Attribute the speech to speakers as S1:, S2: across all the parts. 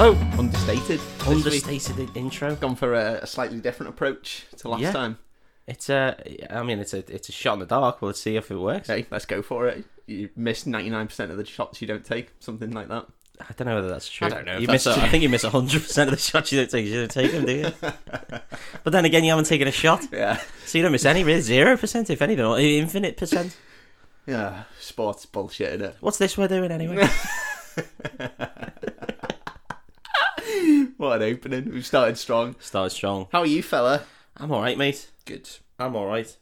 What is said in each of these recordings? S1: Oh, understated. this week.
S2: Understated intro.
S1: Gone for a, a slightly different approach to last
S2: Yeah.
S1: time.
S2: It's a. I mean, it's a. It's a shot in the dark. We'll see if it works.
S1: Okay, let's go for it. You miss 99% of the shots you don't take, something like that.
S2: I don't know whether that's true.
S1: don't know if
S2: You
S1: that's
S2: miss. a-
S1: true.
S2: I think you miss hundred percent of the shots you don't take. You don't take them, do you? but then again, you haven't taken a shot,
S1: Yeah.
S2: so you don't miss any. Really, zero percent, if anything, or infinite percent.
S1: Yeah, sports bullshit, innit?
S2: What's this we're doing anyway?
S1: What an opening. We've started strong.
S2: Started strong.
S1: How are you, fella?
S2: I'm all right, mate.
S1: Good.
S2: I'm all right.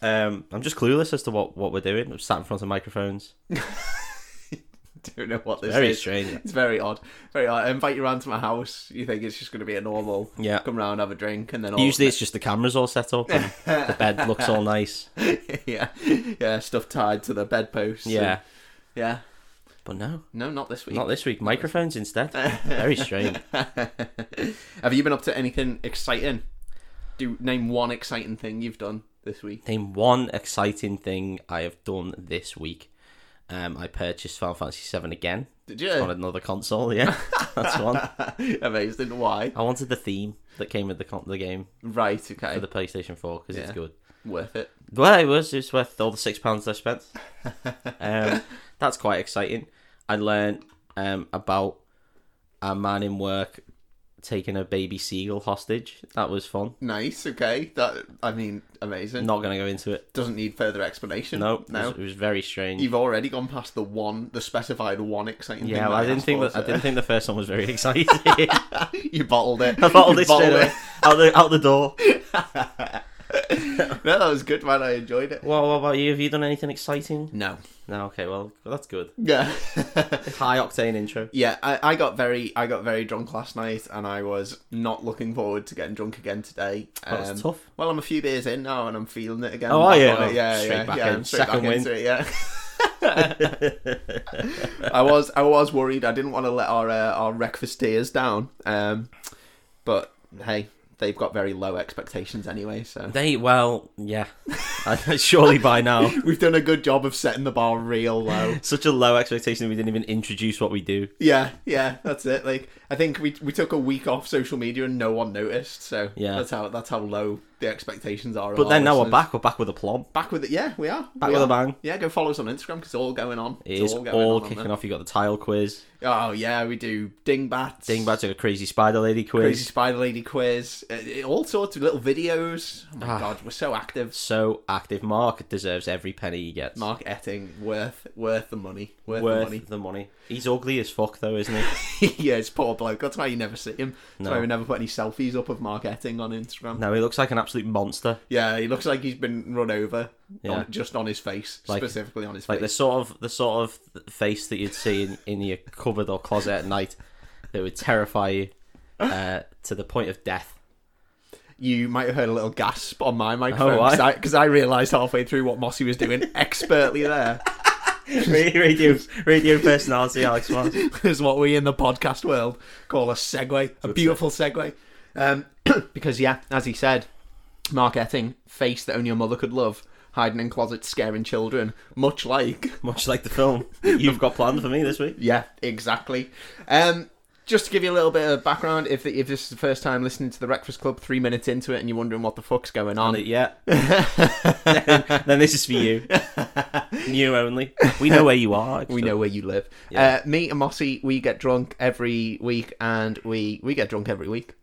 S2: Um, I'm just clueless as to what, what we're doing. I'm sat in front of microphones.
S1: Don't know what this
S2: Very
S1: is.
S2: strange.
S1: It's very odd. Very odd. I invite you round to my house. You think it's just going to be a normal
S2: Yeah.
S1: come round, have a drink, and then all
S2: Usually, it's just the cameras all set up. And the bed looks all nice.
S1: yeah, yeah, stuff tied to the bedpost. and-
S2: Yeah,
S1: yeah.
S2: but no,
S1: No, not this week.
S2: not this week. Microphones instead. Very strange.
S1: Have you been up to anything exciting? Do name one exciting thing you've done this week.
S2: Name one exciting thing I have done this week. Um, I purchased Final Fantasy VII again
S1: Did
S2: on
S1: you?
S2: another console. Yeah, that's one.
S1: Amazing. Why?
S2: I wanted the theme that came with the con- the game
S1: Right. Okay.
S2: for the PlayStation Four because it's
S1: Yeah.
S2: good.
S1: Worth it.
S2: Well, it was. It was worth all the six pounds I spent. um, that's quite exciting. I learned um, about a man in work taking a baby seagull hostage. That was fun.
S1: Nice. Okay. That. I mean, amazing.
S2: Not going to go into it.
S1: Doesn't need further explanation.
S2: No, it was-
S1: No.
S2: It, was, very strange.
S1: You've already gone past the one, the specified one exciting thing.
S2: yeah, well, I didn't think that, I didn't think the first one was very exciting. I
S1: think you bottled it.
S2: bottled
S1: You
S2: it straight away out the out the door.
S1: it. No, that was good, man. I enjoyed it.
S2: Well, what about you? Have you done anything exciting?
S1: No.
S2: No. Okay. Well, that's good.
S1: Yeah.
S2: High octane intro.
S1: Yeah, I, I got very I got very drunk last night, and I was not looking forward to getting drunk again today. Um,
S2: That was Oh, tough.
S1: Well, I'm a few beers in now, and I'm feeling it again.
S2: Oh,
S1: Back
S2: are you?
S1: on it,
S2: Oh,
S1: Yeah,
S2: straight
S1: yeah,
S2: back
S1: yeah.
S2: in.
S1: I'm straight back
S2: Second win.
S1: into it. Yeah. I was I was worried. I didn't want to let our uh, our breakfasters down. Um, but hey, they've got very low expectations anyway, so.
S2: They well, yeah. Surely by now.
S1: We've done a good job of setting the bar real low.
S2: such a low expectation that we didn't even introduce what we do.
S1: Yeah, yeah, that's it. Like I think we we took a week off social media and no one noticed. So
S2: Yeah.
S1: that's how that's how low the expectations are. of
S2: But
S1: our
S2: then now we're
S1: listeners.
S2: back. We're back with a plump.
S1: Back with it, yeah, we are.
S2: Back
S1: we
S2: with
S1: are.
S2: a bang.
S1: Yeah, go follow us on Instagram because it's all going on.
S2: It is all,
S1: going on on
S2: kicking
S1: there.
S2: off. You got the tile quiz.
S1: Oh yeah, we do dingbats,
S2: Dingbat took a crazy spider lady quiz.
S1: crazy spider lady quiz, uh, uh, all sorts of little videos. Oh my
S2: Ah.
S1: god, we're so active.
S2: So active. Mark deserves every penny he gets.
S1: Mark Etting, worth worth the money, worth,
S2: worth
S1: the money.
S2: He's ugly as fuck though, isn't he?
S1: yeah, it's poor bloke. That's why you never see him. That's
S2: No.
S1: why we never put any selfies up of Mark Etting on Instagram.
S2: no, he looks like an absolute monster.
S1: Yeah, he looks like he's been run over,
S2: Yeah.
S1: on, just on his face,
S2: Like-
S1: specifically on his
S2: Like the
S1: face.
S2: sort of the sort of face that you'd see in, in your cupboard or closet at night that would terrify you uh, to the point of death.
S1: You might have heard a little gasp on my microphone
S2: Oh, why?
S1: because I, realised halfway through what Mossy was doing expertly there.
S2: radio radio personality, Alex Moss.
S1: is what we in the podcast world call a segue, a beautiful segue. Um, because yeah, as he said, Mark Etting, face that only a mother could love, hiding in closets, scaring children, much like
S2: Much like the film you've got planned for me this week.
S1: Yeah, exactly. Um, just to give you a little bit of background, if if this is the first time listening to the Breakfast Club, three minutes into it, and you're wondering what the fuck's going
S2: on
S1: on,
S2: it yet, then this is for you. you only. We know where you are.
S1: we know where you live.
S2: Yeah.
S1: Uh, me and Mossy, we get drunk every week, and we we get drunk every week.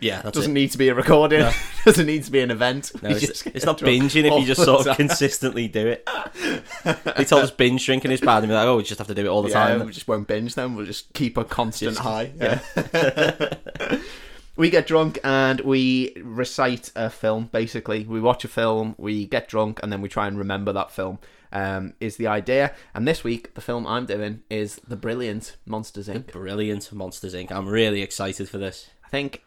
S2: Yeah, that's
S1: doesn't
S2: it.
S1: need to be a recording. doesn't need to be an event.
S2: No,
S1: We
S2: it's,
S1: just get
S2: it's not
S1: drunk
S2: binging if
S1: all
S2: you just
S1: the
S2: sort of
S1: time.
S2: consistently do it. They told us binge drinking is bad, and we're like, oh, we just have to do it all the
S1: yeah,
S2: time.
S1: we just won't binge them. We'll just keep a constant
S2: Just-
S1: high. Yeah. we get drunk and we recite a film. Basically, we watch a film, we get drunk, and then we try and remember that film. Um, is the idea. And this week, the film I'm doing is The Brilliant Monsters Inc.
S2: Brilliant Monsters Inc. I'm really excited for this.
S1: I think,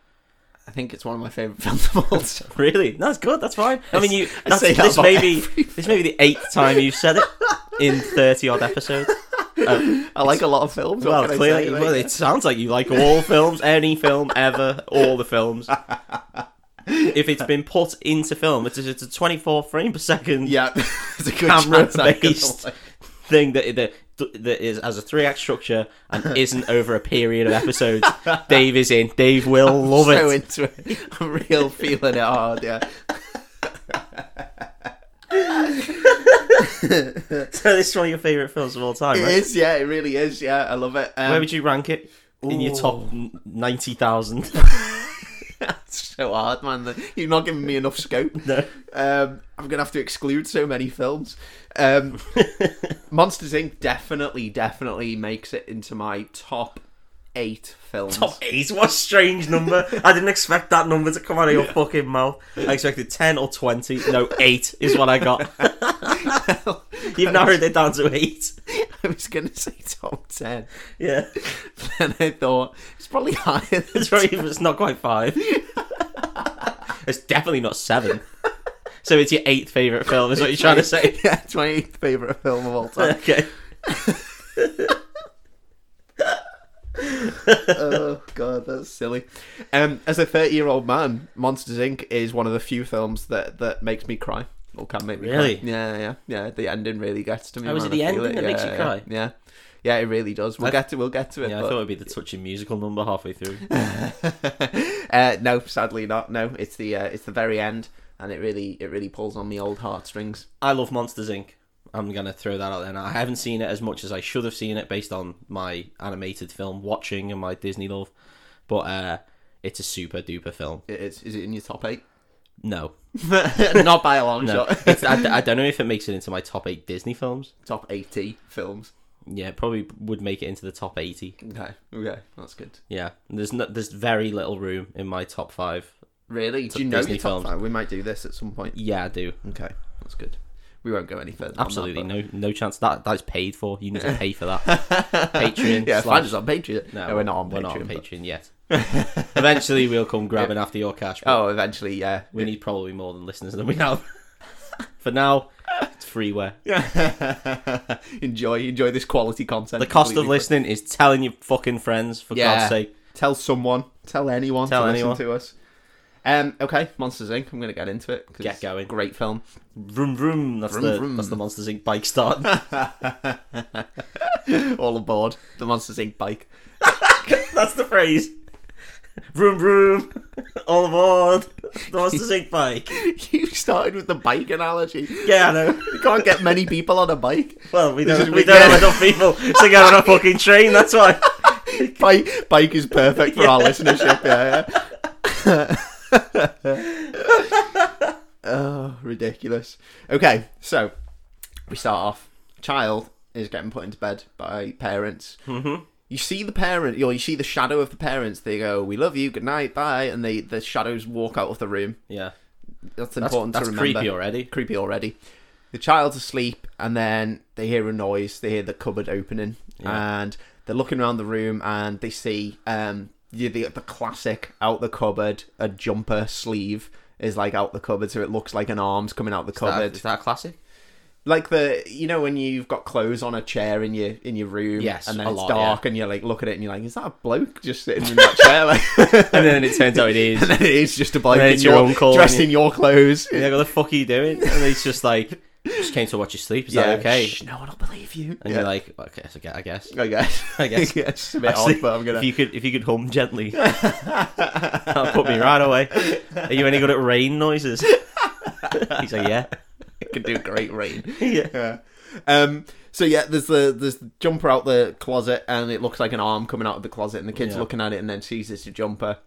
S1: I think it's one of my favorite films of all time.
S2: Really, that's good. That's fine. I mean, you.
S1: I
S2: That's,
S1: say that
S2: this
S1: about
S2: may be this may be the eighth time you've said it in thirty odd episodes.
S1: I like a lot of films. what
S2: Well,
S1: can I
S2: clearly,
S1: say,
S2: well,
S1: mate?
S2: it sounds like you like all films, any film ever, all the films. if it's been put into film, it's, it's a 24 frame per second
S1: yeah, it's a good
S2: camera
S1: chance I could
S2: based. thing that that, that is as a three act structure and isn't over a period of episodes. Dave is in. Dave will love
S1: so
S2: it.
S1: into it. I'm real feeling it hard, yeah.
S2: so this is one of your favorite films of all time,
S1: It
S2: right?
S1: is, yeah, it really is, yeah. I love it. Um,
S2: Where would you rank it in your top ninety thousand?
S1: It's so hard, man. You're not giving me enough scope.
S2: No.
S1: Um, I'm gonna have to exclude so many films. Um, Monsters Inc. definitely, definitely makes it into my top eight films.
S2: Top eight. Oh, What a strange number. I didn't expect that number to come out of your fucking mouth. I expected 10 or 20. No, 8 is what I got. You've narrowed it down to 8.
S1: I was gonna say top ten,
S2: Yeah.
S1: then I thought it's probably higher. Than
S2: It's, very, it's not quite 5. It's definitely not 7. So it's your 8th favourite film, is what you're trying to say.
S1: yeah, it's my eighth favorite film of all time.
S2: Okay.
S1: oh god, that's silly. Um, as a thirty-year-old man, Monsters Inc. is one of the few films that that makes me cry or can make me
S2: Really?
S1: cry. Yeah, yeah, yeah. The ending really gets to me.
S2: Oh, is
S1: man,
S2: it the
S1: I feel
S2: ending that
S1: yeah,
S2: makes you
S1: yeah,
S2: cry?
S1: Yeah, yeah, it really does. We'll get to we'll get to it.
S2: Yeah, I
S1: but-
S2: thought it would be the touching musical number halfway through.
S1: uh, no, sadly not. No, it's the uh, it's the very end, and it really it really pulls on the old heartstrings.
S2: I love Monsters Inc. I'm gonna throw that out there. Now. I haven't seen it as much as I should have seen it based on my animated film watching and my Disney love, but uh, it's a super duper film.
S1: It- It's is it in your top eight?
S2: No,
S1: not by a long
S2: no,
S1: shot.
S2: it's, I, I don't know if it makes it into my top eight Disney films.
S1: top eighty films.
S2: Yeah, it probably would make it into the top eighty.
S1: Okay, okay, that's good.
S2: Yeah, there's no, there's very little room in my top five.
S1: Really? Do you know
S2: Disney
S1: your top
S2: films.
S1: five? We might do this at some point.
S2: Yeah, I do.
S1: Okay, that's good. We won't go any further. on
S2: Absolutely
S1: that,
S2: no no chance that that's paid for. You need to pay for that. Patreon.
S1: but- Yeah,
S2: slash-
S1: find us on Patreon. No, we're not on
S2: we're
S1: Patreon.
S2: not on
S1: but-
S2: Patreon yet. Eventually, we'll come grabbing after your cash. But
S1: Oh, eventually, yeah.
S2: we need probably more than listeners than we have. For now, it's freeware.
S1: enjoy, enjoy this quality content.
S2: The cost of
S1: completely free.
S2: listening is telling your fucking friends. For
S1: Yeah.
S2: God's sake,
S1: Tell someone, tell anyone,
S2: Tell
S1: to
S2: anyone.
S1: listen to us. Um, okay, Monsters Inc. I'm going to get into it. 'cause
S2: Get going.
S1: Great film.
S2: vroom vroom. That's
S1: Vroom,
S2: the
S1: vroom.
S2: that's the Monsters Inc. bike start.
S1: All aboard the Monsters Inc. bike.
S2: that's the phrase. Vroom vroom. All aboard the Monsters Inc. bike.
S1: you started with the bike analogy.
S2: Yeah, I know.
S1: You can't get many people on a bike.
S2: Well, we
S1: This
S2: don't
S1: is
S2: we don't have
S1: weekend.
S2: enough people to get on a fucking train. That's why.
S1: Bike, bike is perfect for our listenership. Yeah, yeah. oh, ridiculous. Okay, so we start off. Child is getting put into bed by parents.
S2: Mhm.
S1: You see the parent, or you see the shadow of the parents. They go, "We love you, good night, bye," and they the shadows walk out of the room.
S2: Yeah,
S1: That's
S2: that's,
S1: important
S2: that's
S1: to remember.
S2: creepy already.
S1: creepy already. The child's asleep, and then they hear a noise. They hear the cupboard opening,
S2: Yeah.
S1: and they're looking around the room, and they see um the the, the classic out the cupboard a jumper sleeve is like out the cupboard, so it looks like an arm's coming out the cupboard,
S2: Is that a classic?
S1: like the you know when you've got clothes on a chair in your in your room,
S2: Yes,
S1: and then
S2: a
S1: it's
S2: lot,
S1: dark, and you're like look at it, and you're like, is that a bloke just sitting in that chair? Like,
S2: and then it turns out it is.
S1: and
S2: And
S1: then it is just a bloke
S2: then
S1: in
S2: it's your uncle,
S1: dressed
S2: and you-
S1: in your clothes.
S2: they go, "The fuck are you doing?" And he's just like, "Just came to watch you sleep. Is that okay?"
S1: shh, no one will believe you.
S2: And
S1: Yeah.
S2: you're like, "Okay, so I gue- I guess."
S1: I guess.
S2: I guess.
S1: yeah, it's a bit
S2: Actually,
S1: odd, but I'm
S2: If
S1: gonna.
S2: you could, if you could hum gently, that'll put me right away. Are you any good at rain noises? he's like, "Yeah,
S1: It can do great rain.
S2: yeah."
S1: Yeah. Um. So yeah, there's the there's the jumper out the closet, and it looks like an arm coming out of the closet, and the kid's
S2: Yeah.
S1: looking at it, and then sees it's a jumper.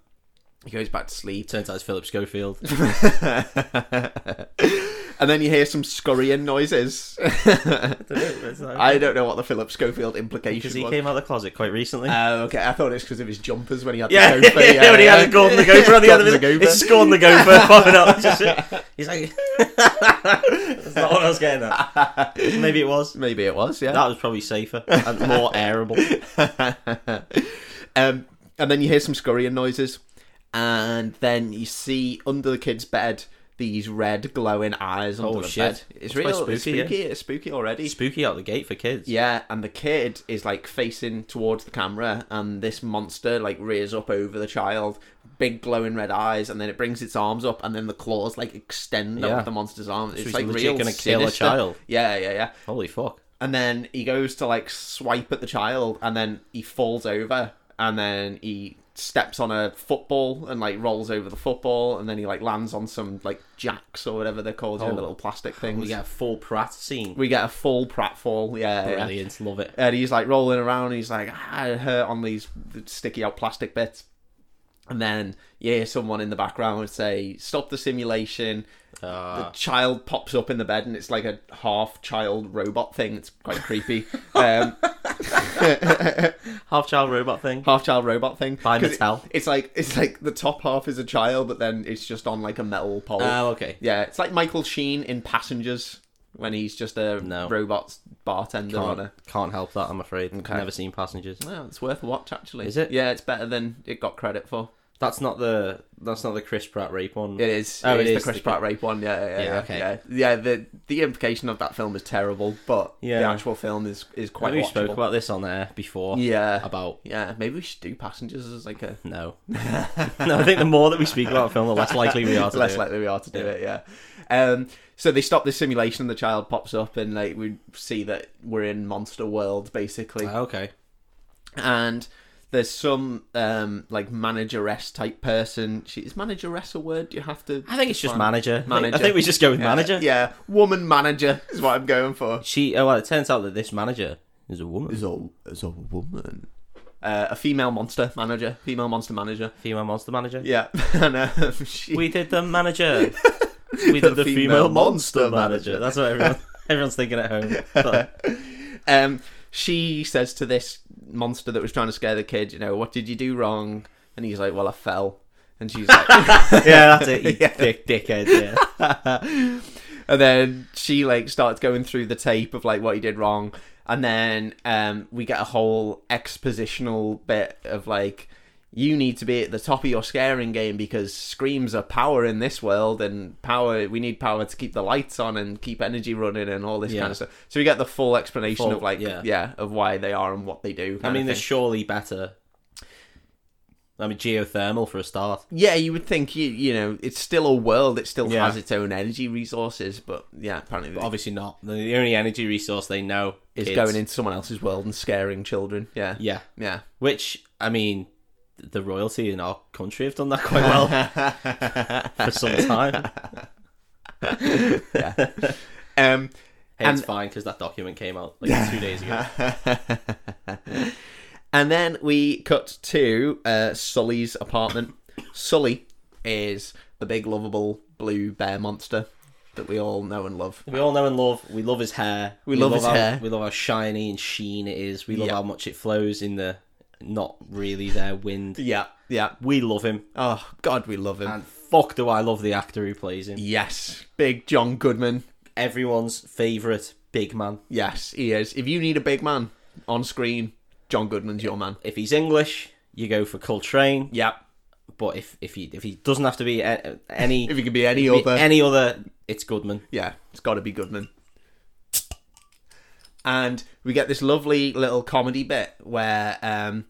S1: He goes back to sleep,
S2: Turns out it's Philip Schofield.
S1: and then you hear some scurrying noises. I don't know what the Philip Schofield implication
S2: because he
S1: was.
S2: came out of the closet quite recently.
S1: Oh, okay. I thought it's because of his jumpers when he had
S2: Uh, yeah,
S1: the
S2: yeah,
S1: gopher.
S2: yeah, when he had a Gordon the Gopher on the other
S1: Gordon the
S2: end.
S1: Gopher.
S2: It's Gordon the Gopher popping up. It's just- He's like, that's not what I was getting at. Maybe it was.
S1: Maybe it was. Yeah.
S2: That was probably safer and more airable.
S1: um, and then you hear some scurrying noises, and then you see under the kid's bed these red glowing eyes under
S2: Oh,
S1: the
S2: shit.
S1: bed. It's
S2: That's quite
S1: real it's
S2: spooky,
S1: spooky.
S2: yeah.
S1: It's spooky, already.
S2: Spooky out the gate for kids.
S1: yeah, and the kid is like facing towards the camera, and this monster like rears up over the child, big glowing red eyes, and then it brings its arms up, and then the claws like extend
S2: Yeah.
S1: out of the monster's arms.
S2: So
S1: it's
S2: he's
S1: like
S2: legit
S1: real
S2: gonna kill a
S1: sinister.
S2: child.
S1: Yeah, yeah, yeah.
S2: Holy fuck.
S1: and then he goes to like swipe at the child, and then he falls over, and then he steps on a football and like rolls over the football, and then he like lands on some like jacks or whatever they're called, you know,
S2: Oh.
S1: the little plastic things.
S2: We get a full Pratt scene.
S1: we get a full pratfall. Yeah, yeah.
S2: Brilliant, love it.
S1: And he's like rolling around. And he's like, ah, it hurt on these sticky out plastic bits. And then you hear someone in the background would say, "Stop the simulation."
S2: Uh,
S1: the child pops up in the bed, and it's like a half child robot thing. It's quite creepy. um,
S2: half child robot thing.
S1: half child robot thing.
S2: By
S1: 'Cause it-
S2: Mattel.
S1: it's like it's like the top half is a child, but then it's just on like a metal pole.
S2: Oh, okay.
S1: yeah, it's like Michael Sheen in Passengers when he's just a
S2: No.
S1: robot bartender on a
S2: Can't, can't help that, I'm afraid. Never seen Passengers.
S1: Well, it's worth a watch actually.
S2: Is it?
S1: Yeah, it's better than it got credit for.
S2: That's not the that's not the Chris Pratt rape one.
S1: It is.
S2: Oh,
S1: it
S2: it
S1: is,
S2: is
S1: the Chris
S2: the-
S1: Pratt rape one. Yeah, yeah, yeah.
S2: Yeah,
S1: yeah,
S2: okay.
S1: yeah. Yeah, the the implication of that film is terrible, but
S2: Yeah.
S1: the actual film is is
S2: I
S1: quite
S2: think we
S1: watchable.
S2: spoke about this on there before.
S1: yeah,
S2: About
S1: yeah. Maybe we should do Passengers as like a
S2: no, no. I think the more that we speak about a film, the less likely we are to
S1: less
S2: do it.
S1: likely we are to do
S2: Yeah.
S1: it. Yeah. Um, so they stop the simulation. and The child pops up, and like we see that we're in Monster World basically.
S2: Ah, okay.
S1: and there's some um like manageress type person. She is manageress a word? Do you have to?
S2: I think it's just
S1: define-
S2: manager. I think-
S1: Manager.
S2: I think we just go with
S1: Yeah,
S2: manager.
S1: Yeah, woman manager is what I'm going for.
S2: She. Oh well, it turns out that this manager is a woman.
S1: Is a is a woman. Uh, a female monster manager, female monster manager.
S2: Female monster manager.
S1: Yeah, and um, she,
S2: We did the manager. We did the,
S1: The female
S2: female,
S1: monster
S2: monster,
S1: manager.
S2: manager. That's what everyone, everyone's thinking at home. But
S1: um, she says to this monster that was trying to scare the kid, you know, what did you do wrong? And he's like, well, I fell. And she's like,
S2: yeah, that's it. You
S1: Yeah.
S2: dick, dickhead. Yeah.
S1: and then she like starts going through the tape of like what he did wrong, and then um, we get a whole expositional bit of like you need to be at the top of your scaring game because screams are power in this world and power we need power to keep the lights on and keep energy running and all this
S2: Yeah.
S1: kind of stuff so we get the full explanation
S2: Full-
S1: of like yeah.
S2: yeah.
S1: of why they are and what they do
S2: I
S1: kind
S2: mean,
S1: of
S2: there's
S1: thing.
S2: surely better. I mean, geothermal for a start.
S1: yeah you would think you you know it's still a world it still
S2: Yeah.
S1: has its own energy resources but yeah apparently they
S2: But obviously not. The- The only energy resource they know
S1: is
S2: kids.
S1: going into someone else's world and scaring children. Yeah.
S2: Yeah,
S1: Yeah.
S2: which I mean, the royalty in our country have done that quite well for some time.
S1: Um,
S2: Hey, it's fine because that document came out like two days ago.
S1: and then we cut to uh, Sully's apartment. Sully is the big lovable blue bear monster that we all know and love.
S2: We all know and love. We love his hair. We,
S1: love his
S2: how,
S1: hair.
S2: We love how shiny and sheen it is. We love
S1: Yeah.
S2: how much it flows in the not really their wind.
S1: Yeah. Yeah.
S2: We love him,
S1: Oh, God, we love him.
S2: and fuck do I love the actor who plays him.
S1: yes. Big John Goodman.
S2: Everyone's favorite big man.
S1: Yes, he is. If you need a big man on screen, John Goodman's your man.
S2: If he's English, you go for Coltrane.
S1: Yeah.
S2: But if if he if he doesn't have to be a- any
S1: If he could be any
S2: be
S1: other.
S2: any other, it's Goodman.
S1: Yeah, it's got to be Goodman. And we get this lovely little comedy bit where um,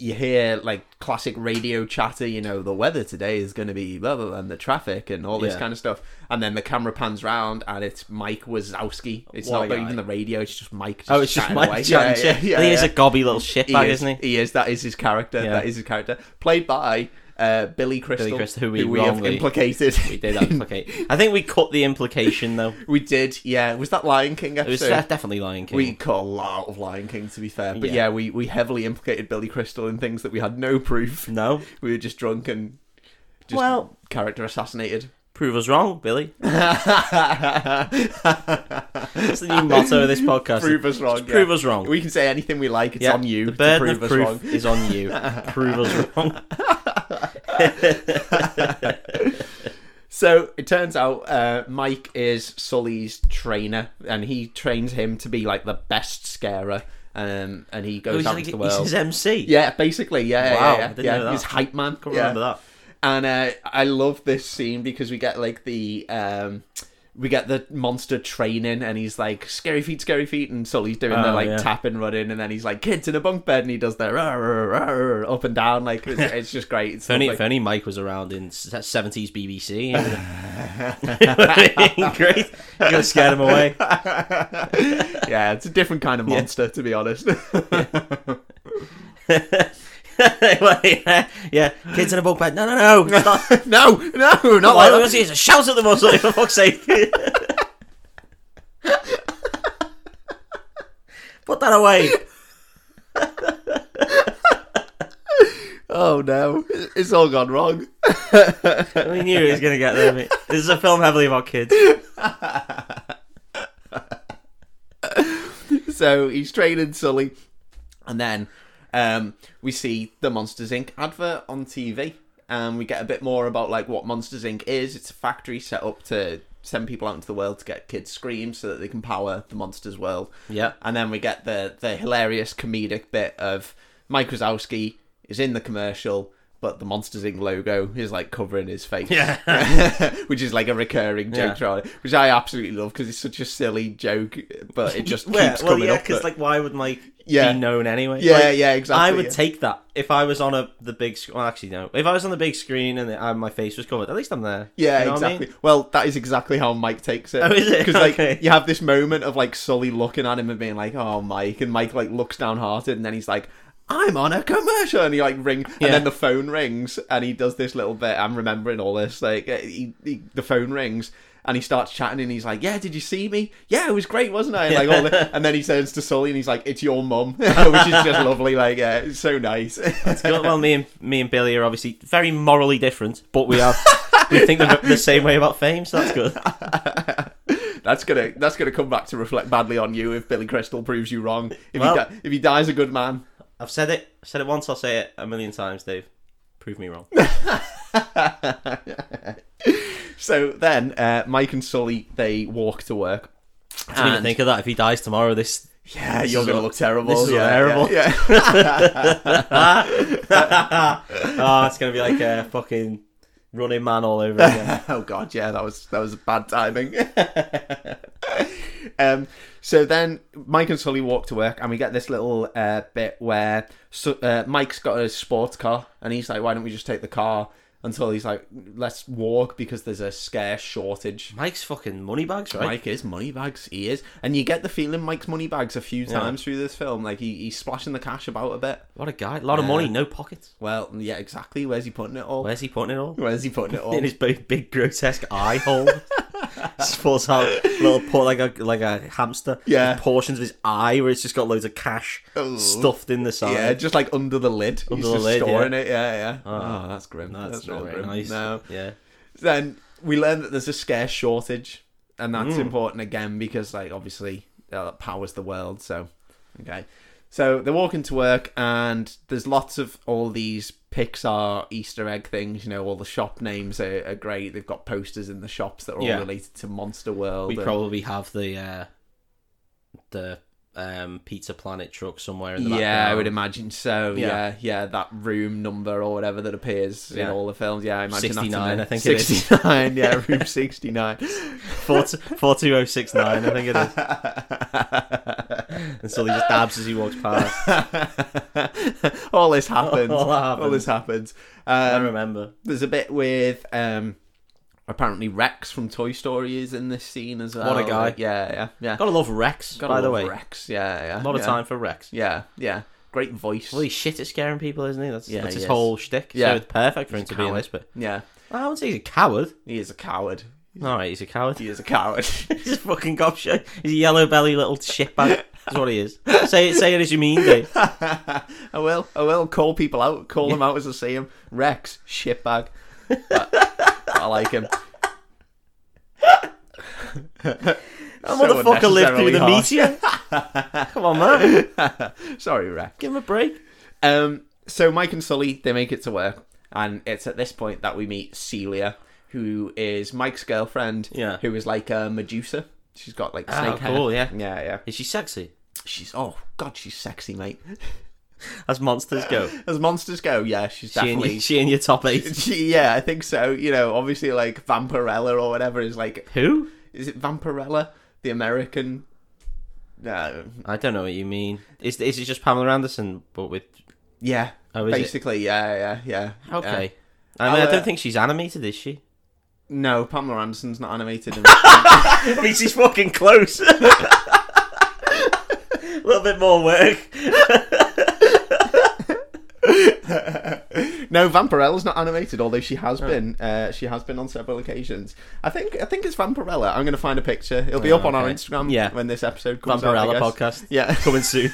S1: you hear like classic radio chatter, you know, the weather today is going to be blah, blah, blah, and the traffic and all this
S2: Yeah.
S1: kind of stuff. And then the camera pans round and it's Mike Wazowski. It's
S2: Why
S1: not
S2: I-
S1: even the radio, it's just Mike. Just
S2: Oh, it's just
S1: chatting
S2: Mike
S1: away.
S2: Chan. he is a gobby little shitbag,
S1: He
S2: is. isn't he?
S1: He is. That is his character.
S2: Yeah.
S1: That is his character. Played by uh, Billy Crystal,
S2: Crystal, who we
S1: have
S2: wrongly-
S1: implicated.
S2: We did implicate. I think we cut the implication though.
S1: We did, yeah. Was that Lion King
S2: It was
S1: episode?
S2: de- definitely Lion King.
S1: we caught a lot of Lion King, to be fair. But yeah.
S2: Yeah.
S1: we we heavily implicated Billy Crystal in things that we had no proof.
S2: No,
S1: We were just drunk and just
S2: Well-
S1: character assassinated.
S2: prove us wrong, Billy. That's the new motto of this podcast.
S1: prove us wrong. yeah.
S2: Prove us wrong.
S1: We can say anything we like. It's
S2: Yeah,
S1: on you
S2: The
S1: to
S2: burden of
S1: prove us
S2: proof
S1: wrong.
S2: is on you. prove us wrong.
S1: So it turns out uh, Mike is Sully's trainer, and he trains him to be like the best scarer. Um, and he
S2: Oh,
S1: goes
S2: he's,
S1: out
S2: like,
S1: into the
S2: he's
S1: world.
S2: his MC.
S1: Yeah, basically, yeah,
S2: Wow,
S1: yeah, yeah.
S2: I didn't
S1: yeah.
S2: know that.
S1: He's hype man.
S2: Can't
S1: yeah.
S2: remember that.
S1: And uh, I love this scene because we get like the um, we get the monster training, and he's like scary feet, scary feet, and Sully's doing the
S2: Oh,
S1: like
S2: yeah.
S1: tap and running, and then he's like kids in a bunk bed, and he does the rah, rah, rah, rah, up and down. Like it's, it's just great. It's
S2: If only,
S1: lovely.
S2: if only Mike was around in seventies BBC, it would've been great. You gotta scare him away.
S1: yeah, it's a different kind of monster, to be honest.
S2: yeah, kids in a bunk bed. No, no, no. Stop.
S1: no, no, not
S2: Why
S1: like
S2: was he just shout at them or something? For fuck's sake! Put that away.
S1: Oh no, it's all gone wrong.
S2: We knew he was gonna get there. Mate. This is a film heavily about kids.
S1: So he's training Sully, and then um, we see the Monsters Inc. advert on TV, and we get a bit more about like what Monsters Inc. is. It's a factory set up to send people out into the world to get kids screams so that they can power the monsters world.
S2: Yeah.
S1: And then we get the the hilarious comedic bit of Mike Wazowski is in the commercial, but the Monsters Inc. logo is like covering his face. Yeah. which is like a recurring joke
S2: Yeah.
S1: throughout it, which I absolutely love because it's such a silly joke, but it just keeps
S2: Yeah, well,
S1: coming
S2: yeah,
S1: up.
S2: because
S1: that-
S2: like, why would Mike
S1: Yeah.
S2: be known anyway?
S1: yeah,
S2: Like,
S1: yeah, exactly.
S2: I would
S1: yeah.
S2: take that if I was on a the big. sc- Well, actually, no. If I was on the big screen and, the, and my face was covered, at least I'm there.
S1: Yeah,
S2: You know what I
S1: exactly. Well, that is exactly how Mike takes it.
S2: Oh, is it?
S1: Because like
S2: Okay.
S1: you have this moment of like Sully looking at him and being like, "Oh, Mike," and Mike like looks downhearted, and then he's like, "I'm on a commercial," and he like ring,
S2: Yeah.
S1: and then the phone rings, and he does this little bit. I'm remembering all this. Like eh, he, he, the phone rings. And he starts chatting, and he's like, "Yeah, did you see me? Yeah, it was great, wasn't I?" And, like all, the, and then he turns to Sully, and he's like, "It's your mum," which is just lovely. Like, yeah, it's so nice.
S2: You know, well, me and me and Billy are obviously very morally different, but we are we think the, the same way about fame, so that's good.
S1: That's gonna that's gonna come back to reflect badly on you if Billy Crystal proves you wrong. If
S2: Well-
S1: he di- if he dies a good man.
S2: I've said it. I've said it once. I'll say it a million times, Dave. Prove me wrong.
S1: So then uh, Mike and Sully they walk to work.
S2: I didn't even
S1: And-
S2: think of that. If he dies tomorrow, this
S1: Yeah,
S2: This
S1: you're
S2: is
S1: gonna
S2: a-
S1: look terrible.
S2: this is
S1: yeah,
S2: terrible.
S1: Yeah, yeah.
S2: oh, it's gonna be like a fucking running man all over again.
S1: oh god, yeah, that was that was bad timing. um, so then Mike and Sully walk to work, and we get this little uh, bit where Su- uh, Mike's got a sports car, and he's like, "Why don't we just take the car?" Until he's like, "Let's walk because there's a scarce shortage."
S2: Mike's fucking money bags, right?
S1: Mike is moneybags. He is, and you get the feeling Mike's moneybags a few times through this film. Like he, he's splashing the cash about a bit.
S2: What a guy! A lot of
S1: Yeah.
S2: money, no pockets.
S1: Well, yeah, exactly. Where's he putting it all?
S2: Where's he putting it all?
S1: Where's he putting it all?
S2: In his big, big grotesque eye hole. just pulls out little por- like a like a hamster.
S1: Yeah.
S2: Just portions of his eye where it's just got loads of cash
S1: Oh.
S2: stuffed in the side.
S1: yeah, just like under the lid.
S2: Under
S1: he's
S2: the
S1: just
S2: lid,
S1: storing
S2: yeah.
S1: it. Yeah, yeah.
S2: Oh,
S1: Oh, that's grim.
S2: No,
S1: That's,
S2: that's
S1: real
S2: not very
S1: grim.
S2: nice.
S1: No.
S2: Yeah.
S1: Then we learn that there's a scarce shortage, and that's
S2: Mm.
S1: important again because, like, obviously, uh, that powers the world. So, okay. So they're walking to work, and there's lots of all these Pixar Easter egg things. You know, all the shop names are, are great. They've got posters in the shops that are all
S2: Yeah.
S1: related to Monster World.
S2: We
S1: and-
S2: probably have the uh, the um, Pizza Planet truck somewhere in the
S1: yeah, I
S2: background.
S1: would imagine so.
S2: Yeah.
S1: Yeah. yeah, that room number or whatever that appears in
S2: Yeah.
S1: all the films. Yeah, I imagine
S2: 69, I
S1: that's in
S2: think
S1: there.
S2: it is.
S1: 69, yeah, room 69.
S2: Four t- 42069, I think it is. And Sully just dabs as he walks past.
S1: Uh, all this happens.
S2: All
S1: all,
S2: that happens.
S1: this happens.
S2: I
S1: Um,
S2: remember.
S1: there's a bit with um, apparently Rex from Toy Story is in this scene as well.
S2: What a guy.
S1: Like, yeah, yeah, yeah.
S2: Gotta love Rex,
S1: Gotta
S2: by the
S1: love
S2: way.
S1: Rex. Yeah, yeah.
S2: A lot
S1: yeah.
S2: of time for Rex.
S1: Yeah, yeah. Great voice.
S2: Holy shit, it's scaring people, isn't he? That's,
S1: Yeah,
S2: that's
S1: he
S2: his
S1: is.
S2: whole shtick.
S1: Yeah.
S2: So it's perfect for him to be in
S1: coward.
S2: this, but
S1: Yeah,
S2: I wouldn't say he's a coward.
S1: he is a coward.
S2: Alright, he's a coward.
S1: He is a coward.
S2: he's a fucking gobshite. He's a yellow belly little shitbag. That's what he is. Say it, say it as you mean, Dave.
S1: I will. I will call people out. Call them out as I see him. Rex, shitbag. I, I like him.
S2: That
S1: So
S2: motherfucker lived through the
S1: unnecessarily
S2: meteor. Come on, man.
S1: Sorry, Rex.
S2: Give him a break.
S1: Um, so Mike and Sully they make it to work, and it's at this point that we meet Celia, who is Mike's girlfriend.
S2: Yeah.
S1: Who is like a Medusa. She's got like
S2: Ah,
S1: snake hair.
S2: cool, yeah.
S1: Yeah, yeah.
S2: Is she sexy?
S1: She's oh god, she's sexy, mate.
S2: As monsters go.
S1: As monsters go, yeah, she's
S2: She and,
S1: definitely
S2: your, she and your top eight.
S1: She- yeah, I think so. You know, obviously, like Vampirella or whatever is like
S2: Who?
S1: Is it Vampirella? The American. Uh, No.
S2: I don't know what you mean. Is is it just Pamela Anderson but with?
S1: Yeah.
S2: Oh, is it?
S1: Basically, yeah, yeah, yeah. Uh,
S2: Okay.
S1: Yeah.
S2: uh, I mean,
S1: I'll,
S2: I don't
S1: uh,
S2: think she's animated, is she?
S1: No, Pamela Anderson's not animated. In-
S2: I mean, she's fucking close. A little bit more work.
S1: no, Vampirella's not animated, although she
S2: Oh.
S1: has been. Uh, she has been on several occasions. I think. I think it's Vampirella. I'm going to find a picture. It'll be
S2: Oh,
S1: up on our
S2: okay.
S1: Instagram.
S2: Yeah.
S1: When this episode comes out. I
S2: Vampirella
S1: guess.
S2: podcast
S1: Yeah.
S2: coming soon.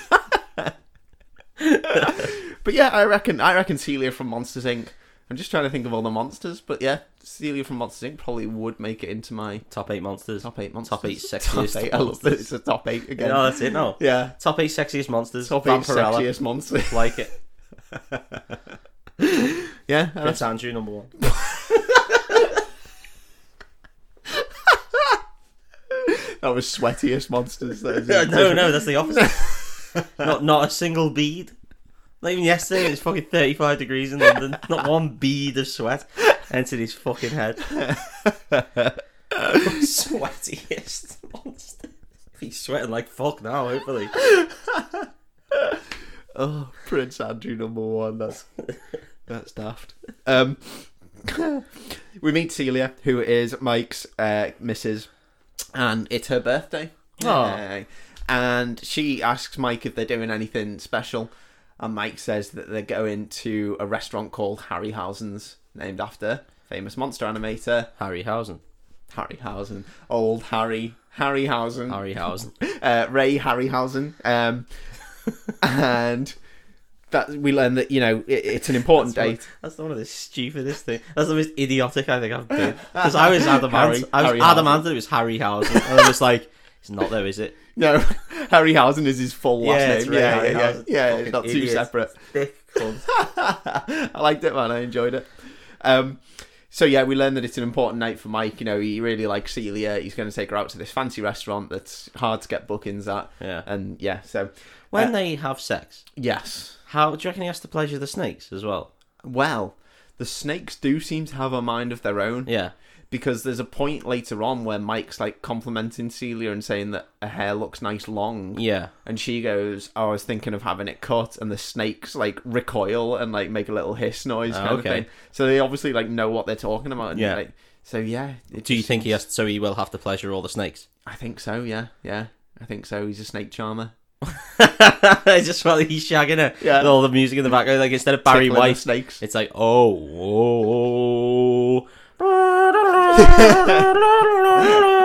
S1: But yeah, I reckon I reckon Celia from Monsters Inc. I'm just trying to think of all the monsters, but yeah, Celia from Monsters Inc. probably would make it into my
S2: Top eight monsters.
S1: top eight monsters.
S2: Top eight sexiest
S1: Top eight. I love that it's a top eight again.
S2: No, that's it. No.
S1: Yeah,
S2: Top eight sexiest monsters.
S1: top eight
S2: Vampirella.
S1: sexiest monsters.
S2: Like it.
S1: yeah, I
S2: Prince Andrew number one.
S1: reckon that was sweatiest monsters. That was it.
S2: no, no, that's the opposite. not not a single bead. Not even yesterday. It was fucking thirty-five degrees in London. Not one bead of sweat entered his fucking head. Sweatiest monster. He's sweating like fuck now. Hopefully,
S1: Oh, Prince Andrew number one. That's that's daft. Um, we meet Celia, who is Mike's uh, Mrs. And it's her birthday.
S2: Aw.
S1: Yay. And she asks Mike if they're doing anything special, and Mike says that they're going to a restaurant called Harryhausen's, named after famous monster animator
S2: Harryhausen.
S1: Harryhausen, old Harry Harryhausen
S2: Harryhausen.
S1: uh, Ray Harryhausen, um, and that we learn that you know it, it's an important
S2: That's one-
S1: date.
S2: That's one of the stupidest thing. That's the most idiotic I think I've done. Because I was adamant.
S1: Harry-
S2: I was
S1: Harryhausen.
S2: adamant that it was Harryhausen, and I was like, "It's not though, is it?"
S1: No, Harryhausen is his full last
S2: Yeah,
S1: name.
S2: it's Ray
S1: yeah, yeah, yeah,
S2: Harryhausen.
S1: yeah.
S2: Fucking
S1: It's not
S2: idiot.
S1: too separate.
S2: Dick cunt.
S1: I liked it, man. I enjoyed it. Um, so yeah, we learned that it's an important night for Mike. You know, he really likes Celia. He's going to take her out to this fancy restaurant that's hard to get bookings at.
S2: Yeah.
S1: And yeah, so
S2: When
S1: Uh,
S2: they have sex,
S1: yes,
S2: how do you reckon he has to pleasure the snakes as well?
S1: well, the snakes do seem to have a mind of their own.
S2: Yeah.
S1: because there's a point later on where Mike's like complimenting Celia and saying that her hair looks nice long.
S2: Yeah.
S1: And she goes, "Oh, I was thinking of having it cut, and the snakes like recoil and like make a little hiss noise
S2: Oh,
S1: kind
S2: okay.
S1: of thing. So they obviously like know what they're talking about. And,
S2: Yeah.
S1: Like, so yeah. it
S2: Do you
S1: just-
S2: think he has? So he will have to pleasure all the snakes.
S1: I think so. Yeah. Yeah. I think so. He's a snake charmer.
S2: I just felt like he's shagging her.
S1: Yeah.
S2: With all the music in the background, like instead of Barry
S1: Tickling the
S2: White,
S1: snakes.
S2: it's like oh, oh,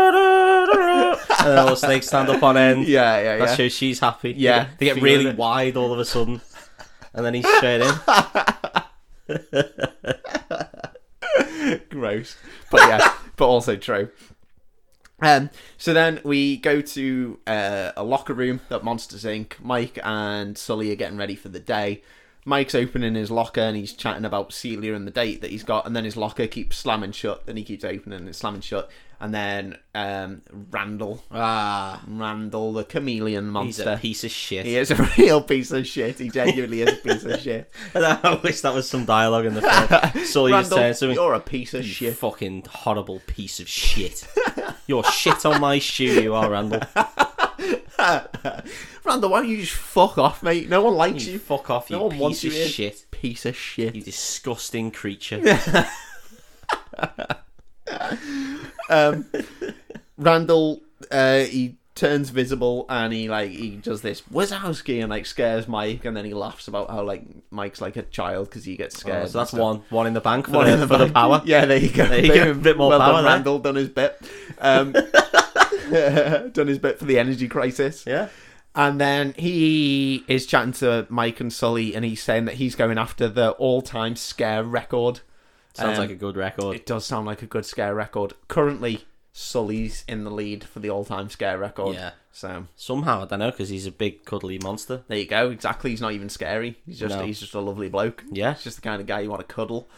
S2: and then all the snakes stand up on end.
S1: Yeah. Yeah.
S2: That
S1: Yeah.
S2: shows she's happy. They
S1: Yeah,
S2: get- they get,
S1: feeling
S2: really
S1: it.
S2: wide all of a sudden, and then he's straight in.
S1: gross. But yeah, but also true. Um, so then we go to uh, a locker room at Monsters Inc. Mike and Sully are getting ready for the day. Mike's opening his locker and he's chatting about Celia and the date that he's got, and then his locker keeps slamming shut. Then he keeps opening and slamming shut, and then um, Randall,
S2: Ah,
S1: Randall, the chameleon
S2: he's a
S1: monster.
S2: piece of shit.
S1: He is a real piece of shit. He genuinely is a piece of shit.
S2: I wish that was some dialogue in the film. Sully just
S1: Randall,
S2: saying something.
S1: you're a piece of
S2: You
S1: shit.
S2: fucking horrible piece of shit. You're shit on my shoe, you are, Randall.
S1: Randall, why don't you just fuck off, mate? No one likes
S2: You
S1: you.
S2: fuck off, you
S1: No one
S2: piece
S1: wants
S2: of
S1: you here.
S2: shit.
S1: Piece of shit.
S2: You disgusting creature.
S1: um, Randall, uh, he turns visible and he like he does this Wazowski and like scares Mike, and then he laughs about how like Mike's like a child because he gets scared.
S2: Oh, so that's
S1: and stuff.
S2: one, one in the bank for,
S1: One
S2: the,
S1: in the
S2: for the
S1: bank.
S2: power.
S1: Yeah, there you go.
S2: There you go, a bit more
S1: well
S2: power
S1: Done,
S2: there.
S1: Randall done his bit. Um, done his bit for the energy crisis.
S2: Yeah.
S1: And then he is chatting to Mike and Sully, and he's saying that he's going after the all-time scare record.
S2: Sounds
S1: Um,
S2: like a good record.
S1: It does sound like a good scare record. Currently, Sully's in the lead for the all-time scare record.
S2: Yeah.
S1: So
S2: Somehow, I don't know, because he's a big, cuddly monster.
S1: there you go. Exactly. He's not even scary. He's just
S2: No.
S1: he's just a lovely bloke.
S2: Yeah.
S1: He's just the kind of guy you want to cuddle.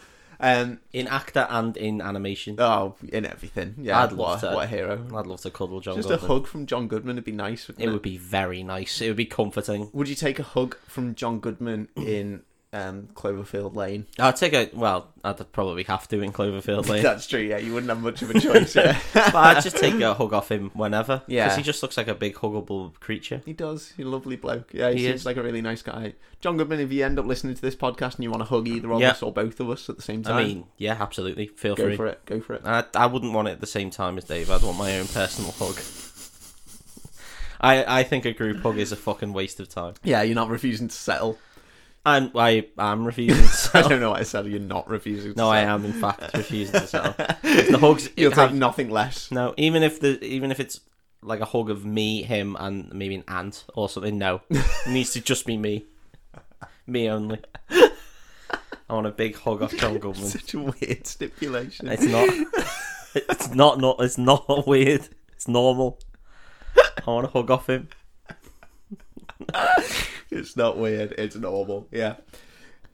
S1: Um.
S2: In actor and in animation.
S1: Oh, in everything. Yeah.
S2: I'd
S1: what,
S2: love
S1: a-
S2: to.
S1: what a hero.
S2: I'd love to cuddle John
S1: Just
S2: Goodman.
S1: a hug from John Goodman would be nice. Wouldn't
S2: It
S1: it
S2: would be very nice. It would be comforting.
S1: Would you take a hug from John Goodman in um, Cloverfield Lane.
S2: I'll take a well. I'd probably have to in Cloverfield Lane,
S1: That's true. Yeah, you wouldn't have much of a choice. Yeah.
S2: but I'd just take a hug off him whenever.
S1: Yeah.
S2: because he just looks like a big huggable creature.
S1: He does. He's a lovely bloke. Yeah, he,
S2: He
S1: seems
S2: is.
S1: like a really nice guy. John Goodman, if you end up listening to this podcast and you want to hug either of
S2: Yeah.
S1: us or both of us at the same time,
S2: I mean, yeah, absolutely. Feel
S1: go
S2: free.
S1: for it. Go for it.
S2: I, I wouldn't want it at the same time as Dave. I'd want my own personal hug. I I think a group hug is a fucking waste of time.
S1: Yeah, you're not refusing to settle.
S2: I'm I am refusing. To
S1: I
S2: settle.
S1: don't know what I said. You're not refusing. To
S2: no, I
S1: settle.
S2: am in fact refusing to settle. The hugs
S1: You'll
S2: have-
S1: take nothing less.
S2: No, even if the even if it's like a hug of me, him, and maybe an ant or something. No, it needs to just be me, me only. I want a big hug off John Goodman.
S1: Such a weird stipulation.
S2: It's not. It's not. Not. It's not weird. It's normal. I want a hug off him.
S1: It's not weird. It's normal. Yeah.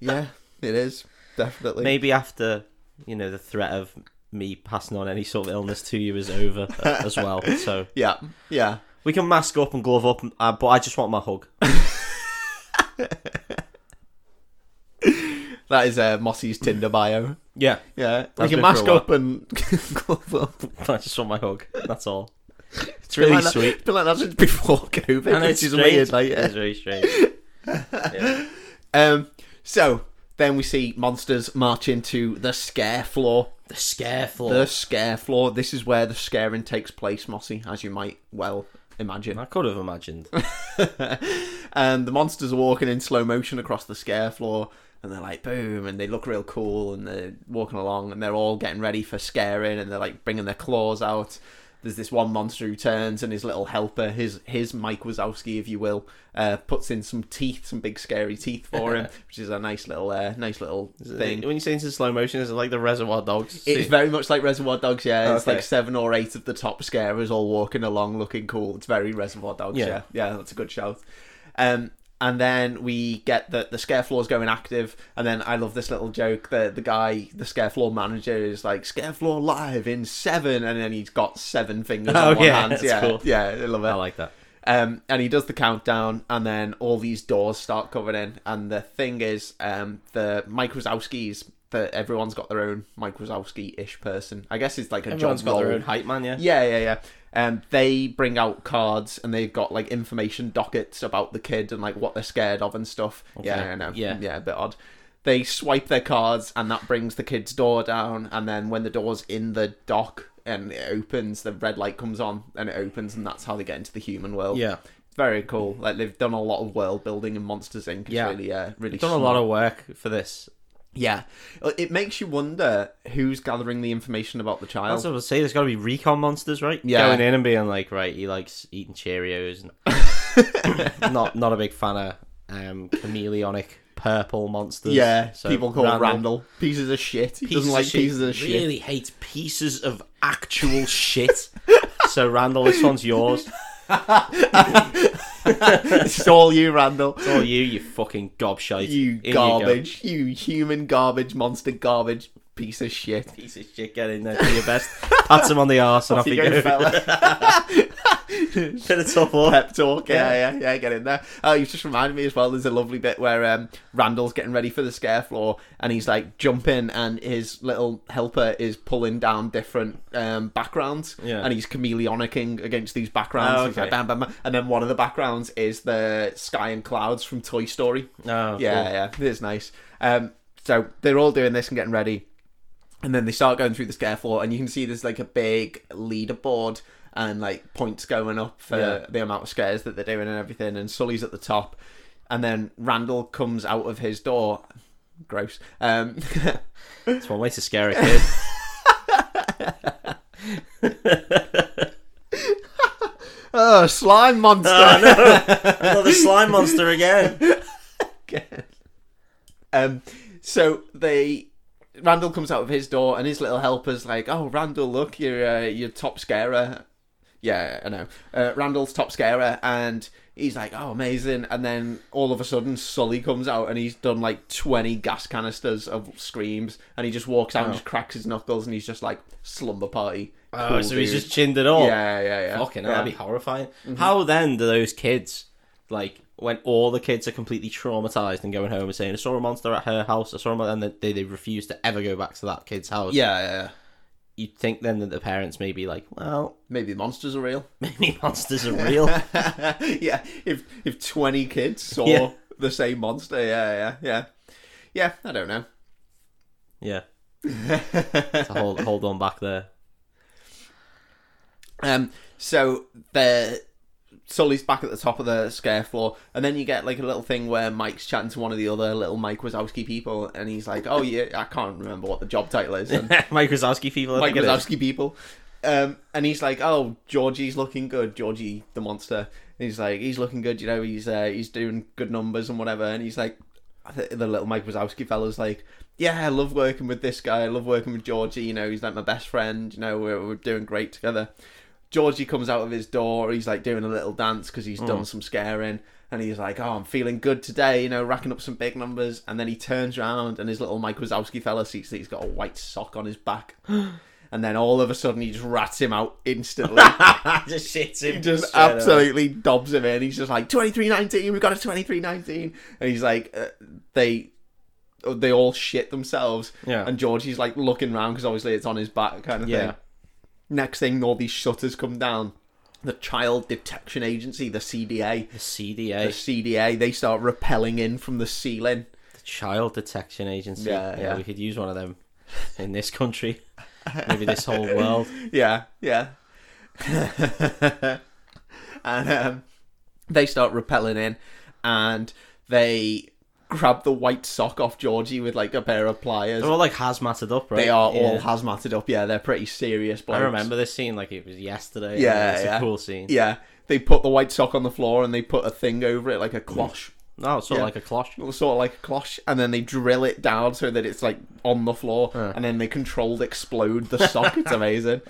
S1: Yeah, it is. Definitely.
S2: Maybe after you know the threat of me passing on any sort of illness to you is over uh, as well. So
S1: Yeah. Yeah.
S2: we can mask up and glove up, uh, but I just want my hug.
S1: That is uh, Mossy's Tinder bio.
S2: Yeah,
S1: Yeah.
S2: That's
S1: we can
S2: been for a
S1: mask up and glove up.
S2: I just want my hug. That's all. It's
S1: Been
S2: really
S1: like that-
S2: sweet.
S1: Been like that since before COVID,
S2: And
S1: which
S2: it's
S1: is
S2: strange.
S1: weird. Like, yeah.
S2: It's very strange. Yeah.
S1: Um, so then we see monsters march into the scare floor.
S2: The scare floor.
S1: The scare floor. This is where the scaring takes place, Mossy, as you might well imagine.
S2: I could have imagined.
S1: And the monsters are walking in slow motion across the scare floor, and they're like boom, and they look real cool, and they're walking along, and they're all getting ready for scaring, and they're like bringing their claws out. There's this one monster who turns, and his little helper, his his Mike Wazowski, if you will, uh, puts in some teeth, some big scary teeth for him, which is a nice little uh, nice little thing.
S2: When you say it's in slow motion, is it like the Reservoir Dogs?
S1: It's very much like Reservoir Dogs, yeah. It's
S2: Okay.
S1: like seven or eight of the top scarers all walking along looking cool. It's very Reservoir Dogs, yeah.
S2: Yeah.
S1: Yeah, that's a good shout. Um, and then we get the, the scare floor's going active. And then I love this little joke that the guy, the scare floor manager, is like, scare floor live in seven. And then he's got seven fingers
S2: Oh,
S1: on one
S2: yeah,
S1: hand.
S2: that's
S1: yeah,
S2: cool.
S1: yeah, I love it.
S2: I like that.
S1: Um, and he does the countdown, and then all these doors start coming in. And the thing is, um, the Mike Wazowski's that everyone's got their own Mike Wazowski ish person. I guess it's like a
S2: Everyone's
S1: John
S2: got their
S1: Lowell.
S2: own hype man, yeah.
S1: Yeah, yeah, yeah. Um, they bring out cards and they've got like information dockets about the kid and like what they're scared of and stuff. Yeah, I know.
S2: Yeah.
S1: yeah, a bit odd. They swipe their cards and that brings the kid's door down. And then when the door's in the dock and it opens, the red light comes on and it opens, and that's how they get into the human world.
S2: Yeah.
S1: very cool. Like they've done a lot of world building in Monsters Inc. It's
S2: Yeah.
S1: really, uh, really
S2: Done a
S1: smart.
S2: lot of work for this.
S1: Yeah, it makes you wonder who's gathering the information about the
S2: I
S1: child.
S2: was going to say, there's got to be recon monsters, right?
S1: Yeah.
S2: Going in and being like, right, he likes eating Cheerios. And not not a big fan of um, chameleonic purple monsters.
S1: Yeah,
S2: So
S1: people call Randall. pieces of shit. He doesn't like pieces of shit.
S2: Really hates pieces of actual shit. So Randall, this one's yours.
S1: it's all you, Randall.
S2: It's all you, you fucking gobshite.
S1: You
S2: In go.
S1: garbage. You, human garbage, monster garbage, piece of shit.
S2: Piece of shit, get in there, do your best. Pats him on the arse and off,
S1: Off you go,
S2: you go.
S1: fella.
S2: Bit of tough luck.
S1: Pep talk. Yeah, yeah, yeah. Get in there. Oh, you've just reminded me as well. There's a lovely bit where um, Randall's getting ready for the scare floor, and he's like jumping, and his little helper is pulling down different um, backgrounds,
S2: Yeah.
S1: and he's chameleonicing against these backgrounds.
S2: Oh,
S1: He's like,
S2: okay.
S1: bam, bam, bam. And then one of the backgrounds is the sky and clouds from Toy Story.
S2: No,
S1: yeah, yeah, it is nice. Um, so they're all doing this and getting ready, and then they start going through the scare floor, and you can see there's like a big leaderboard and like points going up for
S2: Yeah.
S1: the amount of scares that they're doing and everything. And Sully's at the top, and then Randall comes out of his door. Gross. Um,
S2: It's one way to scare a kid.
S1: oh, slime monster!
S2: Another slime monster again.
S1: Um, so they, Randall comes out of his door, and his little helper's like, "Oh, Randall, look, you're uh, you're top scarer." Yeah, I know. Uh, Randall's top scarer, and he's like, "Oh, amazing!" And then all of a sudden, Sully comes out, and he's done like twenty gas canisters of screams, and he just walks out and
S2: Oh.
S1: just cracks his knuckles, and he's just like slumber party.
S2: Oh,
S1: Cool
S2: so he's
S1: dude.
S2: just chinned it all.
S1: yeah, yeah, yeah.
S2: Fucking hell,
S1: yeah.
S2: that'd be horrifying. How then do those kids, like, when all the kids are completely traumatized and going home and saying, "I saw a monster at her house," I saw a monster, and they they refuse to ever go back to that kid's house.
S1: Yeah, yeah, yeah.
S2: you'd think then that the parents may be like, "Well,
S1: Maybe the monsters are real.
S2: maybe monsters are real."
S1: yeah, if if twenty kids saw
S2: Yeah.
S1: the same monster, yeah, yeah, yeah, yeah. I don't know.
S2: yeah, to hold hold on back there.
S1: Um, so the Sully's back at the top of the scare floor, and then you get like a little thing where Mike's chatting to one of the other little Mike Wazowski people, and he's like, "Oh yeah, I can't remember what the job title is." And
S2: Mike Wazowski people. I
S1: Mike
S2: think it is.
S1: Wazowski people, um, and he's like, "Oh, Georgie's looking good. Georgie the monster." And he's like, "He's looking good. You know, he's uh, he's doing good numbers and whatever." And he's like, the the little Mike Wazowski fella's like, "Yeah, I love working with this guy. I love working with Georgie. You know, he's like my best friend. You know, we're, we're doing great together." Georgie comes out of his door. He's like doing a little dance because he's done some scaring. And he's like, "Oh, I'm feeling good today, you know, racking up some big numbers." And then he turns around, and his little Mike Wazowski fella sees that he's got a white sock on his back, and then all of a sudden he just rats him out instantly.
S2: just shits him.
S1: He just
S2: straight up.
S1: absolutely dobs him in. He's just like twenty three nineteen. We got a twenty three nineteen, and he's like uh, they they all shit themselves.
S2: Yeah.
S1: and Georgie's like looking round because obviously it's on his back kind of
S2: Yeah.
S1: thing. Next thing, all these shutters come down. The Child Detection Agency, the CDA,
S2: The
S1: the
S2: CDA,
S1: CDA, they start rappelling in from the ceiling.
S2: the Child Detection Agency.
S1: Yeah, yeah.
S2: we could use one of them in this country, maybe this whole world.
S1: Yeah, yeah. and um, they start rappelling in, and they grab the white sock off Georgie with like a pair of pliers.
S2: They're all like hazmated up, right?
S1: They are
S2: Oh, Yeah.
S1: all hazmated up. Yeah, they're pretty serious.
S2: I
S1: Blokes.
S2: remember this scene like it was yesterday.
S1: Yeah,
S2: it's
S1: yeah.
S2: a cool scene.
S1: Yeah, they put the white sock on the floor and they put a thing over it, like
S2: Mm.
S1: a cloche,
S2: No, it's sort
S1: Yeah.
S2: of like a cloche.
S1: sort of like a cloche, and then they drill it down so that it's like on the floor, and then they controlled explode the sock. it's amazing.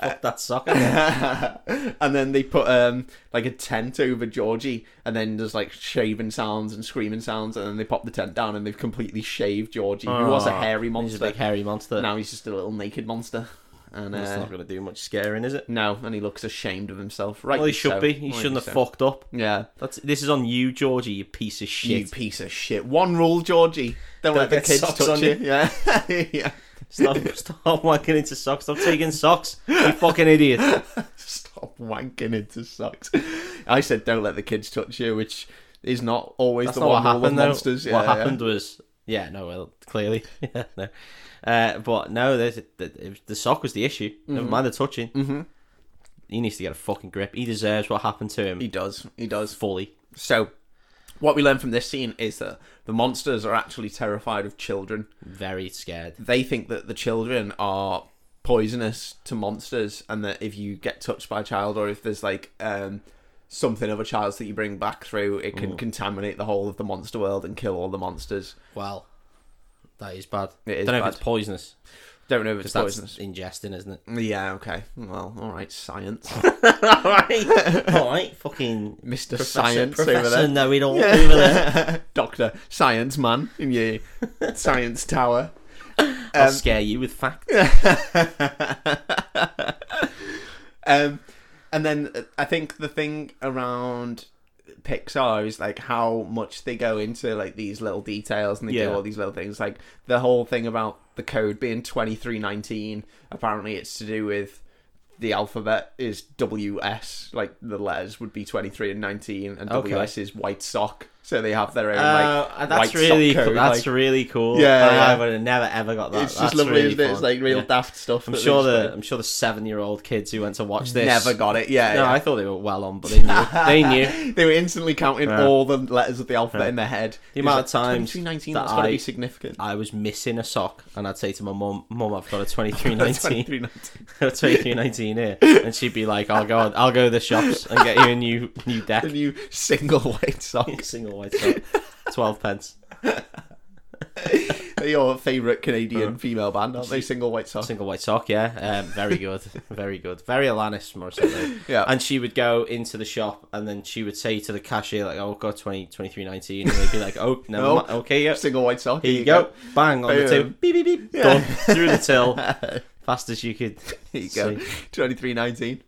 S2: Fuck that socket.
S1: and then they put um like a tent over Georgie, and then there's like shaving sounds and screaming sounds, and then they pop the tent down and they've completely shaved Georgie, who was a
S2: Aw,
S1: hairy
S2: He's a
S1: monster.
S2: big hairy monster.
S1: Now he's just a little naked monster, and
S2: It's
S1: uh,
S2: not going to do much scaring, is it?
S1: no, and he looks ashamed of himself. Right?
S2: Well, he should be. He shouldn't have fucked up.
S1: Yeah,
S2: That's this is on you, Georgie. You piece
S1: you
S2: of shit.
S1: piece of shit. One rule, Georgie: don't, let the
S2: get
S1: kids
S2: socks
S1: touch
S2: on
S1: you.
S2: you.
S1: Yeah, yeah.
S2: Stop, stop wanking into socks. Stop taking socks. You fucking idiot.
S1: Stop wanking into socks. I said, don't let the kids touch you, which is not always
S2: That's
S1: the
S2: not what
S1: one rule of
S2: happened. Though.
S1: monsters. Yeah,
S2: what
S1: yeah.
S2: happened was, yeah, no, well, clearly, yeah, no. Uh, but no, there's, the, it was- the sock was the issue. Never mind the touching. Mm-hmm. He needs to get a fucking grip. He deserves what happened to him
S1: He does. He does.
S2: fully.
S1: So, what we learn from this scene is that the monsters are actually terrified of children.
S2: Very scared.
S1: They think that the children are poisonous to monsters, and that if you get touched by a child or if there's like um, something of a child's that you bring back through, it can contaminate the whole of the monster world and kill all the monsters.
S2: Wow, that is bad.
S1: It is
S2: Don't know
S1: bad.
S2: if it's poisonous.
S1: Don't know if it's
S2: Because that's
S1: poisonous.
S2: ingesting, isn't it?
S1: Yeah. Okay. Well. All right. Science,
S2: all right, all right, fucking
S1: Mister
S2: professor,
S1: Science
S2: professor,
S1: over there.
S2: No, we don't over there.
S1: Doctor Science Man in your science tower.
S2: I'll
S1: Um,
S2: scare you with fact.
S1: um, and then uh, I think the thing around Pixar is like how much they go into like these little details and they
S2: Yeah.
S1: do all these little things. Like the whole thing about the code being twenty three nineteen. Apparently, it's to do with the alphabet is WS. Like the letters would be twenty three and nineteen, and
S2: Okay.
S1: WS is white sock. So they have their own
S2: Uh,
S1: like
S2: that's
S1: white
S2: really
S1: sock
S2: cool.
S1: code.
S2: that's
S1: like,
S2: really cool.
S1: Yeah,
S2: I,
S1: yeah.
S2: I would have never ever got that.
S1: it's
S2: That's
S1: just lovely,
S2: really
S1: isn't it? It's
S2: fun.
S1: like real
S2: Yeah.
S1: daft stuff.
S2: I'm
S1: that they
S2: sure
S1: just
S2: the I'm sure the seven year old kids who went to watch
S1: put-
S2: this
S1: never got it. Yeah,
S2: No,
S1: yeah.
S2: I thought they were well on, but they knew. they knew
S1: they were instantly counting
S2: Yeah.
S1: all the letters of the alphabet in their head.
S2: The
S1: It was
S2: amount
S1: like,
S2: of times
S1: 2319,
S2: that
S1: that's got to
S2: I-
S1: be significant.
S2: I was missing a sock, and I'd say to my mum, "Mum, I've got a 2319,
S1: 2319.
S2: a 2319 here," and she'd be like, "I'll go, I'll go to the shops and get you a new new deck,
S1: The new single white sock.
S2: single white sock, twelve pence,
S1: They're your favourite
S2: Uh-huh.
S1: Canadian female band, aren't they? Single white sock.
S2: single white sock, yeah, um, very good, very good, very Alanis Morissette." though.
S1: Yeah.
S2: And she would go into the shop and then she would say to the cashier, like, oh, God, 20, 2319. And they'd be like, oh, no,
S1: No.
S2: okay, yeah.
S1: single white sock.
S2: Here you go. Bang, on
S1: Boom.
S2: the table. Beep, beep, beep.
S1: Yeah.
S2: Done. Through the till. Fast as you could.
S1: Here you go.
S2: See.
S1: 2319.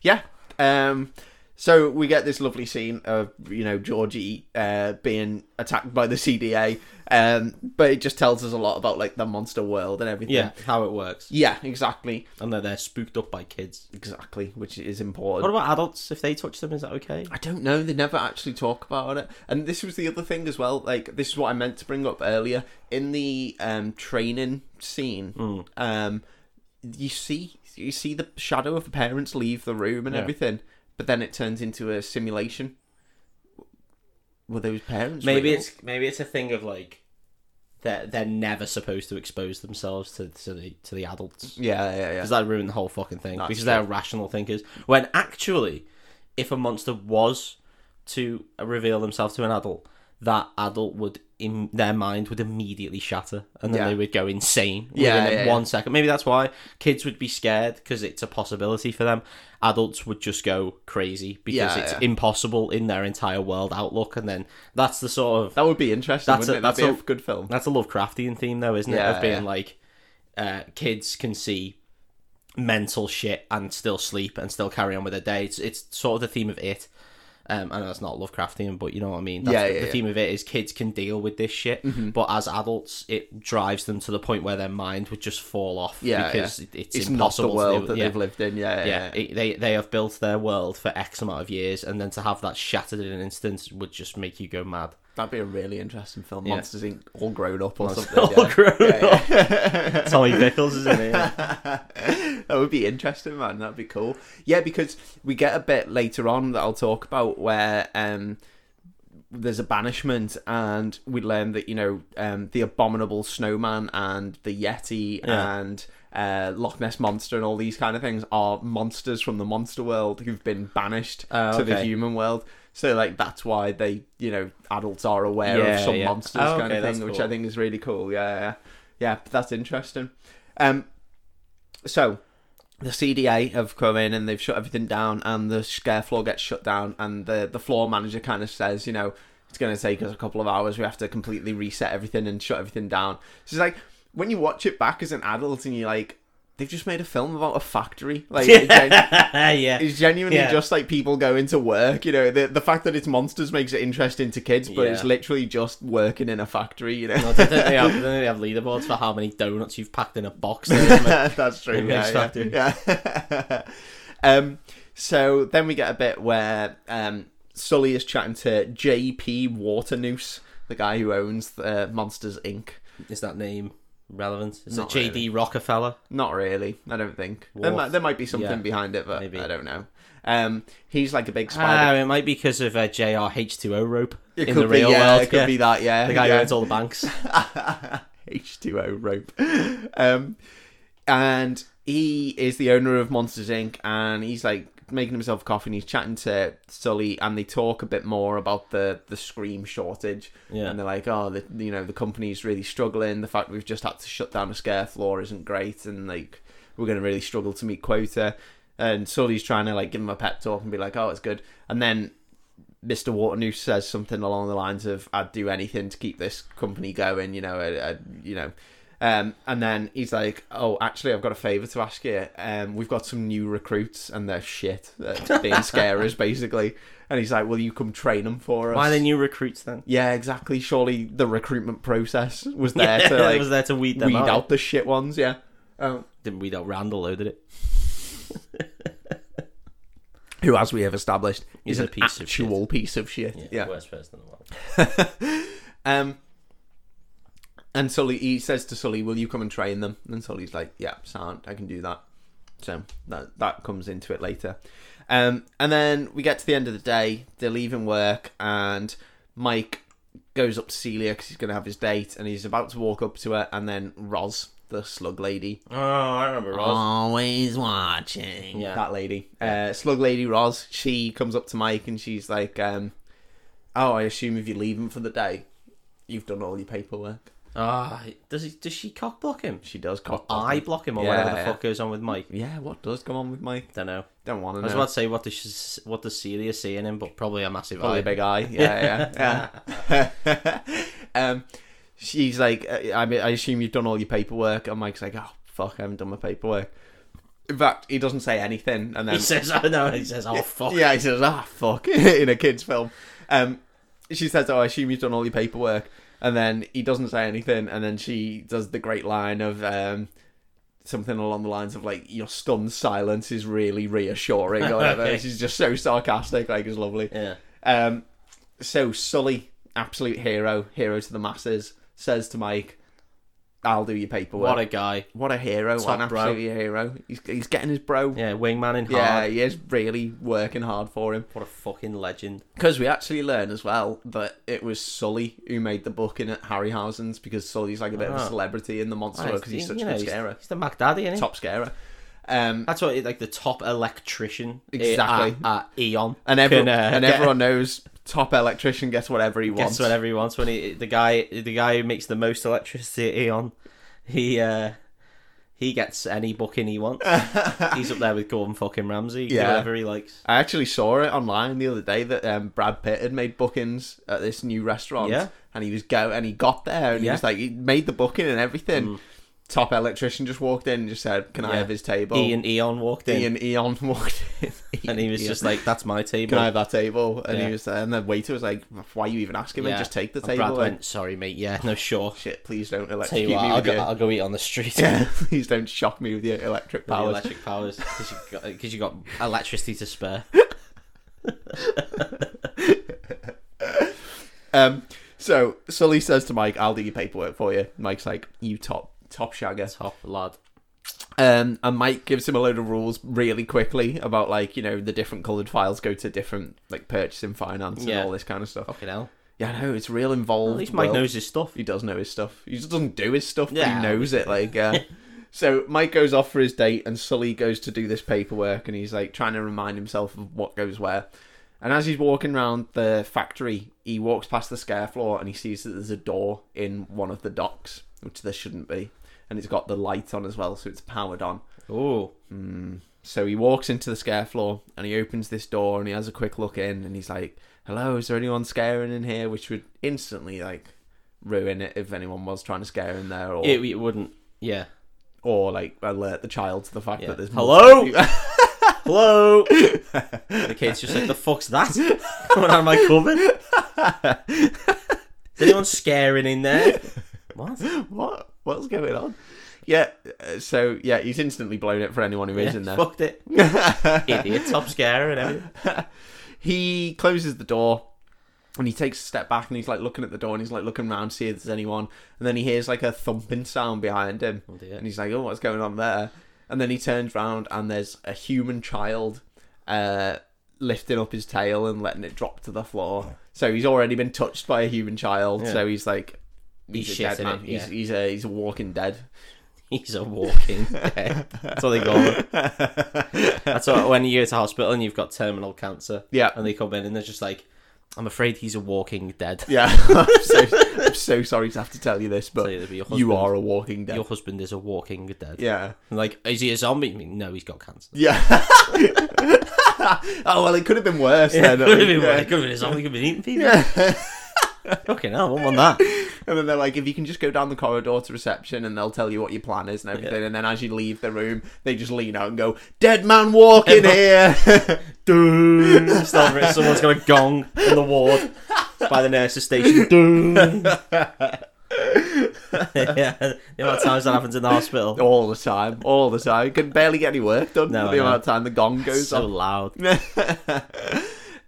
S1: Yeah. Um, So we get this lovely scene of you know Georgie uh, being attacked by the CDA, um, but it just tells us a lot about like the monster world and everything.
S2: Yeah, how it works.
S1: yeah, exactly,
S2: And that they're spooked up by kids.
S1: exactly, which is
S2: What
S1: important.
S2: about adults? If they touch them, is that okay?
S1: I don't know. They never actually talk about it, and this was the other thing as well. Like this is what I meant to bring up earlier in the um, training scene.
S2: Hmm.
S1: Um, you see, you see the shadow of the parents leave the room and
S2: Yeah.
S1: everything, but then it turns into a simulation. Were those parents?
S2: Maybe
S1: real?
S2: it's maybe it's a thing of like they're they're never supposed to expose themselves to to the to the adults
S1: yeah, yeah, yeah.
S2: because that ruin the whole fucking thing
S1: That's
S2: because
S1: true.
S2: they're rational thinkers. When actually, if a monster was to reveal themselves to an adult, that adult would in their mind would immediately shatter and then
S1: Yeah.
S2: they would go insane
S1: Yeah,
S2: within
S1: yeah, yeah.
S2: one second. Maybe that's why kids would be scared because it's a possibility for them. Adults would just go crazy because
S1: Yeah,
S2: it's
S1: yeah.
S2: impossible in their entire world outlook, and then that's the sort of
S1: That would be interesting.
S2: That's
S1: wouldn't
S2: a-
S1: it? That'd
S2: that's
S1: be
S2: a-
S1: a good film.
S2: that's a Lovecraftian theme, though, isn't it?
S1: Yeah,
S2: Of being
S1: yeah.
S2: like, uh, kids can see mental shit and still sleep and still carry on with their day. It's, it's sort of the theme of it. Um, I know it's not Lovecraftian, but you know what I mean. That's
S1: Yeah,
S2: the,
S1: yeah,
S2: the
S1: yeah. Mm-hmm.
S2: theme of it is kids can deal with this shit, but as adults, it drives them to the point where their mind would just fall off
S1: Yeah,
S2: because it- it's,
S1: It's, not the
S2: impossible.
S1: world
S2: to
S1: that
S2: do, yeah.
S1: they've lived in. Yeah, yeah.
S2: Yeah,
S1: yeah.
S2: it- they they have built their world for X amount of years, and then to have that shattered in an instant would just make you go mad.
S1: That'd be a really interesting film.
S2: Yeah.
S1: Monsters Inc. All grown up or
S2: All
S1: something. yeah.
S2: grown
S1: Yeah, yeah.
S2: Tommy Pickles, isn't it?
S1: that would be interesting, man. That'd be cool. Yeah, because we get a bit later on that I'll talk about where um, there's a banishment, and we learn that you know um, the abominable snowman and the yeti
S2: Yeah.
S1: and uh, Loch Ness monster and all these kind of things are monsters from the monster world who've been banished
S2: Oh,
S1: to the
S2: okay.
S1: human world. So like that's why they you know adults are aware of
S2: Yeah,
S1: some
S2: yeah.
S1: monsters
S2: Oh,
S1: kind
S2: okay,
S1: of
S2: that's
S1: thing, which
S2: cool.
S1: I think is really cool. Yeah, yeah, yeah. yeah but that's interesting. Um, so the CDA have come in and they've shut everything down, and the scare floor gets shut down, and the the floor manager kind of says, you know, it's going to take us a couple of hours. We have to completely reset everything and shut everything down. So it's like when you watch it back as an adult, and you're like, they've just made a film about a factory, like. it gen-
S2: Ah, yeah.
S1: It's genuinely
S2: Yeah.
S1: just like people going to work, you know. The the fact that it's monsters makes it interesting to kids, but it's
S2: Yeah.
S1: literally just working in a factory, you know.
S2: No, don't they, have, don't they have leaderboards for how many donuts you've packed in a box? There, isn't it?
S1: That's true.
S2: It makes
S1: Yeah, yeah. yeah. um, so then we get a bit where um, Sully is chatting to J.P. Waternoose, the guy who owns uh, Monsters Inc.
S2: Is that name relevant? Is
S1: Not
S2: it JD Rockefeller?
S1: Not really. I don't think there
S2: Worf.
S1: might, there might be something
S2: Yeah,
S1: behind it, but
S2: maybe.
S1: I don't know. Um, he's like a big spider.
S2: Ah, it might be because of uh, JRH2O rope
S1: it
S2: in
S1: could
S2: the real
S1: be, yeah,
S2: world.
S1: It could
S2: yeah.
S1: be that. Yeah,
S2: the guy
S1: yeah.
S2: who owns all the banks.
S1: H2O rope. Um, and he is the owner of Monsters Inc. and he's like making himself a coffee and he's chatting to Sully and they talk a bit more about the, the Scream shortage.
S2: Yeah.
S1: And they're like, oh, the, you know, the company's really struggling. The fact we've just had to shut down a scare floor isn't great and like we're going to really struggle to meet quota. And Sully's trying to like give him a pep talk and be like, oh, it's good. And then Mr. Waternoose says something along the lines of, "I'd do anything to keep this company going," you know, I, I, you know, um, and then he's like, "Oh, actually, I've got a favour to ask you. Um, we've got some new recruits, and they're shit, at being scarers, basically." And he's like, "Will you come train them for us?"
S2: Why are they new recruits then?
S1: yeah, exactly. Surely the recruitment process was there to
S2: Yeah,
S1: like
S2: was there to weed them
S1: weed
S2: out.
S1: out the shit ones. Yeah. Um,
S2: Didn't weed out Randall though, did it?
S1: who, as we have established, is
S2: He's a
S1: an
S2: piece of
S1: actual piece of shit. yeah.
S2: Worst person in the world.
S1: Um, and Sully, he says to Sully, "Will you come and train them?" And Sully's like, "Yeah, sound, I can do that." So that that comes into it later. Um, and then we get to the end of the day. They're leaving work, and Mike goes up to Celia because he's going to have his date, and he's about to walk up to her, and then Roz, the slug lady,
S2: Oh, I remember
S1: always watching.
S2: Yeah.
S1: That lady. Uh, Slug Lady Roz, she comes up to Mike and she's like, um, Oh, I assume if you're leaving for the day, you've done all your paperwork.
S2: Ah, does he, does she cock block him?
S1: She does
S2: Or
S1: cock
S2: eye block him or
S1: Yeah,
S2: whatever the
S1: yeah.
S2: fuck goes on with Mike?
S1: Yeah, what does come on with Mike?
S2: Don't know.
S1: Don't want to
S2: I was
S1: know.
S2: about to say what does she, what does Celia see in him, but probably a massive
S1: Probably
S2: eye.
S1: a big eye. Yeah, yeah. yeah. um, she's like, uh, I, mean, I assume you've done all your paperwork. And Mike's like, oh, fuck, I haven't done my paperwork. In fact, he doesn't say anything, and then
S2: He says, "Oh no!" He says, "Oh fuck!"
S1: yeah, he says, "Ah, fuck," in a kids' film. Um, she says, "Oh, I assume you've done all your paperwork," and then he doesn't say anything, and then she does the great line of um, something along the lines of like, "Your stunned silence is really reassuring," or whatever.
S2: Okay.
S1: She's just so sarcastic, like it's lovely.
S2: Yeah.
S1: Um, so Sully, absolute hero, hero to the masses, says to Mike, "I'll do your paperwork."
S2: What a guy.
S1: What a hero! What an
S2: Top bro.
S1: absolute hero! He's, he's getting his bro.
S2: Yeah, wingman in hard.
S1: Yeah, he is really working hard for him.
S2: What a fucking legend.
S1: Because we actually learn as well that it was Sully who made the booking at Harryhausen's because Sully's like a bit of a
S2: Ah.
S1: celebrity in the monster
S2: Right,
S1: because he's
S2: you
S1: such a
S2: know,
S1: good
S2: he's-
S1: scarer,
S2: He's the Mac Daddy, isn't he?
S1: top scarer. Um,
S2: That's what, like, the top electrician eh,
S1: Exactly.
S2: at, at Eon.
S1: and every,
S2: Can, uh,
S1: and
S2: get-
S1: everyone knows top electrician gets whatever he wants.
S2: Gets whatever he wants. When he, the guy, the guy who makes the most electricity at Eon, he uh, he gets any booking he wants. he's up there with Gordon fucking Ramsay. Yeah.
S1: Yeah.
S2: Whatever he likes.
S1: I actually saw it online the other day that um, Brad Pitt had made bookings at this new restaurant,
S2: Yeah.
S1: and he was go and he got there and he
S2: Yeah. Mm.
S1: was like he made the booking and everything. Top electrician just walked in and just said, "Can I
S2: Yeah.
S1: have his table?"
S2: Ian Eon walked in,
S1: Ian Eon walked in,
S2: and he was
S1: Ian.
S2: just like, "That's my table."
S1: can I have that table? And
S2: Yeah.
S1: he was, and the waiter was like, "Why are you even asking me?
S2: Yeah.
S1: Just take the
S2: And
S1: table."
S2: Brad
S1: Like,
S2: went, "Sorry, mate. Yeah, no, sure.
S1: Shit, please don't
S2: Tell you
S1: electrocute
S2: what,
S1: me
S2: I'll
S1: with
S2: go,
S1: your,
S2: I'll go eat on the street."
S1: yeah, please don't shock me with your electric
S2: With the
S1: powers.
S2: electric powers because you got because you got electricity to spare.
S1: Um, so Sully says to Mike, "I'll do your paperwork for you." Mike's like, "You top top shagger."
S2: Top lad.
S1: Um, and Mike gives him a load of rules really quickly about like you know the different coloured files go to different like purchasing finance and
S2: Yeah.
S1: all this kind of stuff.
S2: Fucking hell.
S1: Yeah, I know it's real involved.
S2: At least Mike
S1: world.
S2: knows his stuff.
S1: He does know his stuff. He just doesn't do his stuff, but
S2: Yeah.
S1: he knows it. Like, uh, so Mike goes off for his date, and Sully goes to do this paperwork, and he's like trying to remind himself of what goes where. And as he's walking around the factory, he walks past the scare floor, and he sees that there's a door in one of the docks, which there shouldn't be, and it's got the light on as well, so it's powered on.
S2: Oh,
S1: So he walks into the scare floor and he opens this door and he has a quick look in and he's like, "Hello, is there anyone scaring in here?" Which would instantly like ruin it if anyone was trying to scare in there or
S2: it, it wouldn't. Yeah.
S1: or like alert the child to the fact
S2: Yeah.
S1: that there's
S2: Hello?
S1: multiple people-
S2: Hello. the kid's just like, "The fuck's that coming out of my cupboard?" Is anyone scaring in there? What?
S1: what what's going on? Yeah, uh, so yeah, he's instantly blown it for anyone who is in there.
S2: Fucked it. Idiot. Top scarer and everything.
S1: he closes the door and he takes a step back and he's like looking at the door and he's like looking around to see if there's anyone and then he hears like a thumping sound behind him
S2: dear.
S1: and he's like oh what's going on there and then he turns round and there's a human child uh, lifting up his tail and letting it drop to the floor so he's already been touched by a human child
S2: Yeah.
S1: so he's like he's,
S2: He's
S1: a dead
S2: shitting
S1: man
S2: it,
S1: he's,
S2: yeah.
S1: he's, a, he's a walking dead
S2: He's a walking dead. That's what they call him. That's what, when you go to hospital and you've got terminal cancer.
S1: Yeah.
S2: And they come in and they're just like, I'm afraid he's a walking dead.
S1: yeah I'm, so, I'm so sorry to have to tell you this but
S2: It'll be your husband.
S1: you are a walking dead
S2: Your husband is a walking dead.
S1: yeah
S2: Like, is he a zombie? I mean, No, he's got cancer.
S1: Yeah. oh well, it could have been worse. then,
S2: could have been
S1: yeah.
S2: worse. Could have been a zombie. Could have been eating people. Fucking hell, what on that?
S1: And then they're like, if you can just go down the corridor to reception, and they'll tell you what your plan is and everything. And then as you leave the room, they just lean out and go, "Dead man walking here."
S2: Doom. Stop Someone's got a gong in the ward by the nurse's station. Doom. yeah, the amount of times that happens in the hospital.
S1: all the time, all the time. You can barely get any work done.
S2: No,
S1: with
S2: I
S1: the
S2: know.
S1: amount of time the gong goes
S2: So
S1: on.
S2: loud.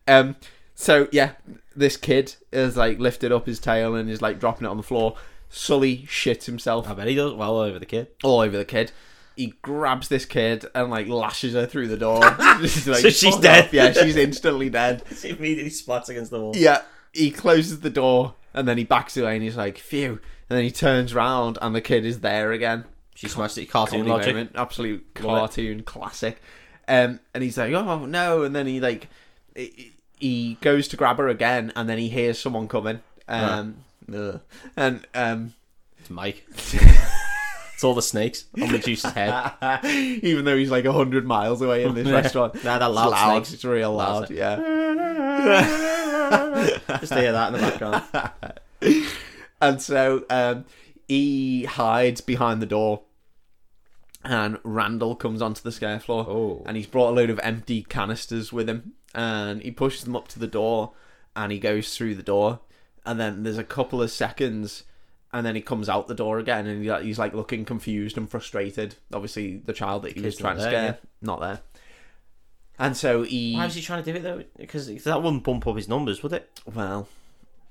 S1: um, so yeah, this kid is like lifted up his tail and is like dropping it on the floor. Sully shits himself.
S2: I bet he does well over the kid.
S1: all over the kid. He grabs this kid and like lashes her through the door. Just, like,
S2: So she's
S1: fuck
S2: dead.
S1: off. Yeah, she's instantly dead.
S2: She immediately splats against the wall.
S1: Yeah, he closes the door and then he backs away and he's like, "Phew!" And then he turns round and the kid is there again.
S2: She smashed it. Cartoon
S1: Comedy
S2: logic.
S1: moment, absolute
S2: Love
S1: cartoon classic. Um, and he's like, "Oh no!" And then he like he- he goes to grab her again and then he hears someone coming. Um, ugh. and um.
S2: It's Mike. it's all the snakes on Medusa's head.
S1: Even though he's like hundred miles away in this restaurant,
S2: Nah, that
S1: It's
S2: loud
S1: loud.
S2: snakes.
S1: It's real loud.
S2: Loud
S1: Yeah.
S2: Just hear that in the background.
S1: And so um, he hides behind the door, and Randall comes onto the scare floor
S2: Oh.
S1: and he's brought a load of empty canisters with him and he pushes them up to the door and he goes through the door and then there's a couple of seconds and then he comes out the door again and he- he's like looking confused and frustrated obviously the child that he was
S2: Kid's not
S1: trying to
S2: there,
S1: scare not there and so he
S2: Why was he trying to do it though? Because that wouldn't bump up his numbers, would it?
S1: well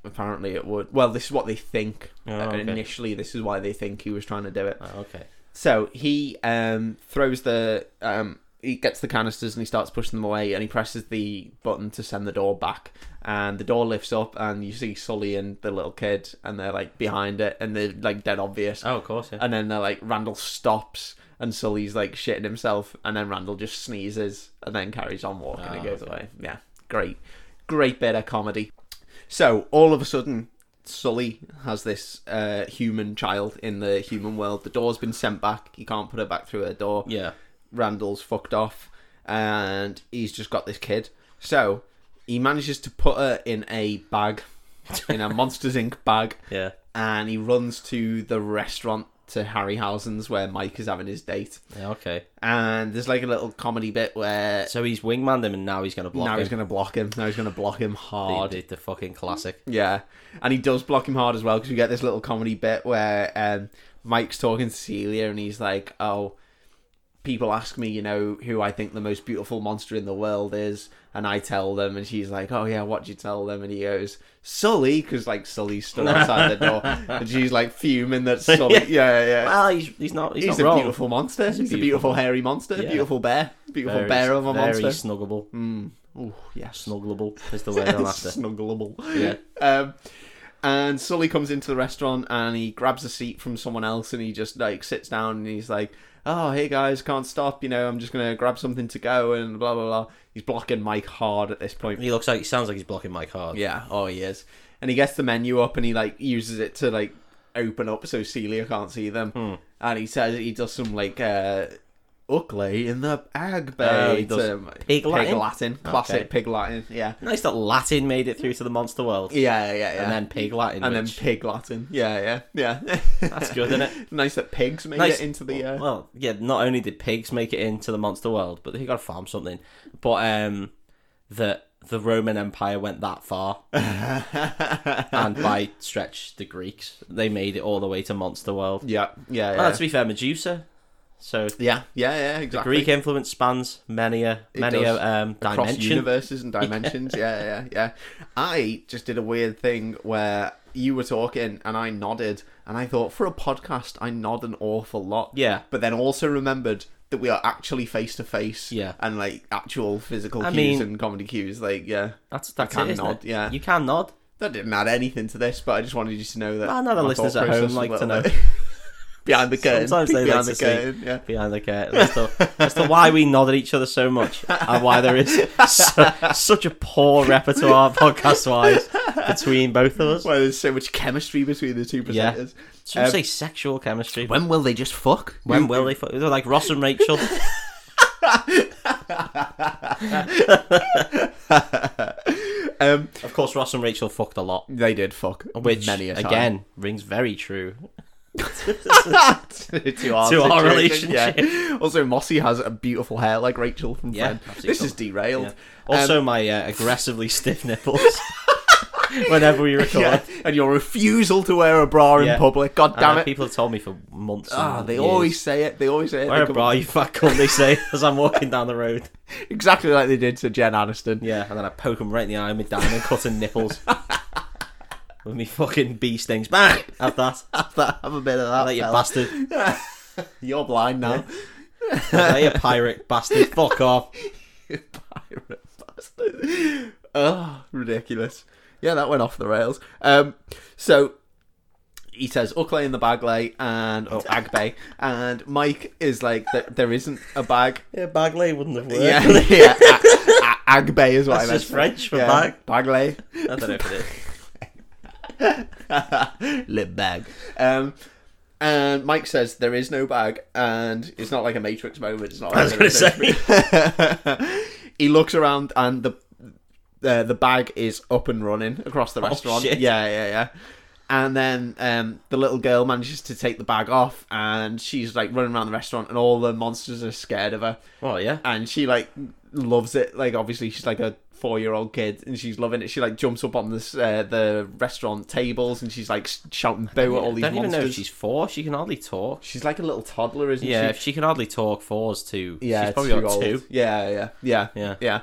S1: apparently it would well this is what they think
S2: Oh,
S1: Uh,
S2: okay.
S1: initially this is why they think he was trying to do it
S2: Oh, okay.
S1: So he um, throws the um, he gets the canisters and he starts pushing them away and he presses the button to send the door back and the door lifts up and you see Sully and the little kid and they're like behind it and they're like dead obvious
S2: Oh, of course. Yeah.
S1: and then they're like Randall stops and Sully's like shitting himself and then Randall just sneezes and then carries on walking and
S2: Ah,
S1: goes away. Yeah, great, great bit of comedy. So all of a sudden, Sully has this uh, human child in the human world. The door's been sent back. He can't put it back through her door.
S2: yeah.
S1: Randall's fucked off, and he's just got this kid. So he manages to put her in a bag, in a Monsters Inc. bag,
S2: Yeah.
S1: and he runs to the restaurant to Harryhausen's where Mike is having his date.
S2: Yeah. Okay.
S1: And there's like a little comedy bit where
S2: So he's wingman him, and now he's gonna block
S1: now
S2: him.
S1: he's going to block him. Now he's going to block him hard.
S2: The, the, the fucking classic.
S1: Yeah, and he does block him hard as well because we get this little comedy bit where um, Mike's talking to Celia and he's like, "Oh, people ask me, you know, who I think the most beautiful monster in the world is, and I tell them, and she's like, "Oh yeah, what do you tell them?" And he goes, "Sully," because like Sully stood outside the door, and she's like fuming that Sully. Yeah, yeah. yeah.
S2: Well, Ah, he's he's not he's,
S1: He's,
S2: not
S1: a
S2: wrong.
S1: beautiful monster. He's a beautiful, hairy monster.
S2: Yeah.
S1: Beautiful bear. Beautiful
S2: very,
S1: bear Mm. of a
S2: very
S1: monster.
S2: snuggable.
S1: Ooh, yes.
S2: Snuggleable is the word I'm after.
S1: Snuggleable.
S2: Yeah.
S1: Um, and Sully comes into the restaurant and he grabs a seat from someone else and he just like sits down and he's like, "Oh, hey guys, can't stop. You know, I'm just gonna grab something to go and blah blah blah." He's blocking Mike hard at this point.
S2: He looks like he sounds like he's blocking my card.
S1: Yeah. Oh, he is. And he gets the menu up and he like uses it to like open up so Celia can't see them.
S2: Hmm.
S1: And he says he does some like uh, ugly in the ag
S2: Oh,
S1: bay.
S2: he does
S1: to-
S2: pig Latin?
S1: classic
S2: Okay.
S1: pig Latin. Yeah.
S2: Nice that Latin made it through to the monster world,
S1: Yeah, yeah, yeah.
S2: and then pig Latin,
S1: and then
S2: which,
S1: pig Latin. Yeah, yeah, yeah.
S2: That's good, isn't it?
S1: nice that pigs made
S2: Nice.
S1: it into the. Uh...
S2: Well, yeah. Not only did pigs make it into the monster world, but they got to farm something. But um, the the Roman Empire went that far, and by stretch, the Greeks they made it all the way to monster world.
S1: yeah, yeah, yeah.
S2: Well, to be fair, Medusa. So
S1: yeah, yeah, yeah, exactly.
S2: Greek influence spans many a
S1: It
S2: many
S1: does.
S2: a um,
S1: Across
S2: dimension.
S1: universes and dimensions. yeah, yeah, yeah. I just did a weird thing where you were talking and I nodded, and I thought for a podcast I nod an awful lot.
S2: Yeah.
S1: but then also remembered that we are actually face to face.
S2: Yeah.
S1: and like actual physical
S2: I
S1: cues
S2: mean-
S1: and comedy cues. Like, yeah,
S2: That's that's
S1: can
S2: it, isn't
S1: nod,
S2: it?
S1: yeah.
S2: you can nod.
S1: that didn't add anything to this, but I just wanted you to know that.
S2: Well, I know the
S1: my
S2: listeners
S1: thought
S2: at home
S1: process
S2: like
S1: was
S2: to
S1: a
S2: know
S1: little bit- behind the curtain.
S2: Sometimes they
S1: peek behind
S2: like
S1: the
S2: to see.
S1: curtain. Yeah.
S2: behind the curtain as to, as to why we nod at each other so much and why there is su- such a poor repertoire podcast wise between both of us.
S1: Well, there's so much chemistry between the two
S2: Yeah.
S1: presenters.
S2: Some
S1: um,
S2: say sexual chemistry. When,
S1: When will they just fuck?
S2: will they? Fu- they're like Ross and Rachel.
S1: Um,
S2: of course, Ross and Rachel fucked a lot,
S1: they did fuck.
S2: which
S1: many a time.
S2: again rings very true.
S1: to our,
S2: To our
S1: situation, yeah.
S2: relationship.
S1: Also, Mossy has a beautiful hair like Rachel from
S2: Yeah,
S1: Friends.
S2: absolutely.
S1: This is derailed.
S2: Yeah. Also, my uh, aggressively stiff nipples whenever we record.
S1: Yeah, and your refusal to wear a bra
S2: Yeah.
S1: in public. God
S2: I know
S1: damn it.
S2: People have told me for months. and
S1: Ah, they
S2: years,
S1: always say it. They always say it.
S2: Wear
S1: They
S2: a
S1: come-
S2: bra, you fat cunt, they say, as I'm walking down the road.
S1: Exactly like they did to Jen Aniston.
S2: Yeah, and then I poke him right in the eye with diamond cutting nipples. with me fucking bee stings. Bang! Have that. Have
S1: Have a bit of that.
S2: that, you
S1: fella.
S2: bastard.
S1: You're blind now.
S2: Have that, you pirate bastard. Fuck off.
S1: pirate bastard. Oh, ridiculous. Yeah, that went off the rails. Um, so he says Uckley in the bag lay and oh, Agbe and Mike is like there, there isn't a bag.
S2: Yeah, Bagley wouldn't have worked.
S1: Yeah, yeah. A- a- Agbe is what I
S2: That's
S1: meant.
S2: just French for
S1: yeah.
S2: bag.
S1: Bag lay.
S2: I don't know if it is.
S1: Lip bag. Um, and Mike says there is no bag, and it's not like a Matrix moment. It's not. Like
S2: I was going to say.
S1: he looks around and the uh, the bag is up and running across the restaurant.
S2: Oh, shit.
S1: Yeah, yeah, yeah. And then um, the little girl manages to take the bag off, and she's like running around the restaurant, and all the monsters are scared of her.
S2: Oh yeah.
S1: And she like loves it. Like obviously she's like a four year old kid, and she's loving it. She like jumps up on this uh, the restaurant tables, and she's like shouting boo at all these
S2: don't even know if
S1: monsters.
S2: she's four. She can hardly talk.
S1: She's like a little toddler, isn't
S2: Yeah,
S1: she?
S2: if she can hardly talk, four's two.
S1: Yeah,
S2: she's probably
S1: too
S2: got
S1: old.
S2: two.
S1: Yeah, yeah, yeah,
S2: Yeah.
S1: yeah.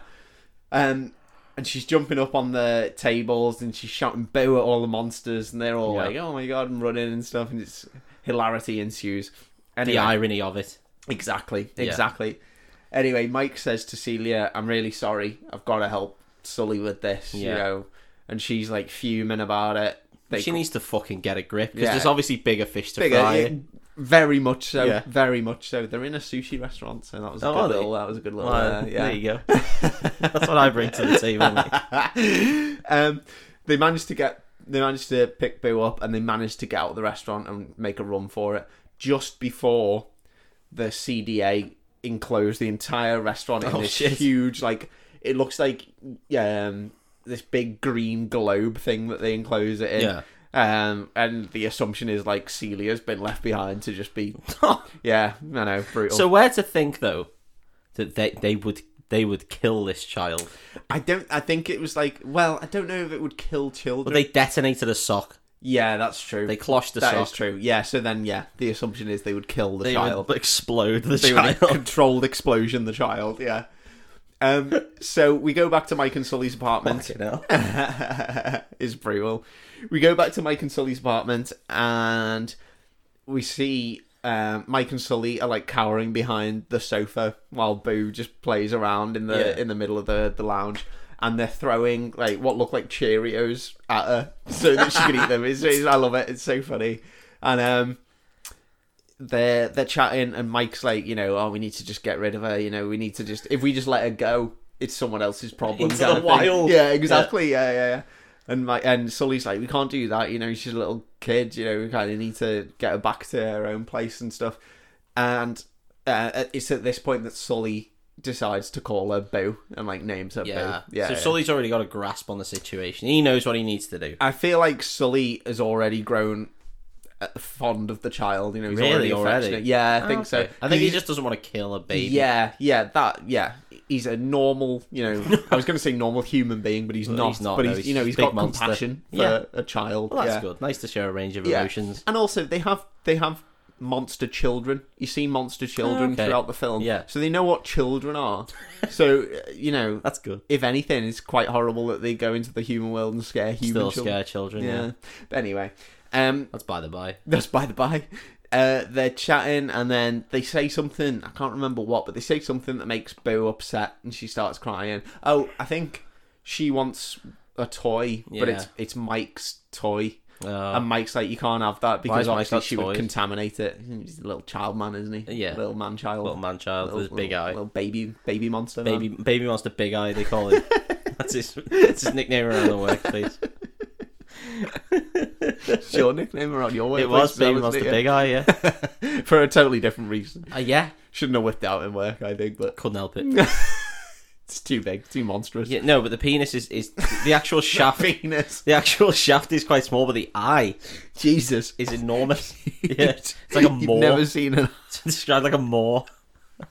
S1: Um, and she's jumping up on the tables and she's shouting boo at all the monsters, and they're all
S2: Yeah.
S1: like, "Oh my god!" and running and stuff, and it's hilarity ensues.
S2: The
S1: Anyway,
S2: irony of it.
S1: exactly,
S2: Yeah.
S1: exactly. Anyway, Mike says to Celia, "I'm really sorry. I've got to help Sully with this." You
S2: Yeah.
S1: know, and she's like fuming about it. They
S2: she needs to fucking get a grip because
S1: Yeah.
S2: there's obviously bigger fish to
S1: Bigger,
S2: fry.
S1: yeah, very much so,
S2: Yeah.
S1: very much so. They're in a sushi restaurant, so that was a
S2: Oh, are
S1: good
S2: they?
S1: little. That was a good little.
S2: Well,
S1: uh, yeah.
S2: There you go. That's what I bring to the table. mate.
S1: um, they managed to get they managed to pick Boo up and they managed to get out of the restaurant and make a run for it just before the CDA enclosed the entire restaurant in
S2: Oh,
S1: this
S2: shit.
S1: huge like it looks like um this big green globe thing that they enclose it in.
S2: Yeah.
S1: Um, and the assumption is like Celia's been left behind to just be yeah, I know, brutal.
S2: so where to think though that they they would they would kill this child?
S1: I don't I think it was like well, I don't know if it would kill children.
S2: But they detonated a sock.
S1: yeah, that's true.
S2: They closhed the
S1: That is
S2: sock.
S1: true. Yeah. So then, yeah, the assumption is they would kill the
S2: They
S1: child.
S2: would explode the
S1: they would a
S2: child.
S1: controlled explosion the child. Yeah. Um. so we go back to Mike and Sully's apartment.
S2: Fucking hell.
S1: is brutal. We go back to Mike and Sully's apartment, and we see um, Mike and Sully are like cowering behind the sofa while Boo just plays around in the
S2: Yeah.
S1: in the middle of the the lounge. And they're throwing like what look like Cheerios at her so that she can eat them. It's, it's, I love it. It's so funny. And um, they're they're chatting, and Mike's like, you know, oh, we need to just get rid of her. You know, we need to just if we just let her go, it's someone else's problem.
S2: Into
S1: kind
S2: the
S1: of thing.
S2: wild.
S1: Yeah, exactly. Yeah, yeah, yeah. And my and Sully's like, we can't do that. You know, she's a little kid. You know, we kind of need to get her back to her own place and stuff. And uh, it's at this point that Sully decides to call her Boo and like names her
S2: Yeah.
S1: Boo. Yeah.
S2: So
S1: yeah.
S2: Sully's already got a grasp on the situation. He knows what he needs to do.
S1: I feel like Sully has already grown uh, fond of the child. You know, he's
S2: Really?
S1: already
S2: Already? Oh,
S1: affectionate. Yeah, I think so.
S2: I think he
S1: He's-
S2: just doesn't want to kill a baby.
S1: Yeah, yeah, that, yeah. He's a normal, you know. I was going to say normal human being, but he's,
S2: Well,
S1: not,
S2: he's not,
S1: But
S2: no,
S1: he's,
S2: he's
S1: you know,
S2: just
S1: he's
S2: a big
S1: got
S2: monster.
S1: compassion for
S2: Yeah.
S1: a child.
S2: Well, that's
S1: yeah.
S2: good. Nice to share a range of
S1: Yeah.
S2: emotions.
S1: And also, they have they have monster children. You see monster children
S2: okay.
S1: throughout the film,
S2: Yeah.
S1: So they know what children are. so uh, you know,
S2: That's good.
S1: if anything, it's quite horrible that they go into the human world and scare human
S2: Still
S1: children.
S2: scare children. Yeah.
S1: yeah. But anyway, um,
S2: That's by the by.
S1: that's by the by. Uh, they're chatting and then they say something. I can't remember what, but they say something that makes Boo upset and she starts crying. Oh, I think she wants a toy, but it's it's Mike's toy,
S2: Uh,
S1: and Mike's like, you can't have that because
S2: has Mike
S1: obviously
S2: got
S1: she
S2: toys?
S1: would contaminate it. He's a little child man, isn't he?
S2: Yeah.
S1: little man child,
S2: little man child with his big eye.
S1: little baby baby monster, man.
S2: Baby baby monster big eye they call him. that's his that's his nickname around the workplace.
S1: It's your nickname around your way.
S2: it was baby monster big eye, yeah.
S1: for a totally different reason.
S2: Uh, yeah.
S1: Shouldn't have whipped out in work, I think, but
S2: Couldn't help it.
S1: it's too big, too monstrous.
S2: Yeah, no, but the penis is, is the actual shaft
S1: Venus.
S2: the actual shaft is quite small, but the eye
S1: Jesus.
S2: is enormous. Yeah. It's like a
S1: You've
S2: maw.
S1: never seen it.
S2: It's described like a maw.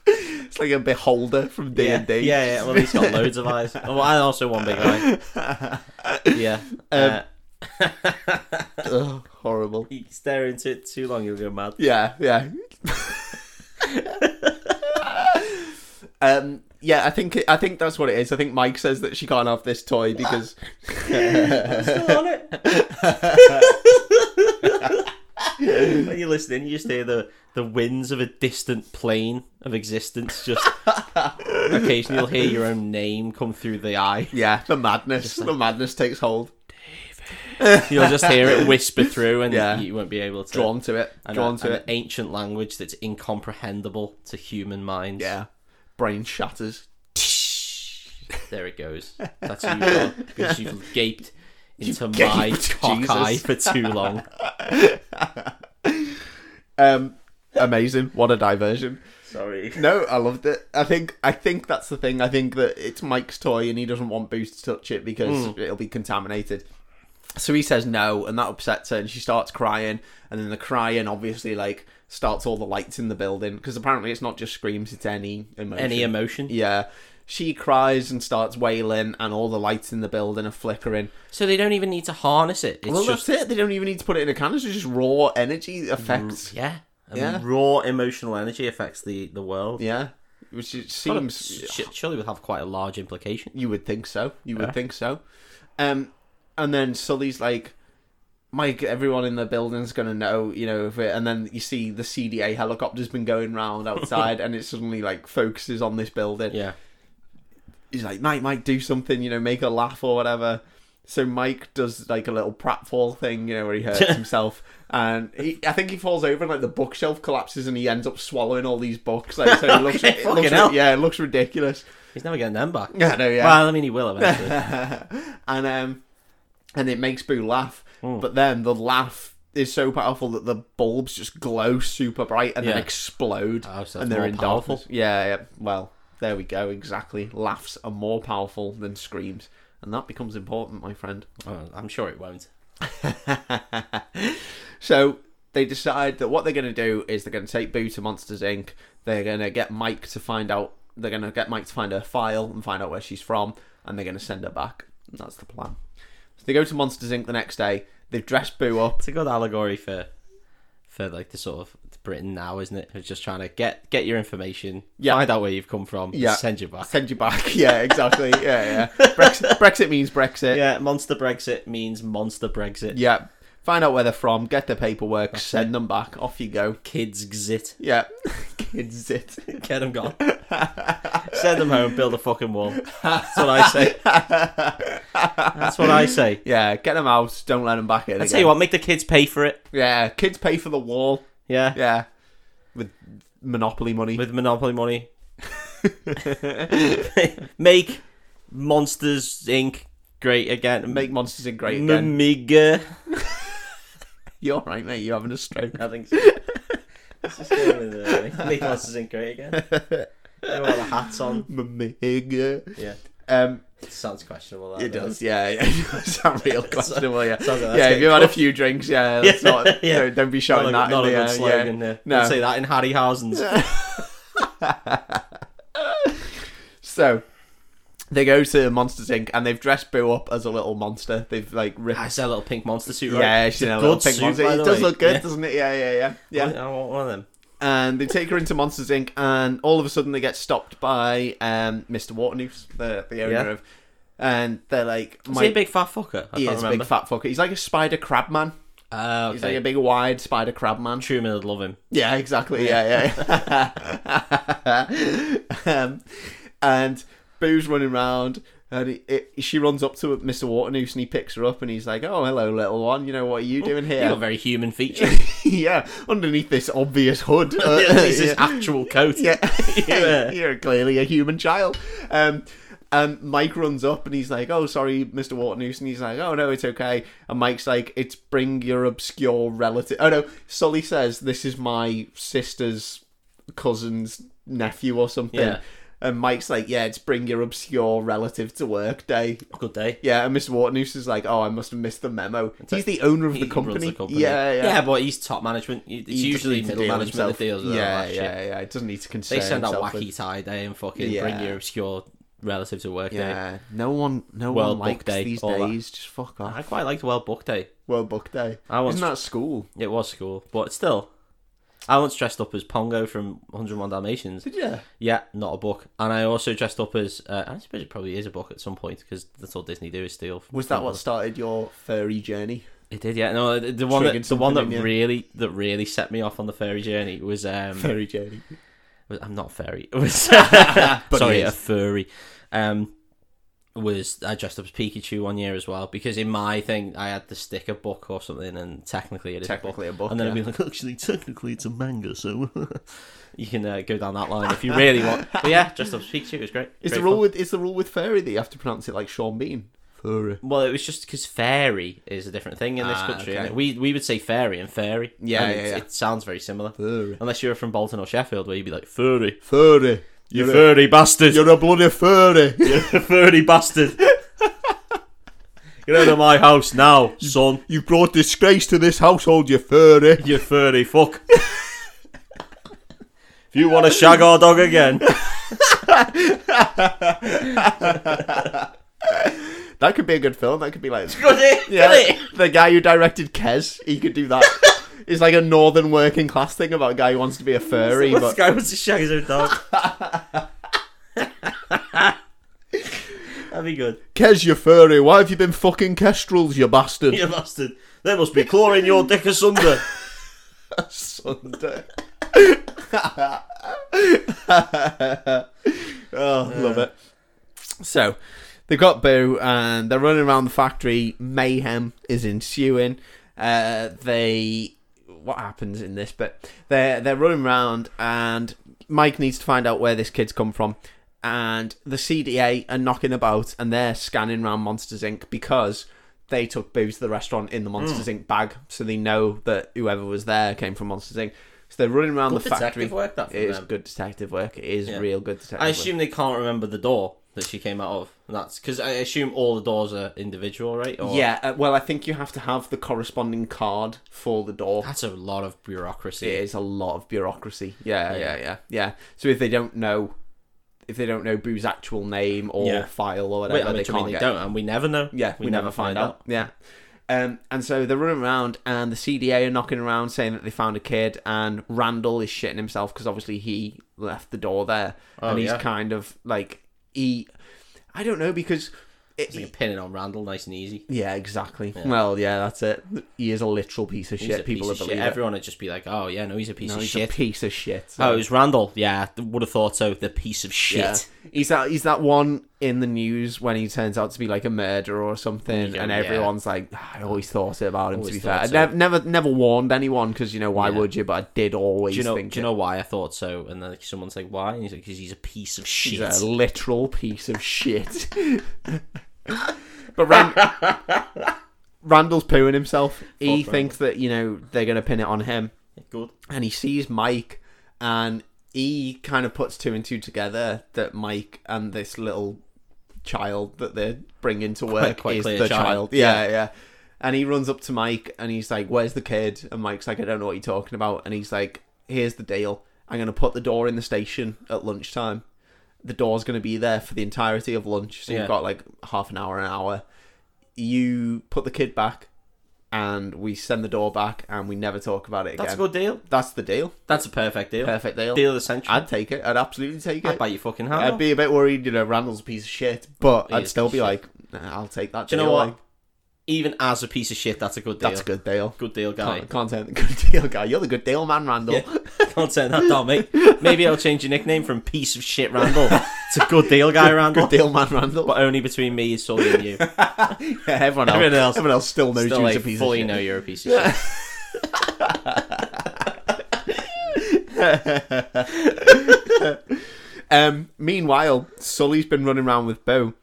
S1: It's like a beholder from D
S2: Yeah.
S1: and D.
S2: Yeah, yeah. Well he's got loads of eyes. Oh, and also one big eye. Yeah. uh,
S1: Ugh, horrible.
S2: you stare into it too long, you'll go mad.
S1: Yeah, yeah. um, yeah, I think I think that's what it is. I think Mike says that she can't have this toy because
S2: still on it. when you're listening, you just hear the, the winds of a distant plane of existence. Just occasionally, you'll hear your own name come through the eye.
S1: yeah, the madness, the madness takes hold.
S2: You'll just hear it whisper through, and
S1: Yeah.
S2: you won't be able to.
S1: Drawn to it,
S2: and
S1: drawn
S2: a-
S1: to
S2: an
S1: it.
S2: ancient language that's incomprehensible to human minds.
S1: Yeah, brain shatters.
S2: There it goes. That's who you are because you've gaped into my
S1: gaped,
S2: cock
S1: Jesus.
S2: eye for too long.
S1: Um, amazing. What a diversion.
S2: Sorry.
S1: No, I loved it. I think I think that's the Hmm. thing. I think that it's Mike's toy and he doesn't want Boost to touch it because it'll be contaminated. So he says no, and that upsets her, and she starts crying. And then the crying obviously like starts all the lights in the building because apparently it's not just screams; it's any emotion.
S2: Any emotion?
S1: yeah. She cries and starts wailing, and all the lights in the building are flickering.
S2: So they don't even need to harness it. It's
S1: well,
S2: just
S1: that's it. They don't even need to put it in a canister; just raw energy effects.
S2: yeah. I mean,
S1: Yeah.
S2: raw emotional energy affects the the world.
S1: Yeah, which it
S2: Gotta-
S1: seems
S2: sh- surely would have quite a large implication.
S1: You would think so. You would
S2: Yeah.
S1: think so. Um, and then Sully's like, Mike, everyone in the building's gonna know, you know. If it, and then you see the CDA helicopter's been going round outside, and it suddenly like focuses on this building.
S2: Yeah.
S1: He's like, Mike, Mike, do something, you know, make her laugh or whatever. So Mike does like a little pratfall thing, you know, where he hurts himself, and he, I think he falls over and like the bookshelf collapses, and he ends up swallowing all these books. Like, so it looks,
S2: Okay,
S1: it
S2: fucking
S1: looks
S2: hell.
S1: yeah, it looks ridiculous.
S2: He's never getting them back.
S1: Yeah, no, yeah.
S2: Well, I mean, he will eventually.
S1: and um, and it makes Boo laugh.
S2: Hmm.
S1: But then the laugh is so powerful that the bulbs just glow super bright and then
S2: Yeah.
S1: explode,
S2: Oh, so it's
S1: and they're
S2: more
S1: in
S2: powerful.
S1: darkness. Yeah, yeah. Well, there we go. Exactly. Laughs are more powerful than screams, and that becomes important, my friend.
S2: Oh, I'm sure it won't.
S1: So they decide that what they're going to do is they're going to take Boo to Monsters Inc. They're going to get Mike to find out. They're going to get Mike to find her file and find out where she's from, and they're going to send her back. And that's the plan. So they go to Monsters Inc. the next day. They've dressed Boo up.
S2: It's a good allegory for for like the sort of Britain now, isn't it? Who's just trying to get get your information,
S1: Yeah.
S2: find out where you've come from,
S1: Yeah.
S2: send you back.
S1: Send you back. Yeah, exactly. yeah, yeah. Brexit, Brexit means Brexit.
S2: Yeah, monster Brexit means monster Brexit.
S1: yeah. Find out where they're from. Get their paperwork. send them back. Off you go.
S2: Kids gzit.
S1: Yeah. Kids it.
S2: Get them gone. send them home. Build a fucking wall. That's what I say. That's what I say.
S1: Yeah. Get them out. Don't let them back in.
S2: I tell you what, make the kids pay for it.
S1: Yeah. Kids pay for the wall.
S2: Yeah,
S1: Yeah. With Monopoly money.
S2: with Monopoly money. make Monsters Inc. great again.
S1: Make Monsters Inc. great again.
S2: Mamiga.
S1: You're right, mate. You're having a stroke.
S2: I think so. Let's just go with uh, make Monsters Inc. great again. Throw all the hats on.
S1: Mamiga.
S2: Yeah,
S1: Um,
S2: it sounds questionable. That
S1: it
S2: doesn't
S1: does, yeah, yeah. It's a real questionable, yeah.
S2: sounds like that's
S1: yeah, if
S2: getting
S1: you've had a
S2: tough.
S1: few drinks, yeah, that's
S2: Yeah,
S1: not,
S2: yeah.
S1: Don't, don't be
S2: Not a,
S1: shouting that
S2: not a
S1: in
S2: good
S1: the air,
S2: slogan.
S1: yeah.
S2: Yeah.
S1: No.
S2: I'd say that in Harryhausen's.
S1: So, they go to Monsters Inc. and they've dressed Boo up as a little monster. They've, like, ripped...
S2: I said a little pink monster suit. Right?
S1: yeah, Ah, she's in a
S2: good
S1: little pink
S2: suit,
S1: monster.
S2: by
S1: It
S2: the
S1: does
S2: way.
S1: look good,
S2: Yeah.
S1: doesn't it? Yeah, yeah, yeah. Yeah.
S2: I want one of them.
S1: and they take her into Monsters Inc. and all of a sudden they get stopped by um, Mr. Waternoose, the the owner
S2: Yeah.
S1: of, and they're like,
S2: Is he a big fat fucker? I
S1: he
S2: can't
S1: is a
S2: remember.
S1: big uh, fat fucker. He's like a spider crab man.
S2: Ah,
S1: He's
S2: okay.
S1: like a big wide spider crab man.
S2: Truman would love him.
S1: Yeah, exactly. Yeah, yeah. um, and Boo's running round, and he, it, she runs up to Mr. Waternoose and he picks her up and he's like, "Oh, hello, little one. You know what are you doing
S2: He got
S1: here?"
S2: very human features.
S1: yeah, underneath this obvious hood. Uh,
S2: It's his
S1: yeah.
S2: actual coat.
S1: Yeah.
S2: Yeah.
S1: You're clearly a human child. Um, and Mike runs up and he's like, "Oh, sorry, Mr. Waternoose," and he's like, "Oh no, it's okay." And Mike's like, "It's bring your obscure relative." Oh no, Sully says, "This is my sister's cousin's nephew or something."
S2: Yeah.
S1: And Mike's like, "Yeah, it's bring your obscure relative to work day."
S2: Good day.
S1: Yeah, and Mr. Waternoose is like, "Oh, I must have missed the memo." He's the owner of the,
S2: He runs
S1: company.
S2: the company.
S1: Yeah, yeah.
S2: Yeah, but he's top management. It's
S1: He doesn't
S2: usually
S1: need to
S2: middle
S1: deal
S2: management
S1: himself.
S2: that deals with
S1: yeah,
S2: all that
S1: yeah,
S2: shit.
S1: yeah. It doesn't need to concern.
S2: They send out
S1: himself with-
S2: wacky tie day and fucking
S1: Yeah.
S2: bring your obscure relative to work day.
S1: Yeah, no one, no
S2: World
S1: one
S2: Book
S1: likes
S2: Day,
S1: these
S2: all that.
S1: days. Just fuck
S2: I
S1: off.
S2: quite liked World Book Day.
S1: World Book Day.
S2: I once-
S1: Isn't that school?
S2: It was cool, but still, I once dressed up as Pongo from 101 Dalmatians.
S1: Did you?
S2: Yeah, not a book. And I also dressed up as uh, I suppose it probably is a book at some point because that's all Disney do is steal. from
S1: Was that
S2: people.
S1: what started your furry journey?
S2: It did, yeah. No, the, the one that,
S1: Triggered
S2: the one that
S1: something in you.
S2: really that really set me off on the fairy journey was um
S1: Furry journey.
S2: was- I'm not fairy. It was
S1: he
S2: sorry,
S1: is.
S2: a furry. Um, was I dressed up as Pikachu one year as well because in my thing I had the sticker book or something, and technically it is
S1: Technically a
S2: a book.
S1: book.
S2: And then
S1: yeah.
S2: I'd be like, actually, technically it's a manga, so you can uh, go down that line if you really want. But yeah, dressed up as Pikachu it was great.
S1: is
S2: Great
S1: the rule
S2: fun.
S1: with is the rule with furry that you have to pronounce it like Sean Bean? Furry.
S2: Well, it was just because fairy is a different thing in this
S1: Ah,
S2: country.
S1: okay.
S2: innit? We we would say fairy and fairy.
S1: Yeah,
S2: and
S1: yeah,
S2: it's-
S1: yeah.
S2: It sounds very similar.
S1: Furry.
S2: Unless you're from Bolton or Sheffield, where you'd be like furry,
S1: Furry.
S2: you
S1: You're, a,
S2: furry bastard.
S1: you're a bloody furry.
S2: You're a furry bastard. Get out of my house now, son.
S1: You've brought disgrace to this household, you furry.
S2: You furry fuck. if you want to shag our dog again,
S1: That could be a good film. That could be like
S2: got it.
S1: yeah, the guy who directed Kes. He could do that. it's like a northern working class thing about a guy who wants to be a furry,
S2: This
S1: but
S2: guy wants to shag his own dog. That'd be good.
S1: Kes, you furry. Why have you been fucking kestrels, you bastard?
S2: You bastard. There must be claw in your dick asunder.
S1: Sunday. oh, love it. So they've got Boo and they're running around the factory. Mayhem is ensuing. Uh, they what happens in this bit? They're they're running around and Mike needs to find out where this kid's come from. And the CDA are knocking about and they're scanning round Monsters Inc. because they took Boo to the restaurant in the Monsters Inc. bag, so they know that whoever was there came from Monsters Inc. So they're running around the factory.
S2: work that
S1: It is good detective work. It is
S2: Yeah.
S1: real good detective
S2: I
S1: work.
S2: assume they can't remember the door that she came out of. And that's because I assume all the doors are individual, right? Or...
S1: Yeah, uh, well, I think you have to have the corresponding card for the door.
S2: That's a lot of bureaucracy.
S1: It is a lot of bureaucracy. Yeah, yeah,
S2: Yeah.
S1: yeah, yeah. So if they don't know, if they don't know Boo's actual name or
S2: Yeah.
S1: file or
S2: Wait,
S1: whatever,
S2: I mean,
S1: they
S2: do you
S1: can't
S2: mean they
S1: get.
S2: don't, and we never know.
S1: Yeah, we, never, find out. Yeah. Um, and so they're running around, and the CDA are knocking around saying that they found a kid, and Randall is shitting himself because obviously he left the door there,
S2: Oh,
S1: and he's
S2: yeah.
S1: kind of like he, I don't know because it,
S2: You can pin it on Randall, nice and easy.
S1: Yeah, exactly. Well, yeah, that's it. He is a literal piece of
S2: He's a
S1: shit. People
S2: piece
S1: are
S2: of shit.
S1: believing.
S2: Everyone would just be like, "Oh yeah, no, he's a piece
S1: no,
S2: of
S1: he's
S2: shit."
S1: a piece of shit.
S2: oh, it was Randall. Yeah, would have thought so. The piece of shit.
S1: Yeah. He's that he's that one in the news when he turns out to be like a murderer or something,
S2: Yeah,
S1: and
S2: yeah.
S1: everyone's like, "Ah, I always thought it about him.
S2: Always
S1: to be fair, I
S2: thought
S1: nev- never never warned anyone because you know why
S2: Yeah.
S1: would you? But I did always
S2: Do you know?
S1: think
S2: Do you know why I thought so? And then like, someone's like, "Why?" And he's like, "Because he's a piece of
S1: it.
S2: shit."
S1: he's a literal piece of shit. but Rand- Randall's pooing himself. He
S2: Fuck
S1: thinks that you know they're gonna pin it on him.
S2: Good.
S1: and he sees Mike and he kind of puts two and two together that Mike and this little child that they're bringing to work
S2: quite
S1: is
S2: clear
S1: the
S2: child.
S1: child. Yeah, yeah, And he runs up to Mike and he's like, "Where's the kid?" And Mike's like, "I don't know what you're talking about." And he's like, "Here's the deal. I'm going to put the door in the station at lunchtime. The door's going to be there for the entirety of lunch. So
S2: Yeah.
S1: you've got like half an hour, an hour. You put the kid back." And we send the door back, and we never talk about it again.
S2: That's a good deal.
S1: That's the deal.
S2: That's a perfect deal.
S1: Perfect deal.
S2: Deal of the century.
S1: I'd take it. I'd absolutely take
S2: I
S1: it.
S2: bet you fucking have.
S1: I'd be a bit worried, you know, Randall's a piece of shit, but
S2: He
S1: I'd
S2: is
S1: still
S2: piece
S1: be
S2: of
S1: like, nah, I'll take that.
S2: Do you
S1: deal.
S2: know what?
S1: Like,
S2: Even as a piece of shit, that's a good deal.
S1: That's a good deal.
S2: good deal, guy.
S1: Can't, can't turn the good deal guy. You're the good deal man, Randall.
S2: Can't turn that down, mate. Maybe I'll change your nickname from piece of shit Randall to good deal guy Randall.
S1: Good deal man, Randall.
S2: But only between me, Sully, and you.
S1: Yeah, everyone else,
S2: Everyone else
S1: everyone else still knows
S2: Still,
S1: you're
S2: like,
S1: a piece of
S2: fully
S1: shit.
S2: know you're a piece of shit.
S1: Um, meanwhile, Sully's been running around with Boo,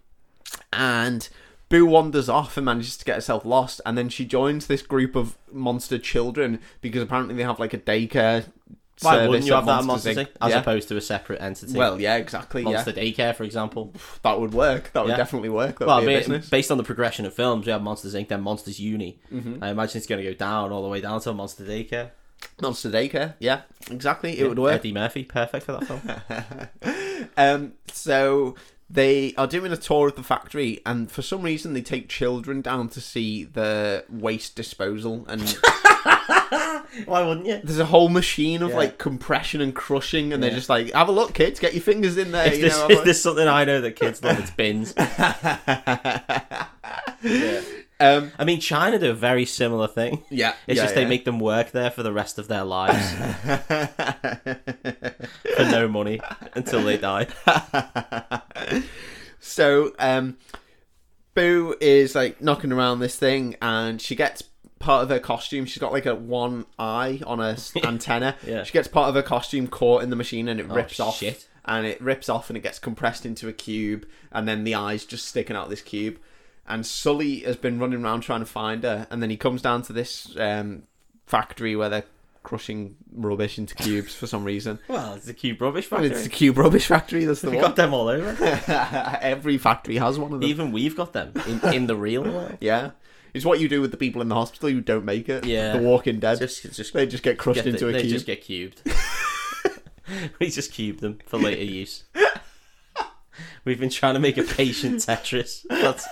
S1: and Boo wanders off and manages to get herself lost. And then she joins this group of monster children because apparently they have like a daycare.
S2: Why
S1: service
S2: wouldn't you
S1: at
S2: have that at
S1: Monsters,
S2: Monsters
S1: Inc.
S2: Inc. as
S1: yeah.
S2: opposed to a separate entity?
S1: Well, yeah, exactly.
S2: Monster
S1: Yeah,
S2: Daycare, for example.
S1: that would work. That would
S2: Yeah.
S1: definitely work. That
S2: Well,
S1: would
S2: I
S1: be a
S2: mean,
S1: business.
S2: based on the progression of films, we have Monsters Inc., then Monsters Uni.
S1: Mm-hmm.
S2: I imagine it's going to go down all the way down to Monster Daycare.
S1: Monster daycare. Yeah, exactly. It would work.
S2: Eddie Murphy, perfect for that film.
S1: Um, so they are doing a tour of the factory, and for some reason they take children down to see the waste disposal and
S2: Why wouldn't you?
S1: there's a whole machine of
S2: Yeah.
S1: like compression and crushing, and
S2: Yeah.
S1: they're just like, "Have a look, kids. Get your fingers in there."
S2: Is
S1: you
S2: this,
S1: know,
S2: is this something I know that kids love? It's bins.
S1: Um,
S2: I mean, China do a very similar thing.
S1: yeah,
S2: It's
S1: yeah,
S2: just they make them work there for the rest of their lives
S1: yeah.
S2: for no money until they die.
S1: so, um, Boo is like knocking around this thing, and she gets part of her costume. She's got like a one eye on a s- antenna.
S2: Yeah. Oh,
S1: She gets part of her costume caught in the machine, and it rips off.
S2: shit.
S1: And it rips off, and it gets compressed into a cube, and then the eyes just sticking out of this cube. And Sully has been running around trying to find her, and then he comes down to this um, factory where they're crushing rubbish into cubes for some reason.
S2: Well, it's the cube rubbish
S1: I
S2: factory.
S1: mean, it's the cube rubbish factory. That's the
S2: we
S1: one.
S2: got them all over.
S1: Every factory has one of them.
S2: Even we've got them in, in the real world.
S1: Yeah, it's what you do with the people in the hospital who don't make it.
S2: Yeah.
S1: the Walking Dead.
S2: Just, just
S1: they just get crushed
S2: get
S1: into
S2: the-
S1: a
S2: they
S1: cube.
S2: just get cubed. we just cube them for later use. We've been trying to make a patient Tetris. That's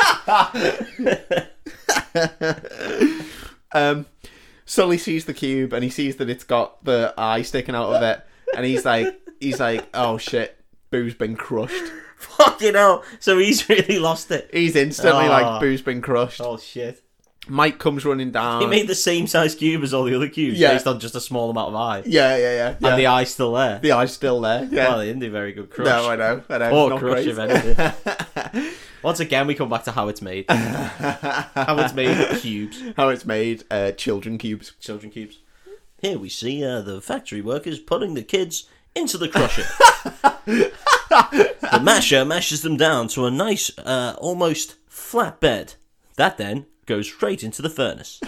S1: Um, Sully sees the cube and he sees that it's got the eye sticking out of it, and he's like, he's like, oh shit, Boo's been crushed.
S2: fucking hell. So he's really lost it.
S1: He's instantly
S2: Ah.
S1: like, Boo's been crushed.
S2: Oh shit.
S1: Mike comes running down.
S2: He made the same size cube as all the other cubes
S1: Yeah.
S2: based on just a small amount of eye.
S1: yeah, yeah, yeah. yeah.
S2: And the eye's still there.
S1: the eye's still there. Yeah.
S2: Well, they didn't do very good crush.
S1: no, I know. I know.
S2: Poor
S1: Not
S2: crush
S1: great.
S2: if anything. Once again, we come back to how it's made. how it's made of cubes,
S1: How it's made, uh, children cubes.
S2: children cubes. Here we see uh, the factory workers putting the kids into the crusher. the masher mashes them down to a nice, uh, almost flat bed. That then goes straight into the furnace.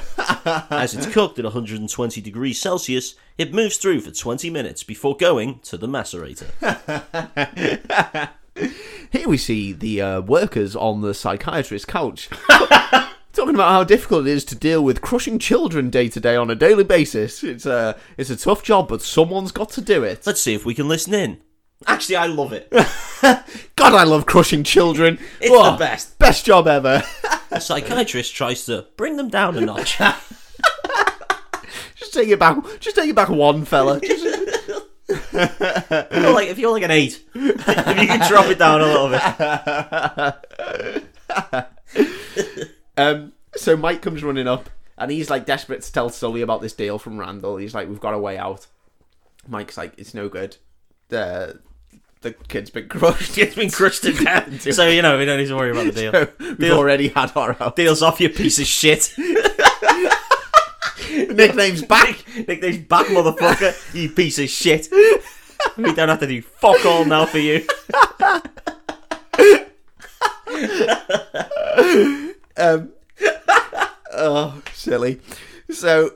S2: As it's cooked at 120 degrees Celsius, it moves through for 20 minutes before going to the macerator.
S1: Here we see the uh, workers on the psychiatrist's couch talking about how difficult it is to deal with crushing children day to day on a daily basis. It's a it's a tough job, but someone's got to do it.
S2: Let's see if we can listen in. Actually, I love it.
S1: God, I love crushing children.
S2: It's
S1: Whoa,
S2: the best.
S1: Best job ever.
S2: A psychiatrist tries to bring them down a notch.
S1: just take it back. Just take it back one fella. Just-
S2: You're like, if you're like an eight, if you can drop it down a little bit.
S1: um, so Mike comes running up, and he's like desperate to tell Sully about this deal from Randall. He's like, "We've got a way out." Mike's like, "It's no good. The the kid's been crushed."
S2: It's been crushed to death. So, you know, we don't need to worry about the deal.
S1: We've
S2: Deal.
S1: already had our own.
S2: Deal's off, you piece of shit.
S1: Nickname's back.
S2: Nickname's back, motherfucker. You piece of shit. We don't have to do fuck all now for you.
S1: Um, oh, silly. So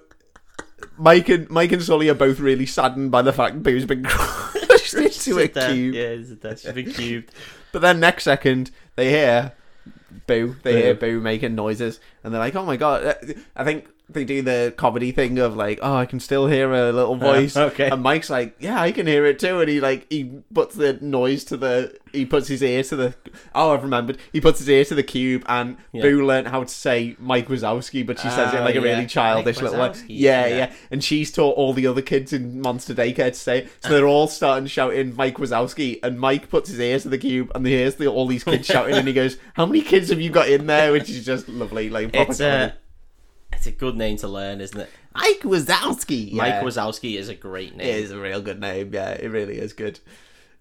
S1: Mike and Mike and Sully are both really saddened by the fact Boo's been crushed into a
S2: Sit down.
S1: cube.
S2: Yeah, it's a death. She's been cubed.
S1: But then next second they hear Boo. They
S2: Boo.
S1: hear Boo making noises, and they're like, "Oh my god!" Uh, I think they do the comedy thing of like, "Oh, I can still hear a little voice."
S2: Uh, okay.
S1: And Mike's like, "Yeah, I can hear it too," and he like he puts the noise to the he puts his ear to the. Oh, I've remembered. He puts his ear to the cube, and
S2: Yeah.
S1: Boo learnt how to say Mike Wazowski, but she says it
S2: Oh,
S1: in like a
S2: yeah.
S1: really childish
S2: Mike
S1: little way.
S2: Wazowski,
S1: Yeah, yeah,
S2: yeah.
S1: And she's taught all the other kids in Monster Daycare to say it. So they're all starting shouting Mike Wazowski, and Mike puts his ears to the cube, and he hears the, all these kids shouting, and he goes, "How many kids have you got in there?" Which is just lovely, like proper
S2: It's uh, a,
S1: comedy.
S2: it's a good name to learn, isn't it?
S1: Mike Wazowski. Yeah.
S2: Mike Wazowski is a great name.
S1: It is a real good name. Yeah, it really is good.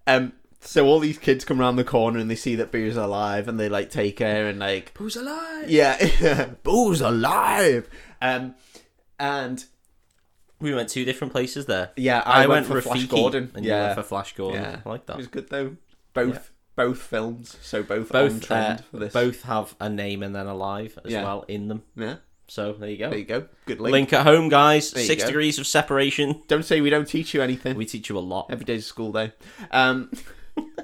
S1: Um, so all these kids come round the corner and they see that Boo's alive, and they like take her and like
S2: Who's alive?
S1: Yeah, Boo's alive. Um, and
S2: We went two different places there.
S1: yeah,
S2: I,
S1: I,
S2: went, for
S1: for Flash
S2: Rafiki,
S1: Gordon.
S2: and you
S1: yeah,
S2: went for Flash Gordon.
S1: Yeah.
S2: I like
S1: it
S2: that.
S1: was good though. Both
S2: Yeah.
S1: both films, so both, on
S2: both
S1: trend
S2: uh,
S1: for this.
S2: both have a name and then alive as
S1: Yeah.
S2: well in them.
S1: Yeah,
S2: So there you go.
S1: there you go. Good link.
S2: Link at home, guys.
S1: you
S2: Six
S1: go.
S2: degrees of separation.
S1: Don't say we don't teach you anything.
S2: We teach you a lot.
S1: Every day's a school day. Um,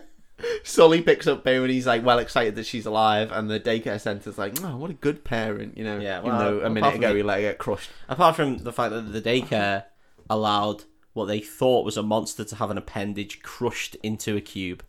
S1: Sully picks up Boo and he's like well excited that she's alive, and the daycare centre's like, oh, what a good parent, you know.
S2: Yeah,
S1: even
S2: well,
S1: though a
S2: apart
S1: minute
S2: from
S1: ago
S2: the-
S1: he let her get crushed.
S2: Apart from the fact that the daycare allowed what they thought was a monster to have an appendage crushed into a cube,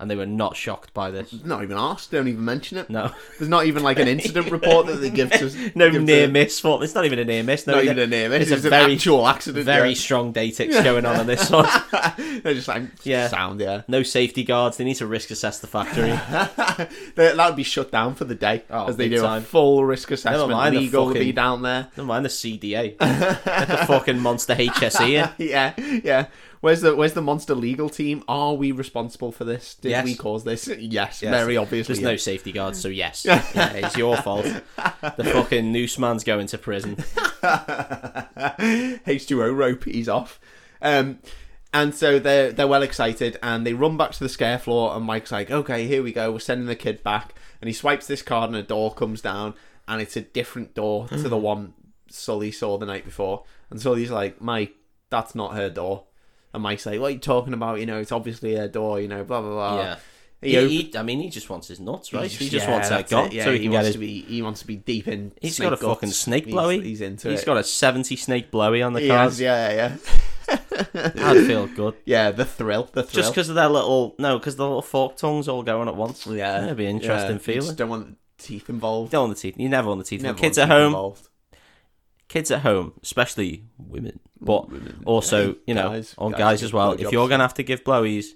S2: and they were not shocked by this.
S1: Not even asked. Don't even mention it.
S2: No,
S1: There's not even like an incident report that they give to.
S2: no
S1: give
S2: near
S1: to,
S2: miss. Well, it's not even a near miss. No,
S1: Not
S2: they-
S1: even a near miss.
S2: It's,
S1: It's,
S2: a
S1: an
S2: very,
S1: actual accident.
S2: very
S1: yeah.
S2: strong datix going on in this one.
S1: They're just like
S2: Yeah.
S1: sound. Yeah.
S2: No safety guards. They need to risk assess the factory.
S1: That that would be shut down for the day
S2: Oh,
S1: as they
S2: big
S1: do
S2: time.
S1: a full risk assessment.
S2: Never mind the
S1: Legal will be
S2: fucking-
S1: down there.
S2: Never mind the CDA. the fucking monster E. HSE. here.
S1: Yeah, yeah. Where's the Where's the monster legal team? Are we responsible for this? Did
S2: Yes.
S1: we cause this? Yes, very obviously.
S2: There's no safety guards, so yes. Yeah, it's your fault. The fucking noose man's going to prison.
S1: H2O rope. He's off. Um, and so they're they're well excited, and they run back to the scare floor. And Mike's like, "Okay, here we go. We're sending the
S2: Mm.
S1: kid back." And he swipes this card, and a door comes down, and it's a different door to the one Sully saw the night before, and Sully's like, "Mike, that's not her door." And Mike's like, "What are you talking about? You know, it's obviously her door. You know, blah blah blah."
S2: yeah.
S1: He
S2: He,
S1: op-
S2: he- I mean, he just wants his nuts, right? He just,
S1: yeah,
S2: wants that
S1: that's it.
S2: gun
S1: Yeah,
S2: so he,
S1: he
S2: can get
S1: wants
S2: his.
S1: to be. He wants to be deep in.
S2: He's
S1: snake
S2: got a
S1: guts.
S2: fucking snake
S1: He's-
S2: blowy.
S1: He's, into
S2: He's
S1: it.
S2: got a 70 snake blowy on the
S1: He
S2: cards.
S1: has, yeah, yeah,
S2: I'd feel good.
S1: yeah. The thrill, the thrill.
S2: Just because of their little. No, because the little fork tongues all going at once.
S1: yeah,
S2: That'd be an
S1: yeah.
S2: interesting
S1: You
S2: feeling.
S1: Just don't want teeth involved.
S2: Don't want the teeth. You never want the teeth.
S1: Never
S2: kids
S1: want
S2: at
S1: teeth
S2: home.
S1: involved.
S2: Kids at home, especially women. But also, you know,
S1: Guys-
S2: on guys,
S1: guys
S2: as
S1: get
S2: well.
S1: blowjobs.
S2: If you're gonna have to give blowies,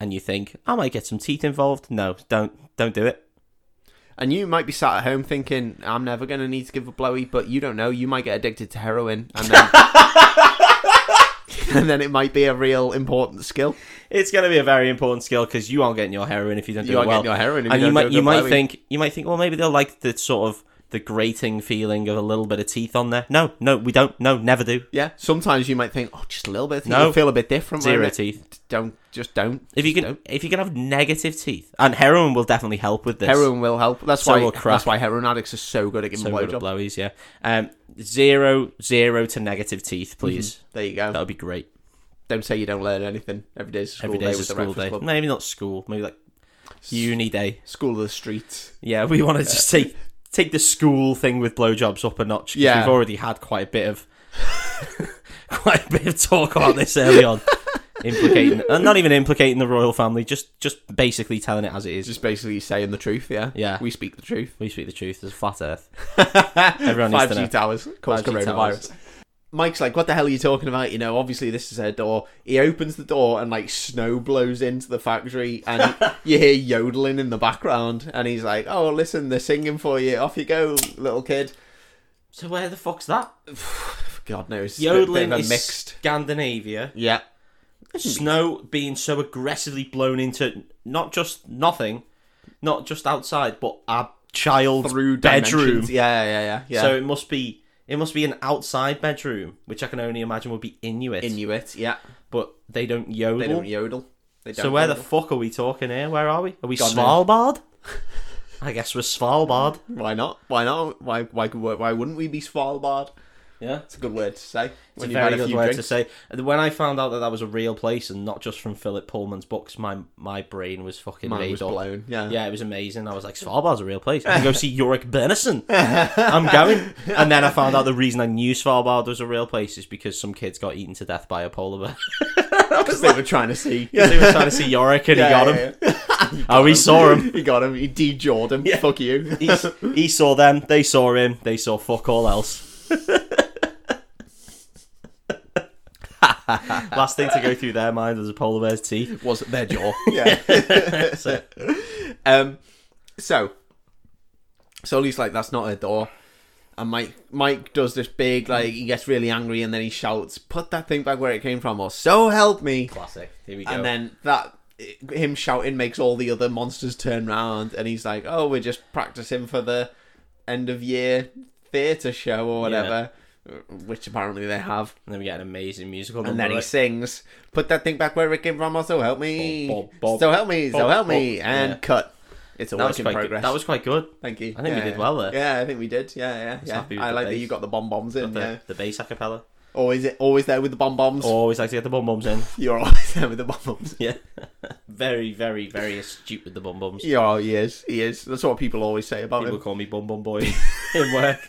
S2: and you think I might get some teeth involved, no, don't, don't do it.
S1: And you might be sat at home thinking, "I'm never going to need to give a blowy," but you don't know. You might get addicted to heroin, and then, and then it might be a real important skill.
S2: It's gonna be a very important skill because you aren't getting your heroin if you don't do
S1: You
S2: it
S1: aren't
S2: well.
S1: getting your heroin, if
S2: and
S1: you
S2: you
S1: don't do a
S2: might, you
S1: good
S2: might
S1: blowing.
S2: think, you might think, well, maybe they'll like the sort of the grating feeling of a little bit of teeth on there. No, no, we don't. No, never do.
S1: Yeah. Sometimes you might think, "Oh, just a little bit."
S2: No.
S1: No, feel a bit different.
S2: Zero
S1: won't it?"
S2: teeth.
S1: Don't just don't.
S2: If you
S1: Just
S2: can,
S1: don't.
S2: if you can have negative teeth, and heroin will definitely help with this.
S1: Heroin will help. That's
S2: So will
S1: why.
S2: crack.
S1: That's why heroin addicts are so good at giving
S2: so
S1: blowjobs.
S2: good at blowies, yeah. Um, zero, zero to negative
S1: Mm-hmm.
S2: teeth, please.
S1: There you go.
S2: That would be great.
S1: Don't say you don't learn anything. Every day's a school
S2: Every
S1: day
S2: day's
S1: with the
S2: a school
S1: breakfast
S2: day.
S1: club.
S2: Maybe not school. Maybe like uni day.
S1: School of the streets.
S2: Yeah, we want to just take take the school thing with blowjobs up a notch. 'cause
S1: Yeah.
S2: we've already had quite a bit of quite a bit of talk about this early on, implicating and not even implicating the royal family, just just basically telling it as it is.
S1: Just basically saying the truth. Yeah.
S2: Yeah.
S1: We speak the truth.
S2: we speak the truth. There's a flat Earth. Everyone needs
S1: Five
S2: to
S1: G
S2: know.
S1: towers cause
S2: 5G
S1: coronavirus.
S2: towers.
S1: Mike's like, "What the hell are you talking about? You know, obviously this is her door." He opens the door and like snow blows into the factory, and you hear yodeling in the background. And he's like, "Oh, listen, they're singing for you. Off you go, little kid."
S2: So where the fuck's that?
S1: God knows. It's a bit-
S2: Yodeling
S1: bit of a
S2: is
S1: mixed.
S2: Scandinavia.
S1: Yeah. Hmm.
S2: snow being so aggressively blown into not just nothing, not just outside, but our child's
S1: Through
S2: bedroom.
S1: dimensions. Yeah, yeah, yeah, yeah.
S2: So it must be it must be an outside bedroom, which I can only imagine would be Inuit.
S1: Inuit. Yeah.
S2: but they don't yodel.
S1: They don't yodel. They don't
S2: so where the
S1: yodel.
S2: fuck are we talking here? Where are we? Are we
S1: God knows.
S2: Svalbard? I guess we're Svalbard.
S1: Why not? Why not? Why why could- why wouldn't we be Svalbard?
S2: Yeah.
S1: It's a good word to say.
S2: It's
S1: When
S2: a
S1: you've had
S2: very
S1: a
S2: good
S1: few
S2: word to
S1: drinks.
S2: say. And When I found out that that was a real place and not just from Philip Pullman's books, my my brain was fucking
S1: Mine
S2: made
S1: was
S2: up.
S1: blown. Yeah.
S2: Yeah, it was amazing. I was like, Svalbard's a real place. I can go see Yorick Bennison. I'm going. And then I found out the reason I knew Svalbard was a real place is because some kids got eaten to death by a polar bear.
S1: 'Cause they were trying to see.
S2: Because they were trying to see Yorick and he got him. Oh, he saw him.
S1: He got him. He de-jawed him. Fuck you.
S2: He, s- he saw them. They saw him. They saw fuck all else. Last thing to go through their mind was a polar bear's teeth.
S1: was their jaw. yeah.
S2: So,
S1: Um. So. Sully's like, that's not her door. And Mike Mike does this big like he gets really angry and then he shouts, "Put that thing back where it came from, or so help me!"
S2: classic. Here we go.
S1: And then that him shouting makes all the other monsters turn round, and he's like, "Oh, we're just practicing for the end of year theatre show or whatever." Which apparently they have,
S2: And then we get an amazing musical
S1: and
S2: number.
S1: then he
S2: Oh, right?
S1: sings, "Put that thing back where it came from." Also, help me,
S2: Bob, Bob,
S1: so help me, so
S2: Bob,
S1: help me,
S2: Bob.
S1: and
S2: Yeah.
S1: cut. It's a
S2: that
S1: work
S2: was
S1: in
S2: quite
S1: progress.
S2: good. That was quite good.
S1: thank you.
S2: I think we
S1: Yeah,
S2: did
S1: yeah.
S2: well there.
S1: Yeah, I think we did. Yeah, yeah, yeah.
S2: happy with
S1: I
S2: the
S1: like that
S2: bass.
S1: you got the bomb bombs in.
S2: The, Oh.
S1: Yeah,
S2: the bass a cappella.
S1: always it always there with the bomb bombs.
S2: Always like to get the bum bums in.
S1: You're always there with the bomb bombs.
S2: Yeah. very, very, very astute with the bum bums.
S1: Yeah, he is. He is. That's what people always say about
S2: People
S1: him.
S2: call me bum bum boy in work.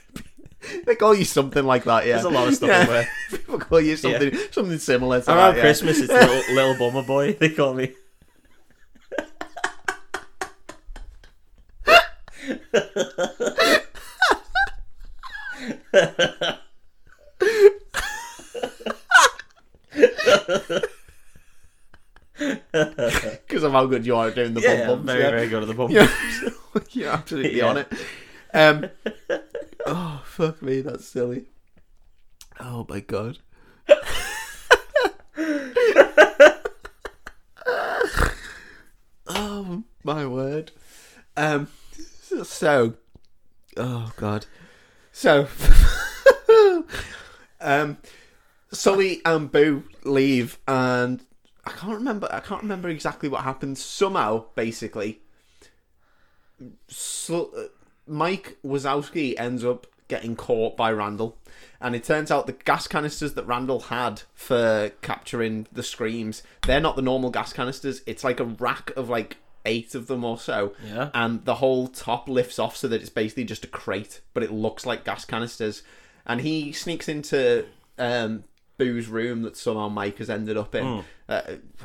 S1: They call you something like that. Yeah,
S2: There's a lot of stuff
S1: Yeah.
S2: in work.
S1: People call you something something similar to
S2: Around
S1: that. yeah.
S2: Christmas, it's little, little bummer boy. They call me.
S1: because of how good you are at doing the
S2: Yeah,
S1: bum bums.
S2: very,
S1: yeah.
S2: very good at the bum.
S1: Yeah. You're absolutely
S2: Yeah.
S1: on it. Um, oh fuck me, that's silly. Oh my god. oh my word. Um, so, oh god. So, um, Sully and Boo leave, and I can't remember. I can't remember exactly what happened. Somehow, basically, Sl- uh, Mike Wazowski ends up getting caught by Randall. And it turns out the gas canisters that Randall had for capturing the screams, they're not the normal gas canisters. It's like a rack of like eight of them or so.
S2: Yeah.
S1: And the whole top lifts off so that it's basically just a crate, but it looks like gas canisters. And he sneaks into um, Boo's room that somehow Mike has ended up in. Uh,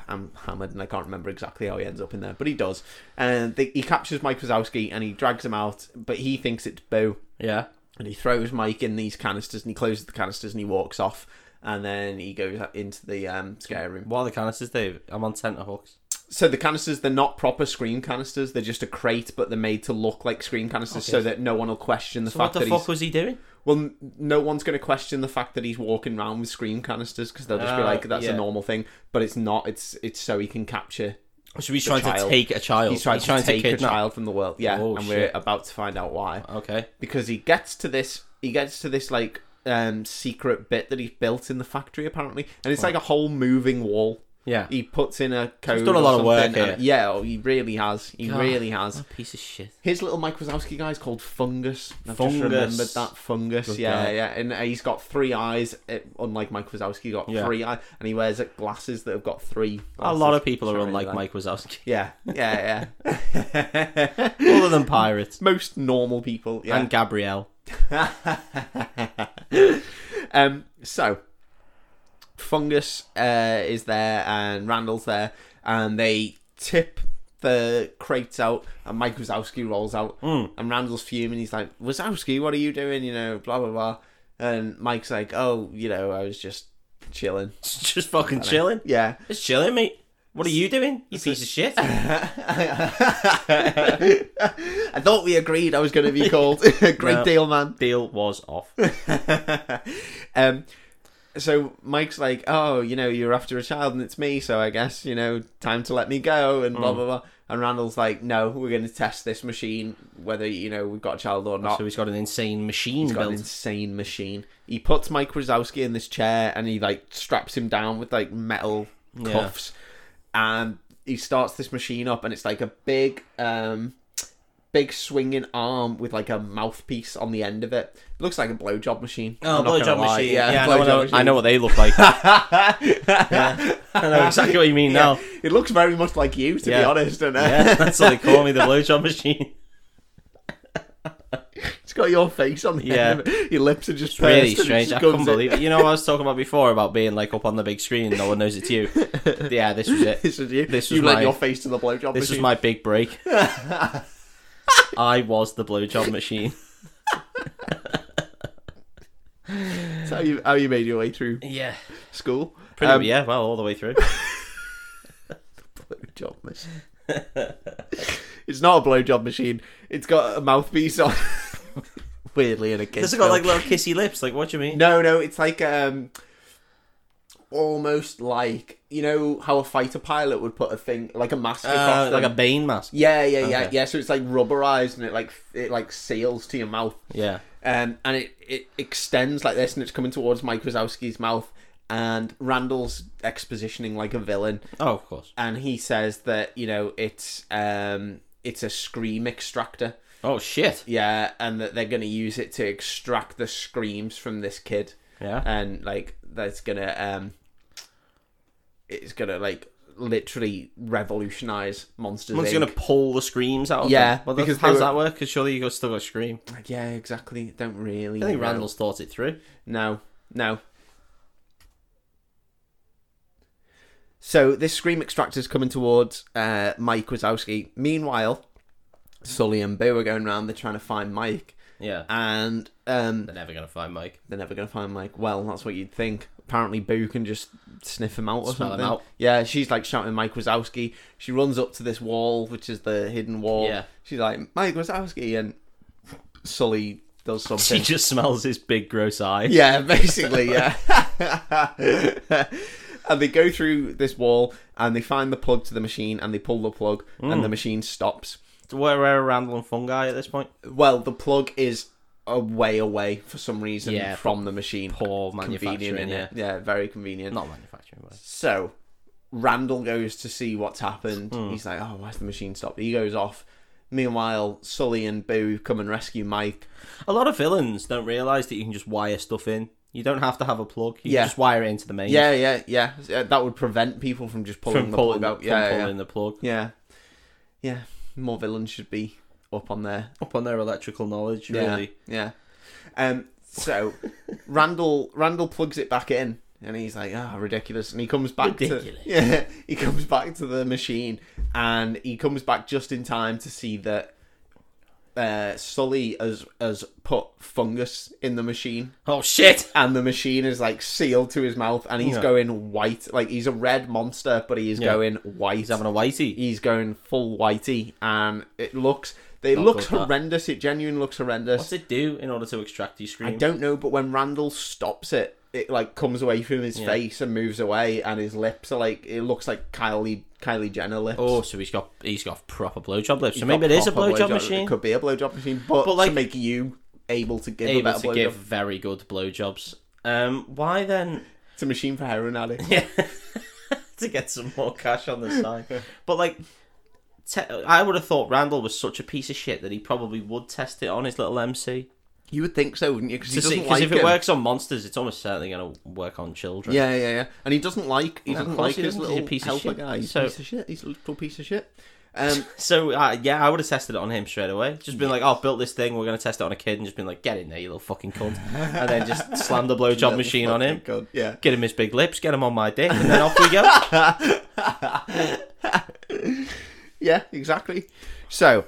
S1: I'm hammered and I can't remember exactly how he ends up in there, but he does. And they, he captures Mike Wazowski and he drags him out, but he thinks it's Boo
S2: Yeah.
S1: and he throws Mike in these canisters and he closes the canisters and he walks off and then he goes out into the um, scare room.
S2: What are the canisters, Dave? I'm on tenterhooks.
S1: So the canisters they're not proper scream canisters; they're just a crate, but they're made to look like scream canisters so that no one will question the
S2: So
S1: fact
S2: what the
S1: that
S2: fuck
S1: he's
S2: was he doing?
S1: well, n- no one's going to question the fact that he's walking around with scream canisters because they'll just be
S2: Ah,
S1: like, "That's
S2: yeah.
S1: a normal thing," but it's not. It's it's so he can capture.
S2: So he's trying
S1: child.
S2: to take a child.
S1: He's trying, to, take a
S2: kidnap-
S1: child from the world. Yeah,
S2: Oh,
S1: and
S2: shit.
S1: we're about to find out why.
S2: Okay.
S1: because he gets to this he gets to this like um secret bit that he's built in the factory apparently and it's like a whole moving wall
S2: Yeah.
S1: he puts in a code
S2: done a
S1: or
S2: lot of work
S1: something,
S2: here.
S1: and- yeah oh, he really has he
S2: God.
S1: really has
S2: What a piece of shit.
S1: his little Mike Wazowski guy's called Fungus. I've
S2: Fungus.
S1: just remembered that Fungus.
S2: Good
S1: yeah,
S2: guy.
S1: yeah, and uh, he's got three eyes. uh, Unlike Mike Wazowski, he got
S2: Yeah.
S1: three eyes, and he wears uh, glasses that have got three.
S2: A
S1: glasses.
S2: lot of people are
S1: Sorry,
S2: unlike
S1: that.
S2: Mike Wazowski.
S1: Yeah, yeah, yeah.
S2: Other than pirates.
S1: Most normal people. Yeah.
S2: And Gabrielle.
S1: um, so, Fungus uh, is there and Randall's there, and they tip the crates out, and Mike Wazowski rolls out, and Randall's fuming. He's like, Wazowski, what are you doing? You know, blah, blah, blah. And Mike's like, oh, you know, I was just chilling.
S2: It's just fucking chilling.
S1: Yeah.
S2: It's chilling, mate. What are you doing? You piece of shit.
S1: I thought we agreed I was going to be called a great
S2: No.
S1: deal man.
S2: Deal was off.
S1: um, so Mike's like, "Oh, you know, you're after a child, and it's me, so I guess you know, time to let me go." And blah blah blah. And Randall's like, "No, we're going to test this machine, whether you know we've got a child or not."
S2: So he's got an insane machine
S1: He's got an
S2: built.
S1: insane machine. He puts Mike Wazowski in this chair and he like straps him down with like metal
S2: Yeah.
S1: cuffs, and he starts this machine up, and it's like a big, um, big swinging arm with like a mouthpiece on the end of it. looks like a blowjob machine.
S2: Oh,
S1: I'm not gonna
S2: blowjob
S1: lie.
S2: machine.
S1: Yeah,
S2: I, know,
S1: blowjob
S2: I know-
S1: machine.
S2: I know what they look like. I know exactly what you mean now.
S1: It looks very much like you, to be
S2: Yeah.
S1: honest. And uh,
S2: Yeah, that's what they call me, the blowjob machine.
S1: it's got your face on the
S2: Yeah.
S1: end. Of it. Your lips are just
S2: It's really
S1: pursed and it
S2: strange.
S1: just
S2: I
S1: goes
S2: couldn't
S1: in.
S2: believe it. You know what I was talking about before about being like up on the big screen and no one knows it's you. Yeah, this was it.
S1: This is you.
S2: This
S1: you
S2: was
S1: lent
S2: my-
S1: your face to the blowjob
S2: This was
S1: machine.
S2: my big break. I was the blowjob machine.
S1: That's how you how you made your way through
S2: Yeah,
S1: school.
S2: pretty
S1: Um,
S2: yeah. Well, all the way through.
S1: blowjob machine. it's not a blowjob machine. It's got a mouthpiece on. Weirdly, in a kid.
S2: This has got like little kissy lips. Like, what do you mean?
S1: No, no, it's like um, almost like you know how a fighter pilot would put a thing like a mask
S2: Uh,
S1: across
S2: like a
S1: them?
S2: Bane mask.
S1: Yeah, yeah, yeah,
S2: Okay.
S1: yeah. So it's like rubberized and it like it like seals to your mouth,
S2: Yeah.
S1: um, and it it extends like this, and it's coming towards Mike Wazowski's mouth. And Randall's expositioning like a villain,
S2: Oh, of course.
S1: and he says that you know it's um it's a scream extractor
S2: Oh shit.
S1: yeah and that they're going to use it to extract the screams from this kid
S2: Yeah.
S1: and like that's going to um it's going to like literally revolutionize monsters
S2: Someone's
S1: Inc.
S2: gonna pull the screams out. Of
S1: Yeah,
S2: them. Well, because
S1: because
S2: how
S1: they
S2: does
S1: were-
S2: that work? Because surely you still got to scream.
S1: yeah exactly don't really
S2: I think
S1: know.
S2: Randall's thought it through.
S1: No, no. So this scream extractor's coming towards uh, Mike Wazowski. Meanwhile, Sully and Boo are going around. They're trying to find Mike,
S2: Yeah.
S1: and um,
S2: They're never gonna find Mike.
S1: they're never going to find Mike. Well, that's what you'd think. Apparently, Boo can just sniff him out or
S2: Smell him
S1: something.
S2: out.
S1: Yeah, she's like shouting Mike Wazowski. She runs up to this wall, which is the hidden wall.
S2: Yeah.
S1: She's like Mike Wazowski, and Sully does something.
S2: She just smells his big gross eye.
S1: Yeah, basically, yeah. and they go through this wall and they find the plug to the machine and they pull the plug and the
S2: Hmm.
S1: machine stops.
S2: Where, where are Randall and Fungi at this point?
S1: Well, the plug is a way away for some reason
S2: Yeah,
S1: from the machine.
S2: Poor
S1: Convenient,
S2: manufacturing.
S1: innit?
S2: Yeah.
S1: Yeah, very convenient.
S2: Not manufacturing. But...
S1: So
S2: Hmm.
S1: Randall goes to see what's happened. He's like, "Oh, why's the machine stopped?" He goes off. Meanwhile, Sully and Boo come and rescue Mike.
S2: A lot of villains don't realize that you can just wire stuff in. You don't have to have a plug. You
S1: Yeah.
S2: can just wire it into the main.
S1: Yeah, yeah, yeah. Uh, That would prevent people from just pulling
S2: from
S1: the
S2: pulling,
S1: plug out.
S2: from
S1: Yeah, yeah,
S2: pulling the plug
S1: yeah, yeah. More villains should be up on there.
S2: up on their electrical knowledge. Really,
S1: Yeah. yeah. Um. So Randall Randall plugs it back in, and he's like, "Ah, ridiculous!" And he comes back
S2: Ridiculous.
S1: to yeah, he comes back to the machine, and he comes back just in time to see that uh, Sully has has put fungus in the machine,
S2: oh shit!
S1: and the machine is like sealed to his mouth, and he's
S2: Yeah.
S1: going white, like he's a red monster, but he is
S2: Yeah.
S1: going white
S2: He's having a whitey.
S1: he's going full whitey and it looks it
S2: Not
S1: looks
S2: good, that.
S1: horrendous it genuinely looks horrendous
S2: What's it do in order to extract these
S1: i
S2: scream?
S1: don't know but when randall stops it it like comes away from his
S2: Yeah.
S1: face and moves away and his lips are like it looks like kylie kylie jenner lips
S2: Oh, so he's got he's got proper blowjob lips.
S1: He's
S2: So
S1: got
S2: maybe it is a
S1: proper
S2: blowjob machine.
S1: it could be a blowjob machine but,
S2: But,
S1: to
S2: like-
S1: make you able to give a
S2: able
S1: better
S2: to
S1: blowjob
S2: give very good blowjobs. Um, why then?
S1: it's a machine for heroin addicts
S2: Yeah, to get some more cash on the side. But like, te- I would have thought Randall was such a piece of shit that he probably would test it on his little MC.
S1: you would think so wouldn't you because he
S2: Because
S1: doesn't like
S2: if it
S1: him.
S2: works on monsters, it's almost certainly going to work on children.
S1: yeah, yeah, yeah, and he doesn't like he
S2: No, of
S1: doesn't
S2: course
S1: like
S2: he
S1: his
S2: doesn't,
S1: little
S2: he's a piece of
S1: helper
S2: shit.
S1: guy. He's
S2: So-
S1: a piece of shit. He's a little piece of shit. Um,
S2: So uh, yeah, I would have tested it on him straight away. Just been like, "Oh, built this thing. We're going to test it on a kid," and just been like, "Get in there, you little fucking cunt!" And then just slam the blowjob machine on him.
S1: God, yeah.
S2: Get him his big lips. Get him on my dick, and then off we go.
S1: Yeah, exactly. So,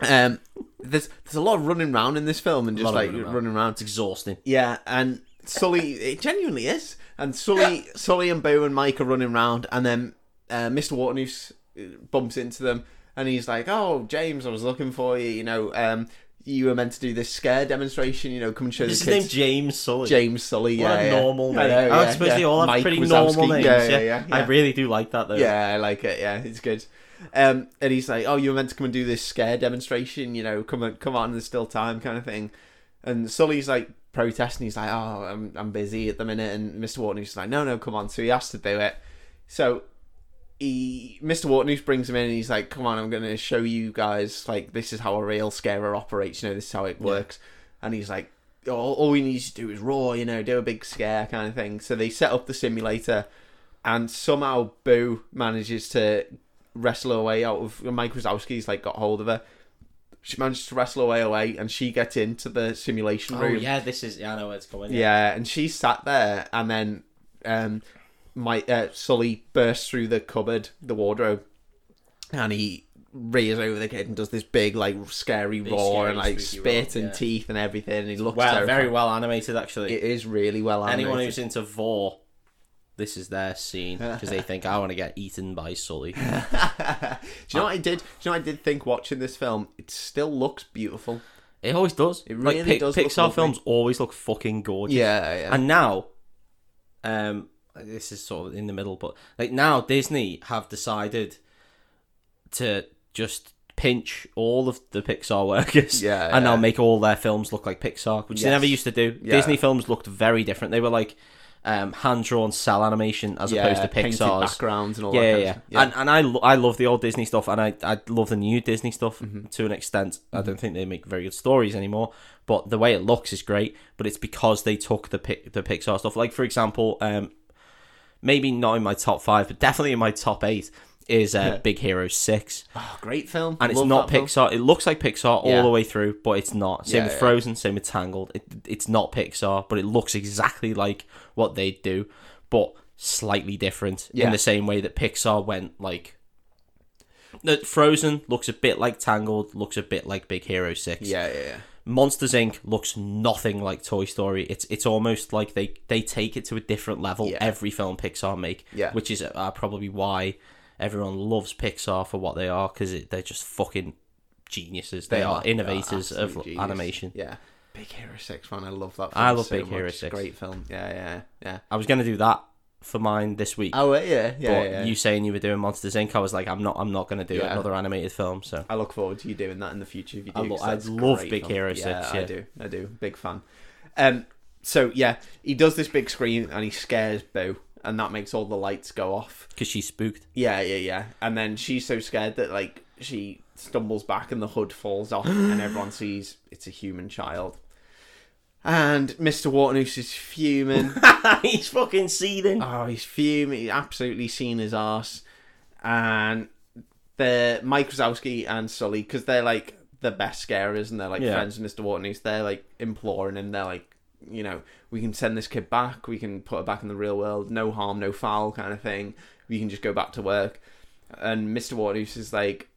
S1: um, there's there's a lot of running around in this film and just
S2: lot of
S1: like
S2: running around.
S1: running around.
S2: It's exhausting.
S1: Yeah, and Sully, it genuinely is. And Sully, Sully and Boo and Mike are running around, and then uh, Mr. Wharton who's- bumps into them, and he's like, "Oh, James, I was looking for you. You know, um, you were meant to do this scare demonstration. You know, come and show
S2: Is
S1: the
S2: his
S1: kids."
S2: name James Sully?
S1: James Sully,
S2: What
S1: yeah,
S2: a
S1: yeah.
S2: normal
S1: I
S2: name.
S1: know,
S2: I
S1: yeah,
S2: suppose they
S1: yeah.
S2: all have
S1: Mike
S2: pretty
S1: Wazowski.
S2: normal names.
S1: Yeah, yeah, yeah,
S2: I
S1: yeah.
S2: really do like that though.
S1: Yeah, I like it. Yeah, it's good. Um, and he's like, "Oh, you were meant to come and do this scare demonstration, you know? Come on, come on, there's still time, kind of thing." And Sully's like protesting. He's like, "Oh, I'm I'm busy at the minute." And Mr. Wharton is like, "No, no, come on." So he has to do it. So he, Mr. Wharton, who brings him in, and he's like, "Come on, I'm going to show you guys like this is how a real scarer operates. You know, this is how it works." And he's like, "All, all we need to do is roar, you know, do a big scare kind of thing." So they set up the simulator, and somehow Boo manages to wrestle her way out of Mike Wazowski's like got hold of her. She manages to wrestle her way away, and she gets into the simulation
S2: Oh
S1: room.
S2: yeah, this is. Yeah, I know where it's going.
S1: Yeah, and she sat there, and then um, my uh, Sully bursts through the cupboard, the wardrobe, and he rears over the kid and does this big, like, scary roar
S2: scary,
S1: and like
S2: spooky
S1: spit
S2: roar,
S1: and
S2: yeah.
S1: teeth and everything. And he looks
S2: Well,
S1: terrified.
S2: very well animated actually.
S1: It is really well animated.
S2: Anyone who's into vor, this is their scene because they think I want to get eaten by Sully.
S1: Do you know what I did? Do you know what I did think watching this film? It still looks beautiful.
S2: It always does. It
S1: really does look
S2: Pixar
S1: lovely.
S2: films always look fucking gorgeous.
S1: Yeah, yeah.
S2: And now, um, this is sort of in the middle, but like now Disney have decided to just pinch all of the Pixar workers
S1: Yeah,
S2: and now
S1: yeah.
S2: make all their films look like Pixar, which they
S1: Yes.
S2: never used to do.
S1: Yeah.
S2: Disney films looked very different. They were like um, hand drawn cell animation as
S1: yeah,
S2: opposed to
S1: painted
S2: Pixar's
S1: backgrounds and all
S2: yeah,
S1: that.
S2: yeah, yeah.
S1: Kind of stuff.
S2: And and I lo- I love the old Disney stuff, and I I love the new Disney stuff
S1: Mm-hmm.
S2: to an extent. I don't think they make very good stories anymore, but the way it looks is great. But it's because they took the Pi- the Pixar stuff. Like for example, um, maybe not in my top five, but definitely in my top eight is uh, Big Hero Six,
S1: Oh, great film.
S2: and it's
S1: Love
S2: not
S1: that film.
S2: Pixar. It looks like Pixar
S1: Yeah.
S2: all the way through, but it's not. Same
S1: Yeah,
S2: with
S1: yeah.
S2: Frozen, same with Tangled. It, it's not Pixar, but it looks exactly like what they do, but slightly different
S1: Yeah.
S2: in the same way that Pixar went like. that Frozen looks a bit like Tangled, looks a bit like Big Hero Six.
S1: Yeah, yeah, yeah.
S2: Monsters Inc. looks nothing like Toy Story. It's it's almost like they they take it to a different level
S1: Yeah.
S2: every film Pixar make.
S1: Yeah.
S2: which is uh, probably why everyone loves Pixar for what they are because they're just fucking geniuses. They, are,
S1: they
S2: innovators
S1: absolute
S2: of
S1: genius.
S2: animation.
S1: Yeah. Big Hero 6, man. I love that film.
S2: I love
S1: so
S2: Big Hero
S1: much.
S2: 6.
S1: Great film. Yeah, yeah, yeah.
S2: I was gonna do that for mine this week,
S1: Oh, yeah, yeah, yeah.
S2: but
S1: yeah.
S2: you saying you were doing Monsters Inc. I was like, I'm not. I'm not gonna do
S1: Yeah.
S2: another animated film. So
S1: I look forward to you doing that in the future if you do.
S2: I lo-
S1: 'cause
S2: I
S1: that's a
S2: love
S1: great
S2: Big
S1: film.
S2: Hero
S1: yeah,
S2: 6,
S1: I
S2: yeah.
S1: do. I do. Big fan. Um, so, yeah, he does this big scream and he scares Boo, and that makes all the lights go off.
S2: because she's spooked.
S1: Yeah, yeah, yeah. And then she's so scared that, like, she stumbles back and the hood falls off, and everyone sees it's a human child. And Mr. Waternoose is fuming.
S2: He's fucking seething.
S1: oh, he's fuming. He's absolutely seen his ass. And they're Mike Wazowski and Sully because they're like the best scarers and they're like
S2: Yeah.
S1: friends of Mr. Waternoose. They're like imploring him. They're like, you know, we can send this kid back. We can put her back in the real world. No harm, no foul, kind of thing. We can just go back to work. And Mr. Waternoose is like,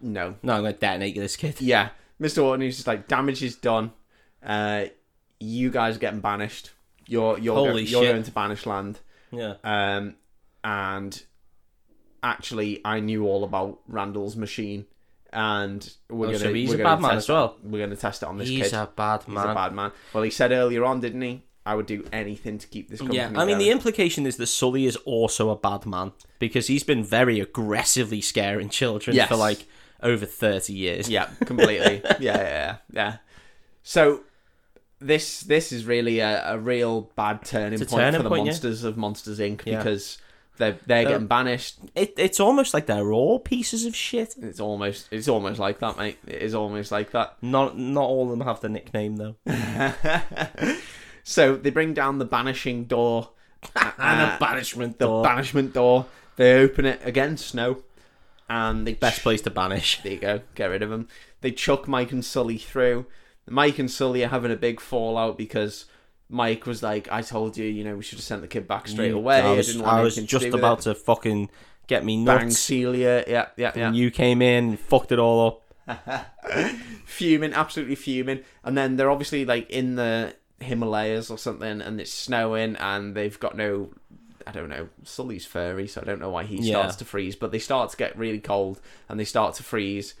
S1: no,
S2: No, I'm gonna detonate this kid.
S1: yeah, Mr. Orton is just like damage is done. Uh, you guys are getting banished. You're you're
S2: Holy
S1: go- you're
S2: shit.
S1: going to banished land.
S2: Yeah.
S1: Um, and actually, I knew all about Randall's machine, and we're
S2: Oh,
S1: gonna
S2: so he's
S1: we're
S2: a
S1: gonna
S2: bad man
S1: test-
S2: as well.
S1: We're gonna test it on this
S2: He's
S1: kid.
S2: a bad
S1: He's a
S2: man.
S1: bad man. Well, he said earlier on, didn't he? I would do anything to keep this company.
S2: Yeah, I mean the
S1: going."
S2: implication is that Sully is also a bad man because he's been very aggressively scaring children
S1: Yes.
S2: for like over thirty years.
S1: Yeah, completely. yeah, yeah, yeah, yeah. So this this is really a, a real bad turning
S2: It's a
S1: point
S2: turning
S1: for the
S2: point, yeah.
S1: monsters of Monsters Inc.
S2: Yeah.
S1: because they're they're
S2: They're-
S1: getting banished.
S2: It, it's almost like they're all pieces of shit.
S1: It's almost it's almost like that, mate. It is almost like that.
S2: Not not all of them have the nickname though.
S1: so they bring down the banishing door,
S2: and
S1: uh,
S2: a banishment
S1: the
S2: door.
S1: banishment door. They open it again, snow, and they
S2: Best place to banish.
S1: There you go. Get rid of them. They chuck Mike and Sully through. Mike and Sully are having a big fallout because Mike was like, "I told you, you know, we should have sent the kid back straight away.
S2: Mm, I was,
S1: didn't want
S2: I was
S1: anything to
S2: just
S1: do with
S2: about
S1: it."
S2: to fucking get me
S1: bang
S2: nuts.
S1: Celia. Yeah, yeah, yeah.
S2: And you came in, and fucked it all up.
S1: fuming, absolutely fuming. And then they're obviously like in the Himalayas or something, and it's snowing, and they've got no. I don't know. Sully's furry, so I don't know why he
S2: Yeah.
S1: starts to freeze. But they start to get really cold, and they start to freeze.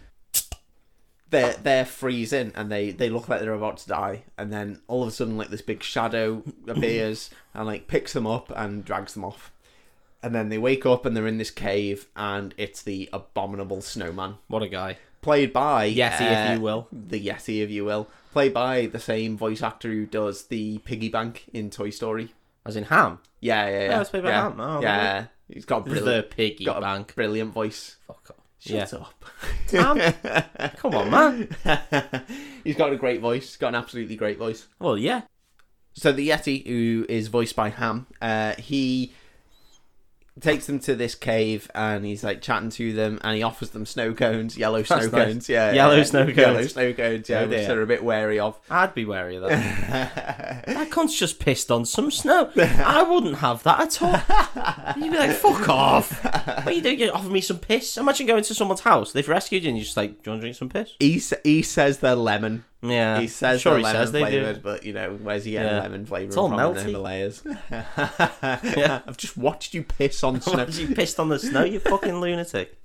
S1: They're they're freezing, and they they look like they're about to die. And then all of a sudden, like this big shadow appears and like picks them up and drags them off. And then they wake up and they're in this cave, and it's the abominable snowman
S2: What a guy.
S1: played by
S2: Yeti,
S1: uh,
S2: if you will.
S1: the Yeti, if you will, played by the same voice actor who does the piggy bank in Toy Story.
S2: As in ham.
S1: Yeah, yeah, yeah.
S2: it's played by
S1: yeah.
S2: Ant-Man, oh,
S1: yeah, he's got a brilliant,
S2: The piggy
S1: got a
S2: bank.
S1: brilliant voice.
S2: Fuck off.
S1: Shut up.
S2: Damn. Come on, man.
S1: he's got a great voice. He's got an absolutely great voice.
S2: Well, yeah.
S1: So the Yeti, who is voiced by Ham, uh, he takes them to this cave and he's like chatting to them and he offers them snow cones, yellow snow
S2: That's nice.
S1: cones, yeah,
S2: Yellow
S1: yeah,
S2: snow
S1: yellow
S2: cones.
S1: snow cones, yeah,
S2: Oh,
S1: which
S2: dear.
S1: they're a bit wary of.
S2: I'd be wary of that. that cunt's just pissed on some snow. I wouldn't have that at all. You'd be like, fuck off. What are you doing? You offer me some piss? Imagine going to someone's house. They've rescued you and you're just like, do you want to drink some piss?
S1: he s- he says they're lemon.
S2: Yeah.
S1: He says
S2: sure
S1: they're
S2: he
S1: lemon
S2: says they
S1: flavored,
S2: do.
S1: but you know, where's he getting
S2: Yeah.
S1: lemon flavor
S2: all
S1: from in the
S2: melty.
S1: Himalayas? I've just watched you piss on snow.
S2: Imagine you pissed on the snow, you fucking lunatic.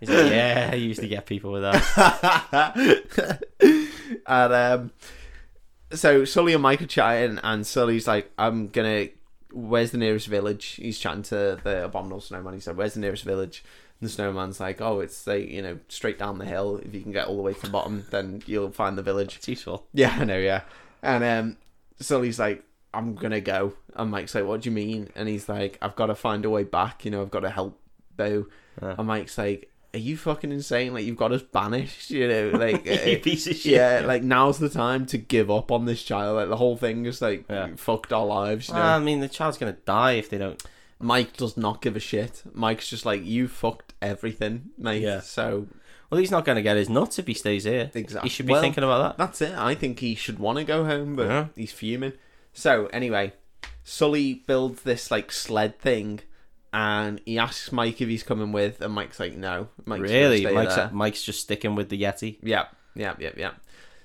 S2: He's like, yeah, I used to get people with that.
S1: and um, so Sully and Mike are chatting, and Sully's like, "I'm gonna, where's the nearest village?" He's chatting to the abominable snowman. He said, "Where's the nearest village?" And the snowman's like, "Oh, it's like you know, straight down the hill. If you can get all the way to the bottom, then you'll find the village."
S2: It's useful.
S1: Yeah, I know, yeah. And um, Sully's like, I'm gonna go. And Mike's like, What do you mean? And he's like, I've gotta find a way back, you know, I've gotta help Bo.
S2: Yeah.
S1: And Mike's like, Are you fucking insane? Like you've got us banished, you know, like
S2: you
S1: uh,
S2: piece of shit.
S1: Yeah, like now's the time to give up on this child. Like the whole thing is like
S2: Yeah.
S1: fucked our lives, you know.
S2: Ah, I mean, the child's going to die if they don't.
S1: Mike does not give a shit. Mike's just like, You fucked everything, mate.
S2: Yeah.
S1: So
S2: Well, he's not going to get his nuts if he stays here.
S1: Exactly.
S2: He should be
S1: Well,
S2: thinking about that.
S1: That's it. I think he should want to go home, but
S2: Yeah.
S1: he's fuming. So anyway, Sully builds this like sled thing, and he asks Mike if he's coming with, and Mike's like, "No, Mike's gonna
S2: really?
S1: stay
S2: Mike's,
S1: there.
S2: Mike's just sticking with the Yeti.
S1: yeah, yeah, yeah, yeah."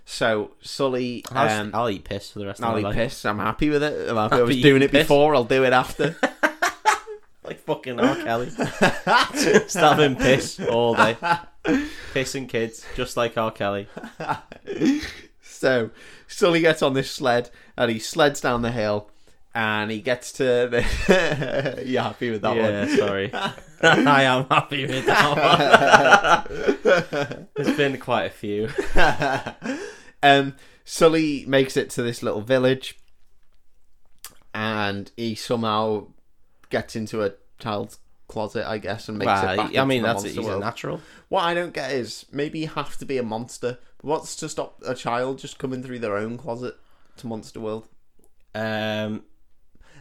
S1: So Sully,
S2: I'll, just-
S1: um,
S2: I'll eat piss for the rest
S1: I'll
S2: of
S1: eat
S2: my life.
S1: piss. I'm happy with it. I'm happy I was
S2: Happy
S1: doing it
S2: piss.
S1: before. I'll do it after.
S2: Like fucking R. Kelly. Stabbing piss all day. Pissing kids, just like R. Kelly.
S1: So Sully gets on this sled and he sleds down the hill and he gets to the. you happy with that one?
S2: yeah, sorry. I am happy with that one. There's been quite a few.
S1: um, Sully makes it to this little village, and he somehow gets into a child's closet, I guess, and makes it.
S2: Well,
S1: Back
S2: I mean,
S1: into the
S2: that's
S1: monster
S2: he's a
S1: world.
S2: natural.
S1: What I don't get is maybe you have to be a monster. But what's to stop a child just coming through their own closet to Monster World?
S2: Um,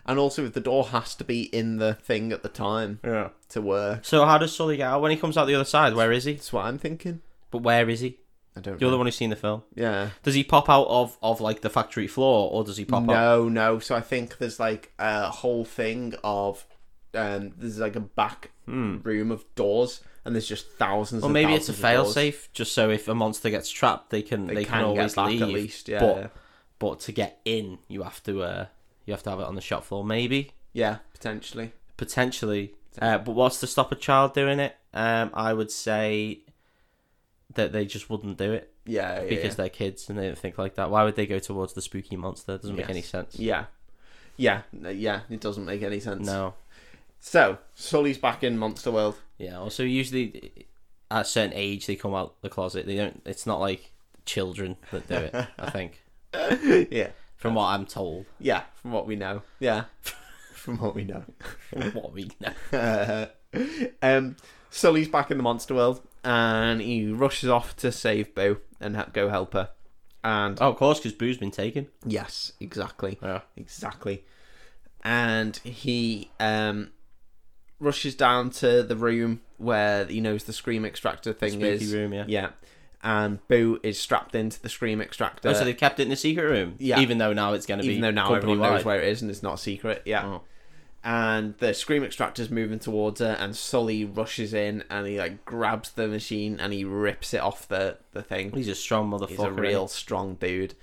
S1: And also, if the door has to be in the thing at the time
S2: yeah.
S1: to work,
S2: So how does Sully get out when he comes out the other side? Where is he?
S1: that's what I'm thinking.
S2: But where is he?
S1: I don't.
S2: You're
S1: know.
S2: the one who's seen the film.
S1: Yeah.
S2: Does he pop out of of like the factory floor, or does he pop out?
S1: No, no. So I think there's like a whole thing of um there's like a back room of doors and there's just thousands
S2: Or
S1: and
S2: Hmm. maybe it's a
S1: thousands of doors.
S2: fail safe, just so if a monster gets trapped, they can they, can,
S1: can get
S2: always
S1: back at
S2: leave.
S1: least, yeah,
S2: But
S1: yeah.
S2: but to get in, you have to uh you have to have it on the shop floor, maybe
S1: Yeah, potentially.
S2: potentially. Uh, but what's to stop a child doing it? Um, I would say that they just wouldn't do it
S1: Yeah, yeah.
S2: because they're kids and they don't think like that. Why would they go towards the spooky monster? doesn't make any
S1: Yes.
S2: sense.
S1: yeah. Yeah. Yeah, yeah, it doesn't make any sense.
S2: No.
S1: So, Sully's back in Monster World.
S2: Yeah. Also, usually at a certain age, they come out the closet. They don't. It's not like children that do it. I think,
S1: yeah.
S2: from what I'm told,
S1: Yeah, from what we know. Yeah. from what we know.
S2: from what we know.
S1: um, Sully's back in the monster world, and he rushes off to save Boo and ha- go help her. And
S2: Oh, of course, because Boo's been taken.
S1: yes, exactly,
S2: Yeah.
S1: exactly. And he um, rushes down to the room where he knows the scream extractor thing
S2: Spooky
S1: is.
S2: room, yeah.
S1: Yeah, and Boo is strapped into the scream extractor.
S2: Oh, so they've kept it in the secret room.
S1: Uh, Yeah.
S2: Even though now it's going to be.
S1: even though now everyone knows
S2: company-wide.
S1: where it is and it's not a secret. Yeah.
S2: Oh.
S1: And the scream extractor's moving towards her, and Sully rushes in and he like grabs the machine and he rips it off the the thing.
S2: He's a strong motherfucker.
S1: He's a real strong dude.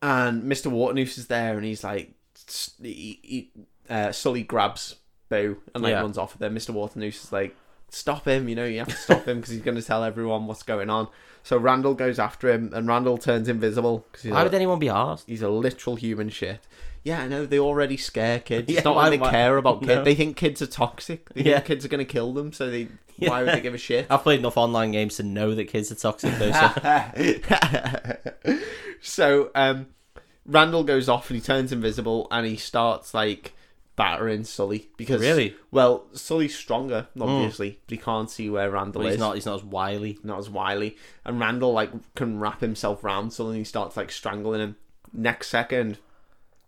S1: And Mr. Waternoose is there, and he's like, s- he, he, uh, Sully grabs Boo and like
S2: Yeah.
S1: runs off with him. Mr. Waternoose is like, stop him, you know, you have to stop him because he's going to tell everyone what's going on. So Randall goes after him, and Randall turns invisible because he's
S2: Why
S1: like,
S2: would anyone be asked?
S1: He's a literal human shit. Yeah, I know they already scare kids.
S2: Yeah,
S1: it's not
S2: why-
S1: like they
S2: why-
S1: care about kids.
S2: no.
S1: They think kids are toxic. They
S2: Yeah.
S1: think kids are going to kill them, so they why would
S2: Yeah.
S1: they give a shit?
S2: I've played enough online games to know that kids are toxic. Though, so.
S1: so um, Randall goes off and he turns invisible and he starts like battering Sully because
S2: Really?
S1: well Sully's stronger obviously, but he can't see where Randall
S2: But
S1: is.
S2: he's not. He's not as wily.
S1: not as wily. And Randall like can wrap himself round so then he starts like strangling him. Next second,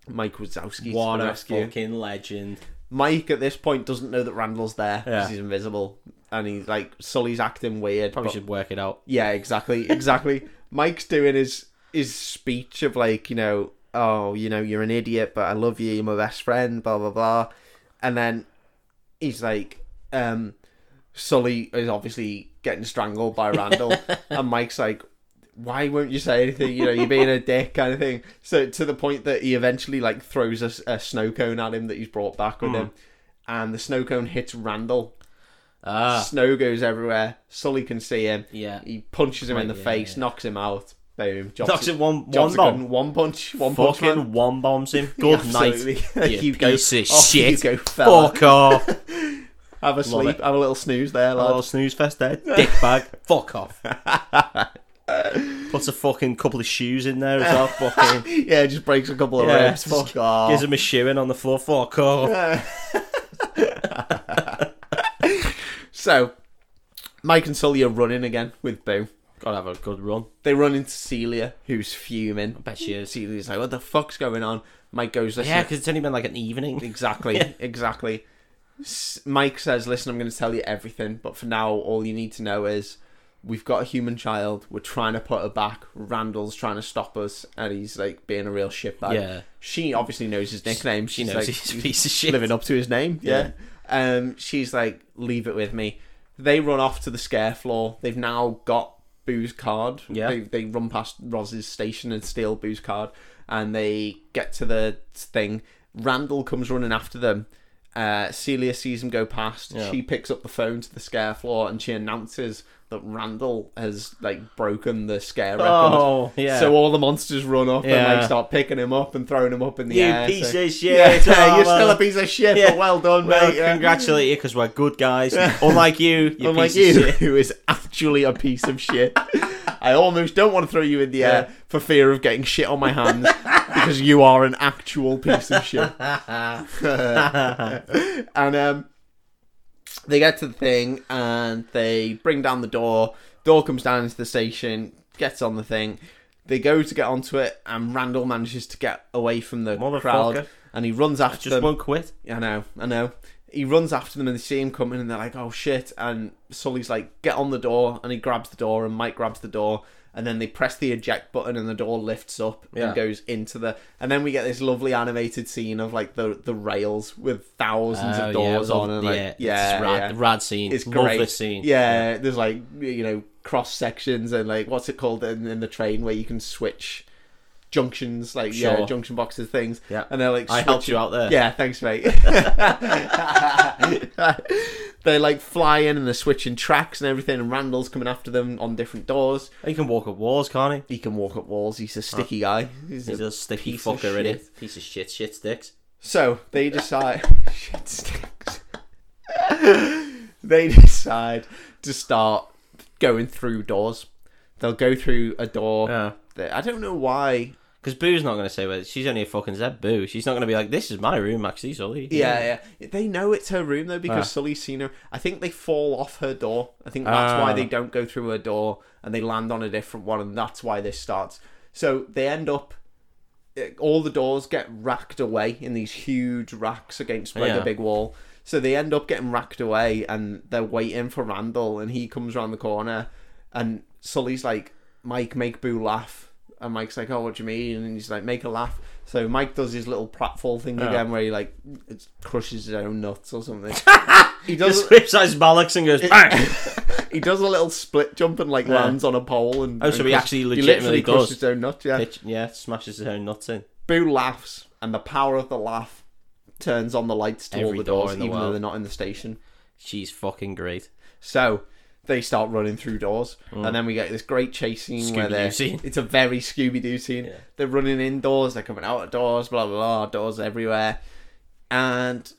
S1: Mike Wazowski
S2: What
S1: to the
S2: a
S1: rescue.
S2: fucking legend!
S1: Mike at this point doesn't know that Randall's there because
S2: Yeah.
S1: he's invisible, and he's like Sully's acting weird.
S2: Probably
S1: but-
S2: should work it out.
S1: Yeah, exactly, exactly. Mike's doing his his speech of like you know, oh, you know, you're an idiot, but I love you. You're my best friend. Blah blah blah, and then he's like, um, Sully is obviously getting strangled by Randall, and Mike's like, why won't you say anything? You know, you're being a dick, kind of thing. So to the point that he eventually like throws a, s- a snow cone at him that he's brought back with him, and the snow cone hits Randall.
S2: Ah,
S1: Snow goes everywhere. Sully can see him.
S2: yeah.
S1: He punches him in the
S2: yeah,
S1: face, knocks him out. Boom. Jobs,
S2: Knocks it one
S1: jobs
S2: one
S1: are
S2: bomb.
S1: good. One punch. One punch. man.
S2: Fucking one bombs him. Good
S1: Absolutely.
S2: night.
S1: Like,
S2: you
S1: you go-
S2: piece of
S1: off you
S2: shit.
S1: go, fella.
S2: Fuck off.
S1: Have a sleep.
S2: it.
S1: Have a little snooze there,
S2: A
S1: lad.
S2: little snooze fest there. Dick bag. Fuck off. Puts a fucking couple of shoes in there as well. Oh, Fucking
S1: Yeah, just breaks a couple of
S2: Yeah,
S1: ribs.
S2: just
S1: Fuck off.
S2: gives him a shoe in on the floor. Fuck off.
S1: So, Mike and Sully are running again with Boo.
S2: Gotta have a good run.
S1: They run into Celia, who's fuming.
S2: Bet she is.
S1: Celia's like, what the fuck's going on? Mike goes, listen,
S2: Yeah, because it's only been like an evening.
S1: Exactly, exactly. S- Mike says, "Listen, I'm going to tell you everything, but for now, all you need to know is we've got a human child. We're trying to put her back. Randall's trying to stop us, and he's like being a real shitbag.
S2: Yeah.
S1: She obviously knows his nickname.
S2: She
S1: She's,
S2: knows
S1: like,
S2: he's a piece of shit.
S1: living up to his name. Yeah. Um, she's like, leave it with me. They run off to the scare floor. They've now got Boo's card.
S2: Yeah.
S1: They, they run past Roz's station and steal Boo's card, and they get to the thing. Randall comes running after them. Uh, Celia sees him go past.
S2: Yeah.
S1: She picks up the phone to the scare floor and she announces that Randall has like broken the scare record.
S2: Oh, yeah.
S1: So all the monsters run up and
S2: Yeah.
S1: like start picking him up and throwing him up in the
S2: You
S1: air.
S2: piece
S1: so-
S2: of shit.
S1: yeah, you're
S2: Arlo.
S1: still a piece of shit,
S2: oh, Yeah.
S1: but well done,
S2: Well,
S1: mate. Yeah.
S2: congratulate you because we're good guys. Unlike you, you
S1: Unlike
S2: piece of
S1: you,
S2: shit.
S1: who is actually a piece of shit. I almost don't want to throw you in the air for fear of getting shit on my hands because you are an actual piece of shit. and um, They get to the thing and they bring down the door. Door comes down into the station, gets on the thing. They go to get onto it, and Randall manages to get away from the crowd,
S2: Motherfucker.
S1: and he runs after
S2: Just
S1: them.
S2: won't quit.
S1: I know, I know. He runs after them and they see him coming and they're like, oh shit. And Sully's like, get on the door. And he grabs the door and Mike grabs the door. And then they press the eject button and the door lifts up
S2: Yeah.
S1: and goes into the. And then we get this lovely animated scene of like the, the rails with thousands
S2: Oh,
S1: of
S2: yeah,
S1: doors on. And like, yeah,
S2: it's
S1: yeah,
S2: rad, the rad scene.
S1: It's
S2: Love
S1: great.
S2: this scene.
S1: Yeah, there's like, you know, cross sections and like, what's it called in, in the train where you can switch junctions, like, yeah,
S2: Sure.
S1: junction boxes, things.
S2: Yeah.
S1: And they're like,
S2: I helped you out there.
S1: yeah, thanks, mate. they like fly in and they're switching tracks and everything, and Randall's coming after them on different doors.
S2: He can walk up walls, can't
S1: He can walk up walls. He's a sticky guy. He's
S2: he? Uh, He's
S1: a-
S2: a sticky
S1: piece of
S2: fucker, in
S1: shit.
S2: it. Piece of shit, shit sticks.
S1: So they decide. Shit stinks. they decide to start going through doors. They'll go through a door.
S2: Yeah.
S1: that- I don't know why.
S2: Because Boo's not going to say whether she's only a fucking Zeb Boo. She's not going to be like, "This is my room, Maxie Sully."
S1: Yeah, yeah. They know it's her room though because Sully's seen her. I think they fall off her door. I think that's why
S2: Ah.
S1: they don't go through her door and they land on a different one, and that's why this starts. So they end up. All the doors get racked away in these huge racks against like a
S2: Yeah.
S1: big wall. So they end up getting racked away, and they're waiting for Randall, and he comes around the corner, and Sully's like, "Mike, make Boo laugh." And Mike's like, "Oh, what do you mean?" And he's like, "Make her laugh." So Mike does his little pratfall thing again, where he like crushes his own nuts or something. he does.
S2: Just rips out his bollocks and goes, "Bang!"
S1: he does a little split jump and like lands on a pole. And
S2: Oh, so
S1: and
S2: he
S1: crush-
S2: actually
S1: he literally
S2: legitimately
S1: crushes
S2: does.
S1: his own nuts. Yeah.
S2: Pitch- yeah, smashes his own nuts in.
S1: Boo laughs, and the power of the laugh turns on the lights to all
S2: Every
S1: the
S2: door
S1: doors,
S2: in the
S1: even though
S2: world.
S1: they're not in the station.
S2: She's fucking great.
S1: So they start running through doors, and then we get this great chase scene where
S2: Scooby-Doo
S1: they're
S2: scene.
S1: it's a very Scooby Doo scene.
S2: Yeah.
S1: They're running indoors, they're coming out of doors, blah blah blah, doors everywhere, and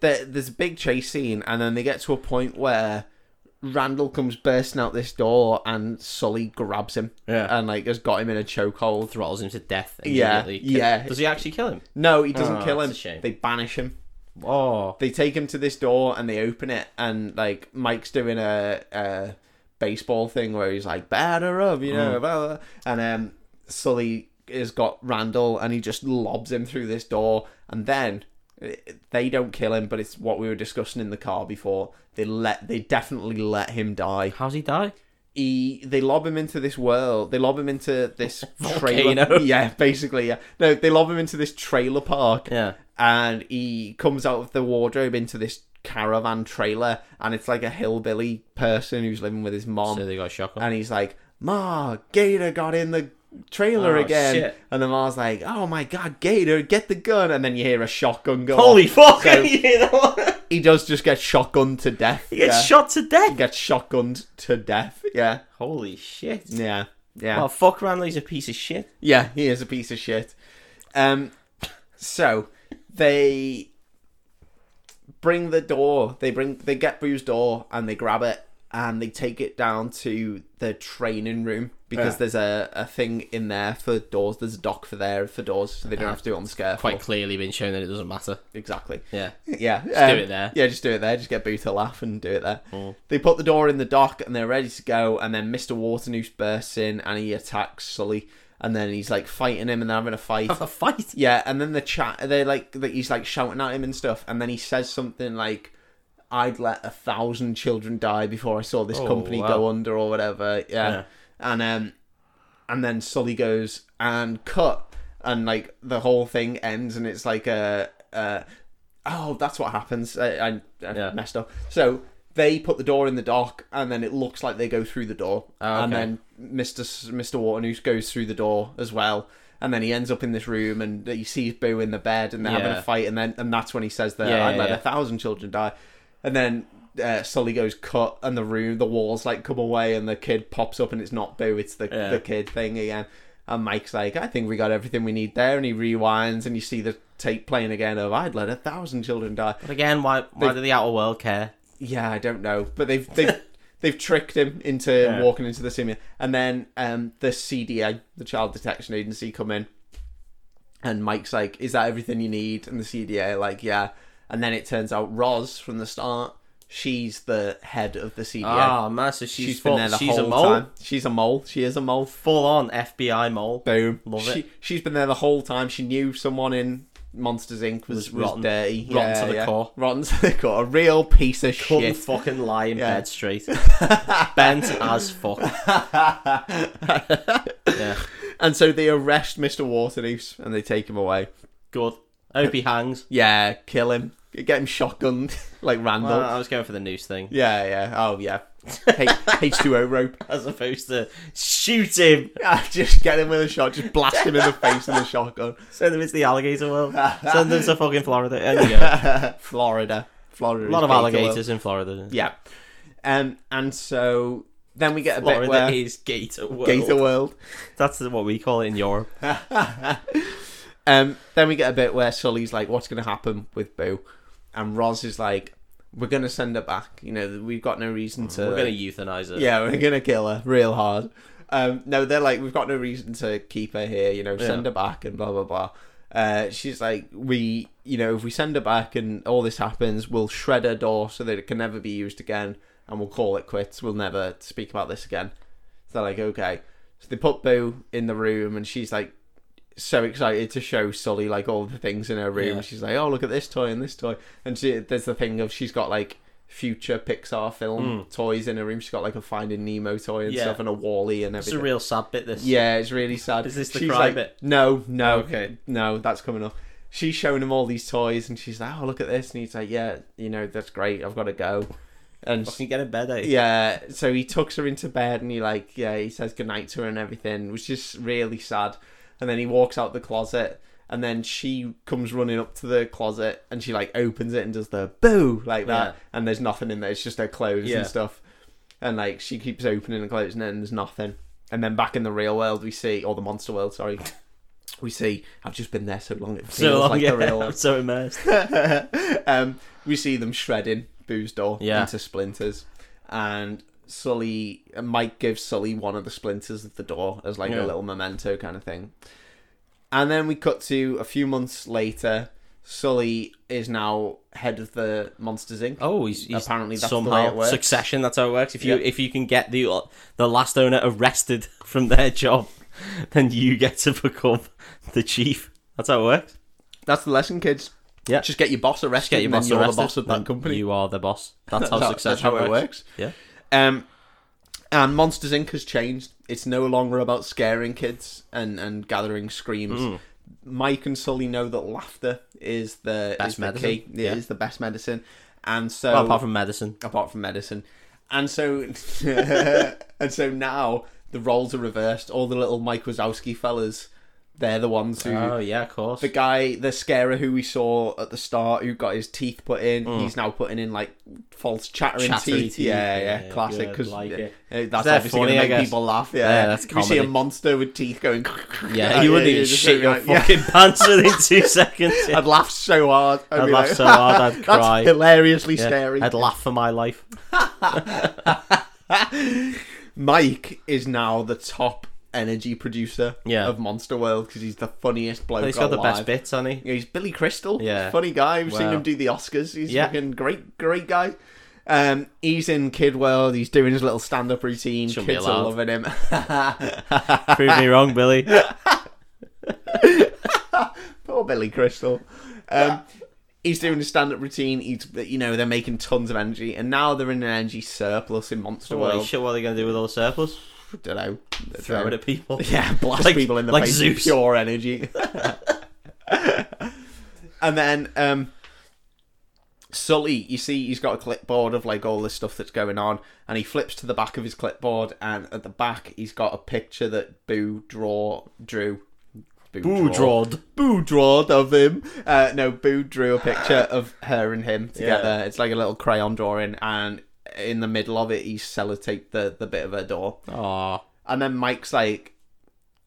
S1: there- there's a big chase scene, and then they get to a point where Randall comes bursting out this door, and Sully grabs him,
S2: Yeah.
S1: and like has got him in a chokehold.
S2: Throttles him to death.
S1: Yeah,
S2: Immediately.
S1: yeah.
S2: Does he actually kill him?
S1: No, he doesn't
S2: Oh,
S1: kill
S2: that's
S1: him.
S2: a shame.
S1: They banish him.
S2: Oh,
S1: they take him to this door and they open it and like Mike's doing a, a baseball thing where he's like batter up, you know, blah, blah. and um Sully has got Randall and he just lobs him through this door and then eh, they don't kill him, but it's what we were discussing in the car before. They let they definitely let him die.
S2: how's he die?
S1: He they lob him into this world. They lob him into this
S2: Volcano.
S1: trailer. Yeah, basically, yeah. No, they lob him into this trailer park
S2: Yeah.
S1: and he comes out of the wardrobe into this caravan trailer and it's like a hillbilly person who's living with his mom
S2: So they got shot.
S1: and he's like ma gator got in the trailer
S2: Oh,
S1: again
S2: shit.
S1: and the ma's like oh my god gator get the gun and then you hear a shotgun go off.
S2: Holy fuck!
S1: So-
S2: you know?
S1: he does just get shotgunned to death
S2: he gets
S1: yeah.
S2: shot to
S1: He
S2: death.
S1: gets shotgunned to death yeah
S2: Holy shit!
S1: yeah yeah
S2: Oh fuck, Randley's a piece of shit.
S1: Yeah, he is a piece of shit. Um, so they bring the door. They bring they get Boo's door and they grab it and they take it down to the training room because
S2: Yeah.
S1: there's a, a thing in there for doors. There's a dock for there for doors, so they don't have to do it on the scaffold.
S2: Quite clearly been shown that it doesn't matter.
S1: Exactly.
S2: Yeah.
S1: Yeah, just
S2: do it there. Mm.
S1: Yeah, just do it there. Just get Boo to laugh and do it there. They put the door in the dock and they're ready to go. And then Mister Waternoose bursts in and he attacks Sully. And then he's like fighting him and they're having a fight.
S2: Have a fight.
S1: yeah, and then the chat they like that he's like shouting at him and stuff. And then he says something like, "I'd let a thousand children die before I saw this
S2: Oh,
S1: company
S2: wow.
S1: go under or whatever." Yeah.
S2: Yeah.
S1: and um, and then Sully goes and cut, and like the whole thing ends, and it's like a. a Oh, that's what happens. I, I, I
S2: Yeah.
S1: messed up. So they put the door in the dock, and then it looks like they go through the door,
S2: Oh,
S1: and
S2: okay.
S1: then Mister Mister Waternoose goes through the door as well, and then he ends up in this room, and he sees Boo in the bed, and they're having
S2: Yeah.
S1: a fight, and then and that's when he says that
S2: Yeah,
S1: I'd
S2: yeah,
S1: let
S2: yeah.
S1: a thousand children die, and then. Uh, Sully goes cut, and the room, the walls like come away, and the kid pops up, and it's not Boo, it's the
S2: Yeah.
S1: the kid thing again. And Mike's like, I think we got everything we need there, and he rewinds, and you see the tape playing again of I'd let a thousand children die.
S2: But again, why? Why
S1: They-
S2: do the outer world care?
S1: Yeah, I don't know, but they've they've they've tricked him into
S2: Yeah.
S1: walking into the cinema, and then um, the CDA, the Child Detection Agency, come in, and Mike's like, "Is that everything you need?" And the CDA like, "Yeah," and then it turns out Roz from the start she's the head of the CDA.
S2: Ah, man, so she's,
S1: she's
S2: full,
S1: been there the
S2: she's
S1: whole
S2: a mole.
S1: time. She's a mole. She is a mole.
S2: Full on FBI mole.
S1: Boom.
S2: Love
S1: she, She's been there the whole time. She knew someone in Monsters Inc. was,
S2: Was
S1: was,
S2: rotten.
S1: dirty.
S2: Rotten
S1: Yeah,
S2: to the
S1: yeah.
S2: core.
S1: Rotten to the core. A real piece of
S2: Couldn't
S1: shit.
S2: fucking lie in
S1: Yeah.
S2: bed straight. Bent as fuck. yeah.
S1: And so they arrest Mr. Waterloose and they take him away.
S2: Good. I hope he hangs.
S1: Yeah, kill him. Get him shotgunned like Randall.
S2: Well, I was going for the noose thing.
S1: yeah, yeah. Oh, yeah. H- H2O rope.
S2: As opposed to shoot him.
S1: Ah, just get him with a shot. Just blast him in the face with a shotgun.
S2: Send them into the alligator world. Send them to fucking Florida. There you go.
S1: Florida. Florida.
S2: A lot of
S1: alligators.
S2: alligators in Florida.
S1: Yeah. Um, and so then we get a bit
S2: Florida
S1: where
S2: is gator world.
S1: Gator World.
S2: That's what we call it in Europe.
S1: Um, then we get a bit where Sully's like, "What's going to happen with Boo?" And Roz is like, "We're going to send her back. You know, we've got no reason to.
S2: Mm, We're gonna Uh, euthanize it.
S1: yeah, we're going to kill her real hard." Um, no, they're like, "We've got no reason to keep her here. You know, send
S2: Yeah.
S1: her back and blah blah blah." Uh, she's like, "We, you know, if we send her back and all this happens, we'll shred her door so that it can never be used again, and we'll call it quits. We'll never speak about this again." So they're like, okay. So they put Boo in the room, and she's like so excited to show Sully like all the things in her room.
S2: Yeah.
S1: She's like, oh look at this toy and this toy, and she, there's the thing of she's got like future Pixar film toys in her room. She's got like a Finding Nemo toy and
S2: Hmm. Yeah.
S1: stuff, and a Wally and
S2: It's a
S1: everything.
S2: real sad bit. This.
S1: yeah, it's really sad.
S2: Is this the
S1: she's
S2: cry
S1: like,
S2: bit?
S1: No, no,
S2: Okay.
S1: no, that's coming up. She's showing him all these toys, and she's like, oh look at this, and he's like, yeah, you know that's great. I've got to go, and
S2: Fucking get in bed, eh?
S1: yeah, so he tucks her into bed and he like yeah, he says goodnight to her and everything, which is really sad. And then he walks out the closet and then she comes running up to the closet and she like opens it and does the boo like that
S2: Yeah.
S1: and there's nothing in there, it's just her clothes
S2: Yeah.
S1: and stuff. And like she keeps opening and closing it and there's nothing. And then back in the real world we see or the monster world, sorry. We see I've just been there so long it feels
S2: So long,
S1: like
S2: yeah.
S1: the real
S2: I'm so immersed.
S1: um, we see them shredding Boo's door
S2: Yeah.
S1: into splinters, and Sully uh, Mike gives Sully one of the splinters of the door as like
S2: Yeah.
S1: a little memento kind of thing. And then we cut to a few months later. Sully is now head of the Monsters Inc.
S2: Oh, he's, he's
S1: Apparently that's the
S2: somehow
S1: way it works.
S2: succession. That's how it works. If you
S1: Yeah.
S2: if you can get the uh, the last owner arrested from their job, then you get to become the chief. That's how it works.
S1: That's the lesson, kids.
S2: Yeah.
S1: just get your boss
S2: Just
S1: arrested.
S2: get your
S1: and
S2: boss
S1: then you're
S2: arrested.
S1: the boss of
S2: then
S1: that company.
S2: You are the boss. That's how
S1: That's
S2: succession
S1: that's how it
S2: works.
S1: works.
S2: Yeah.
S1: Um, and Monsters Inc. has changed. It's no longer about scaring kids and, and gathering screams.
S2: Mm.
S1: Mike and Sully know that laughter is the
S2: Best
S1: is the
S2: medicine,
S1: key. It
S2: yeah.
S1: is the best medicine. And so
S2: Well, apart from medicine.
S1: apart from medicine. And so and so now the roles are reversed. All the little Mike Wazowski fellas, they're the ones who
S2: Oh yeah, of course.
S1: the guy, the scarer who we saw at the start, who got his teeth put in, he's now putting in like false chattering
S2: Mm. Chattery
S1: teeth.
S2: teeth,
S1: Yeah, yeah,
S2: yeah,
S1: classic.
S2: good,
S1: Because
S2: like it.
S1: that's
S2: They're
S1: obviously going
S2: funny,
S1: to
S2: I
S1: make
S2: guess.
S1: people laugh. Yeah,
S2: Yeah, that's
S1: We see a
S2: comedy.
S1: monster with teeth going.
S2: yeah, you wouldn't
S1: yeah,
S2: even
S1: just
S2: shit your
S1: like- yeah.
S2: fucking pants within two seconds. Yeah.
S1: I'd laugh so hard. I'd,
S2: I'd,
S1: be
S2: laugh
S1: like,
S2: so hard, I'd
S1: That's
S2: cry.
S1: hilariously
S2: Yeah.
S1: scary.
S2: I'd laugh for my life.
S1: Mike is now the top energy producer
S2: Yeah.
S1: of Monster World because he's the funniest bloke.
S2: He's got the
S1: alive.
S2: best bits, hasn't he?
S1: Yeah, he's Billy Crystal.
S2: Yeah.
S1: He's a funny guy. We've seen
S2: Wow.
S1: him do the Oscars. He's
S2: Yeah.
S1: fucking great, great guy. Um, he's in Kid World. He's doing his little stand-up routine.
S2: Shouldn't be
S1: Kids are
S2: allowed.
S1: loving him.
S2: Prove me wrong, Billy.
S1: Poor Billy Crystal. Um, he's doing his stand-up routine. He's, you know, they're making tons of energy, and now they're in an energy surplus in Monster
S2: Holy
S1: World.
S2: shit, what are they going to do with all the surplus?
S1: Don't know.
S2: Throw it at people.
S1: Yeah, blast
S2: Like-
S1: people in the
S2: like
S1: face with
S2: Zeus.
S1: pure energy. and then um, Sully, you see, he's got a clipboard of like all this stuff that's going on, and he flips to the back of his clipboard, and at the back he's got a picture that Boo draw drew.
S2: Boo drawed.
S1: Boo drawed of him. Uh, no, Boo drew a picture of her and him together. It's like a little crayon drawing, and in the middle of it, he's sellotaped the, the bit of her door.
S2: Aw.
S1: And then Mike's like,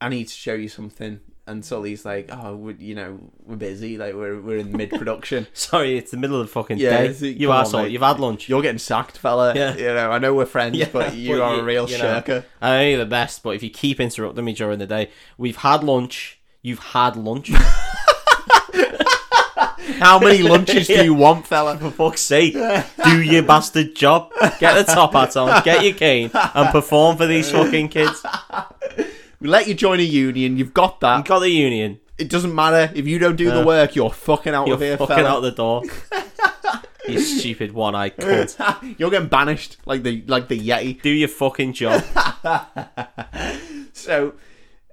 S1: I need to show you something. And Sully's like, oh, we, you know, we're busy. Like, we're, we're in mid production.
S2: Sorry, it's the middle of the fucking
S1: Yeah,
S2: day.
S1: it's-
S2: You
S1: come on,
S2: arsehole,
S1: mate.
S2: you've had lunch.
S1: You're getting sacked, fella.
S2: Yeah.
S1: You know, I know we're friends,
S2: Yeah,
S1: but you
S2: but
S1: are
S2: you-
S1: a real
S2: you know.
S1: shirker.
S2: I know you're the best, but if you keep interrupting me during the day, we've had lunch, you've had lunch.
S1: How many lunches do you want, fella?
S2: For fuck's sake, do your bastard job. Get the top hat on, get your cane, and perform for these fucking kids.
S1: We let you join a union. You've got
S2: And
S1: that.
S2: got the union.
S1: It doesn't matter if you don't do the work. You're fucking out
S2: Uh. You're
S1: of here,
S2: fucking
S1: fella.
S2: out the door. you stupid one eyed cunt.
S1: You're getting banished like the like the yeti.
S2: Do your fucking job.
S1: So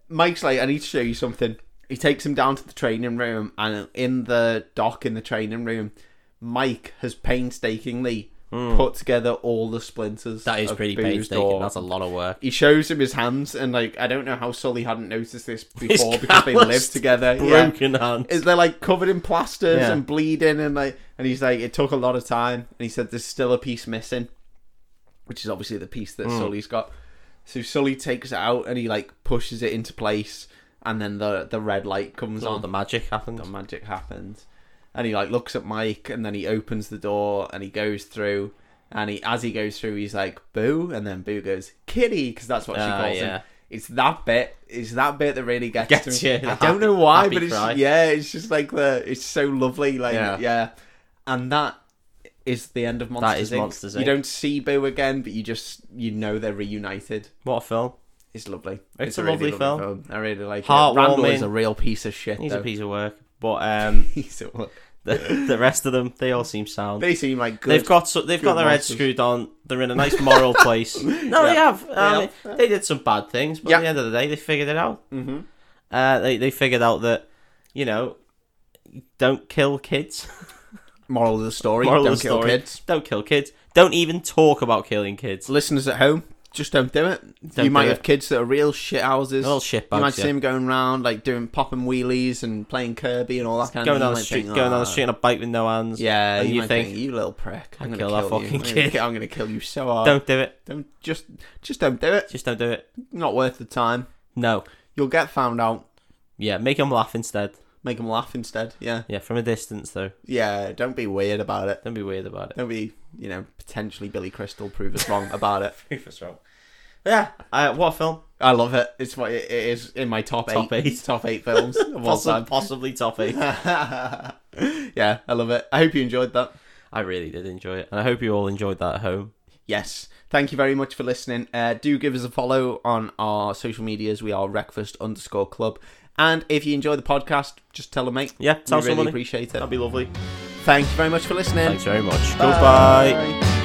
S1: Mike's like, I need to show you something. He takes him down to the training room, and in the dock in the training room, Mike has painstakingly put together all the splinters.
S2: Hmm. That is
S1: of
S2: pretty
S1: Boo's
S2: painstaking.
S1: door.
S2: That's a lot of work.
S1: he shows him his hands, and like I don't know how Sully hadn't noticed this before
S2: His
S1: because they
S2: calloused,
S1: lived together. Yeah.
S2: Broken hand.
S1: Is they're like covered in plasters
S2: Yeah.
S1: and bleeding, and like, and he's like, it took a lot of time, and he said there's still a piece missing, which is obviously the piece that Sully's got. So Sully takes it out and he like pushes it into place, and then the the red light comes
S2: All
S1: on.
S2: the magic happened.
S1: The magic happens, and he like looks at Mike, and then he opens the door and he goes through. And he, as he goes through, he's like "boo," and then "boo" goes "kitty" because that's what she
S2: Ah,
S1: calls
S2: yeah.
S1: him. It's that bit. It's that bit that really gets,
S2: Gets
S1: me.
S2: you, the
S1: I don't know
S2: happy-
S1: why,
S2: happy
S1: but it's
S2: cry.
S1: yeah, it's just like the it's so lovely. Like yeah,
S2: Yeah.
S1: and that is the end of Monsters.
S2: is
S1: Inc.
S2: Monsters,
S1: You
S2: Inc.
S1: don't see Boo again, but you just you know they're reunited.
S2: What a film.
S1: It's lovely.
S2: It's a lovely film.
S1: I really like it.
S2: Heartwarming.
S1: Randall is a real piece of shit.
S2: He's
S1: though.
S2: a piece of work. But um,
S1: He's a-
S2: the, the rest of them, they all seem sound.
S1: They seem like good.
S2: They've got so, they've got
S1: good
S2: their heads
S1: monsters.
S2: screwed on. They're in a nice moral place. No,
S1: Yeah.
S2: they have. I
S1: They Um,
S2: mean, they did some bad things, but
S1: Yeah.
S2: at the end of the day, they figured it out. Mm-hmm. Uh, they they figured out that you know don't kill kids.
S1: Moral of the story:
S2: Moral
S1: Don't
S2: of the
S1: kill
S2: story:
S1: kids.
S2: don't kill kids. Don't even talk about killing kids.
S1: Listeners at home, just don't do it. you
S2: Don't
S1: might
S2: do
S1: have
S2: it.
S1: kids that are real shit houses.
S2: Little shit
S1: you might
S2: bugs.
S1: see
S2: Yeah.
S1: them going around like doing popping wheelies and playing Kirby and all that kind
S2: Going
S1: of.
S2: down the
S1: thing.
S2: street, going down the street on a bike with no hands.
S1: "Ah." Yeah,
S2: and
S1: you,
S2: you
S1: might
S2: think,
S1: think, you little prick. I'm gonna
S2: kill that
S1: you.
S2: fucking
S1: I'm gonna
S2: kid."
S1: ki- I'm gonna kill you so hard. Don't,
S2: don't do it.
S1: don't just, just don't do it.
S2: Just don't do it.
S1: Not worth the time.
S2: No.
S1: You'll get found out.
S2: Yeah, make them laugh instead.
S1: Make them laugh instead. Yeah,
S2: Yeah, from a distance though.
S1: yeah. Don't be weird about it.
S2: Don't be weird about it.
S1: Don't be, you know, potentially Billy Crystal prove us wrong about it.
S2: Yeah. Uh, what a film?
S1: I love it. It's what it it is in my top,
S2: Top
S1: eight,
S2: eight.
S1: top eight films of all
S2: Possi-
S1: time.
S2: possibly top eight.
S1: yeah, I love it. I hope you enjoyed that.
S2: I really did enjoy it, and I hope you all enjoyed that at home.
S1: Yes. Thank you very much for listening. Uh, do give us a follow on our social medias. We are breakfast underscore club. And if you enjoy the podcast, just tell a mate.
S2: Yeah, tell
S1: we really
S2: somebody.
S1: appreciate it.
S2: That'd be lovely.
S1: Thank you very much for listening.
S2: Thanks very much. Goodbye.
S1: Bye.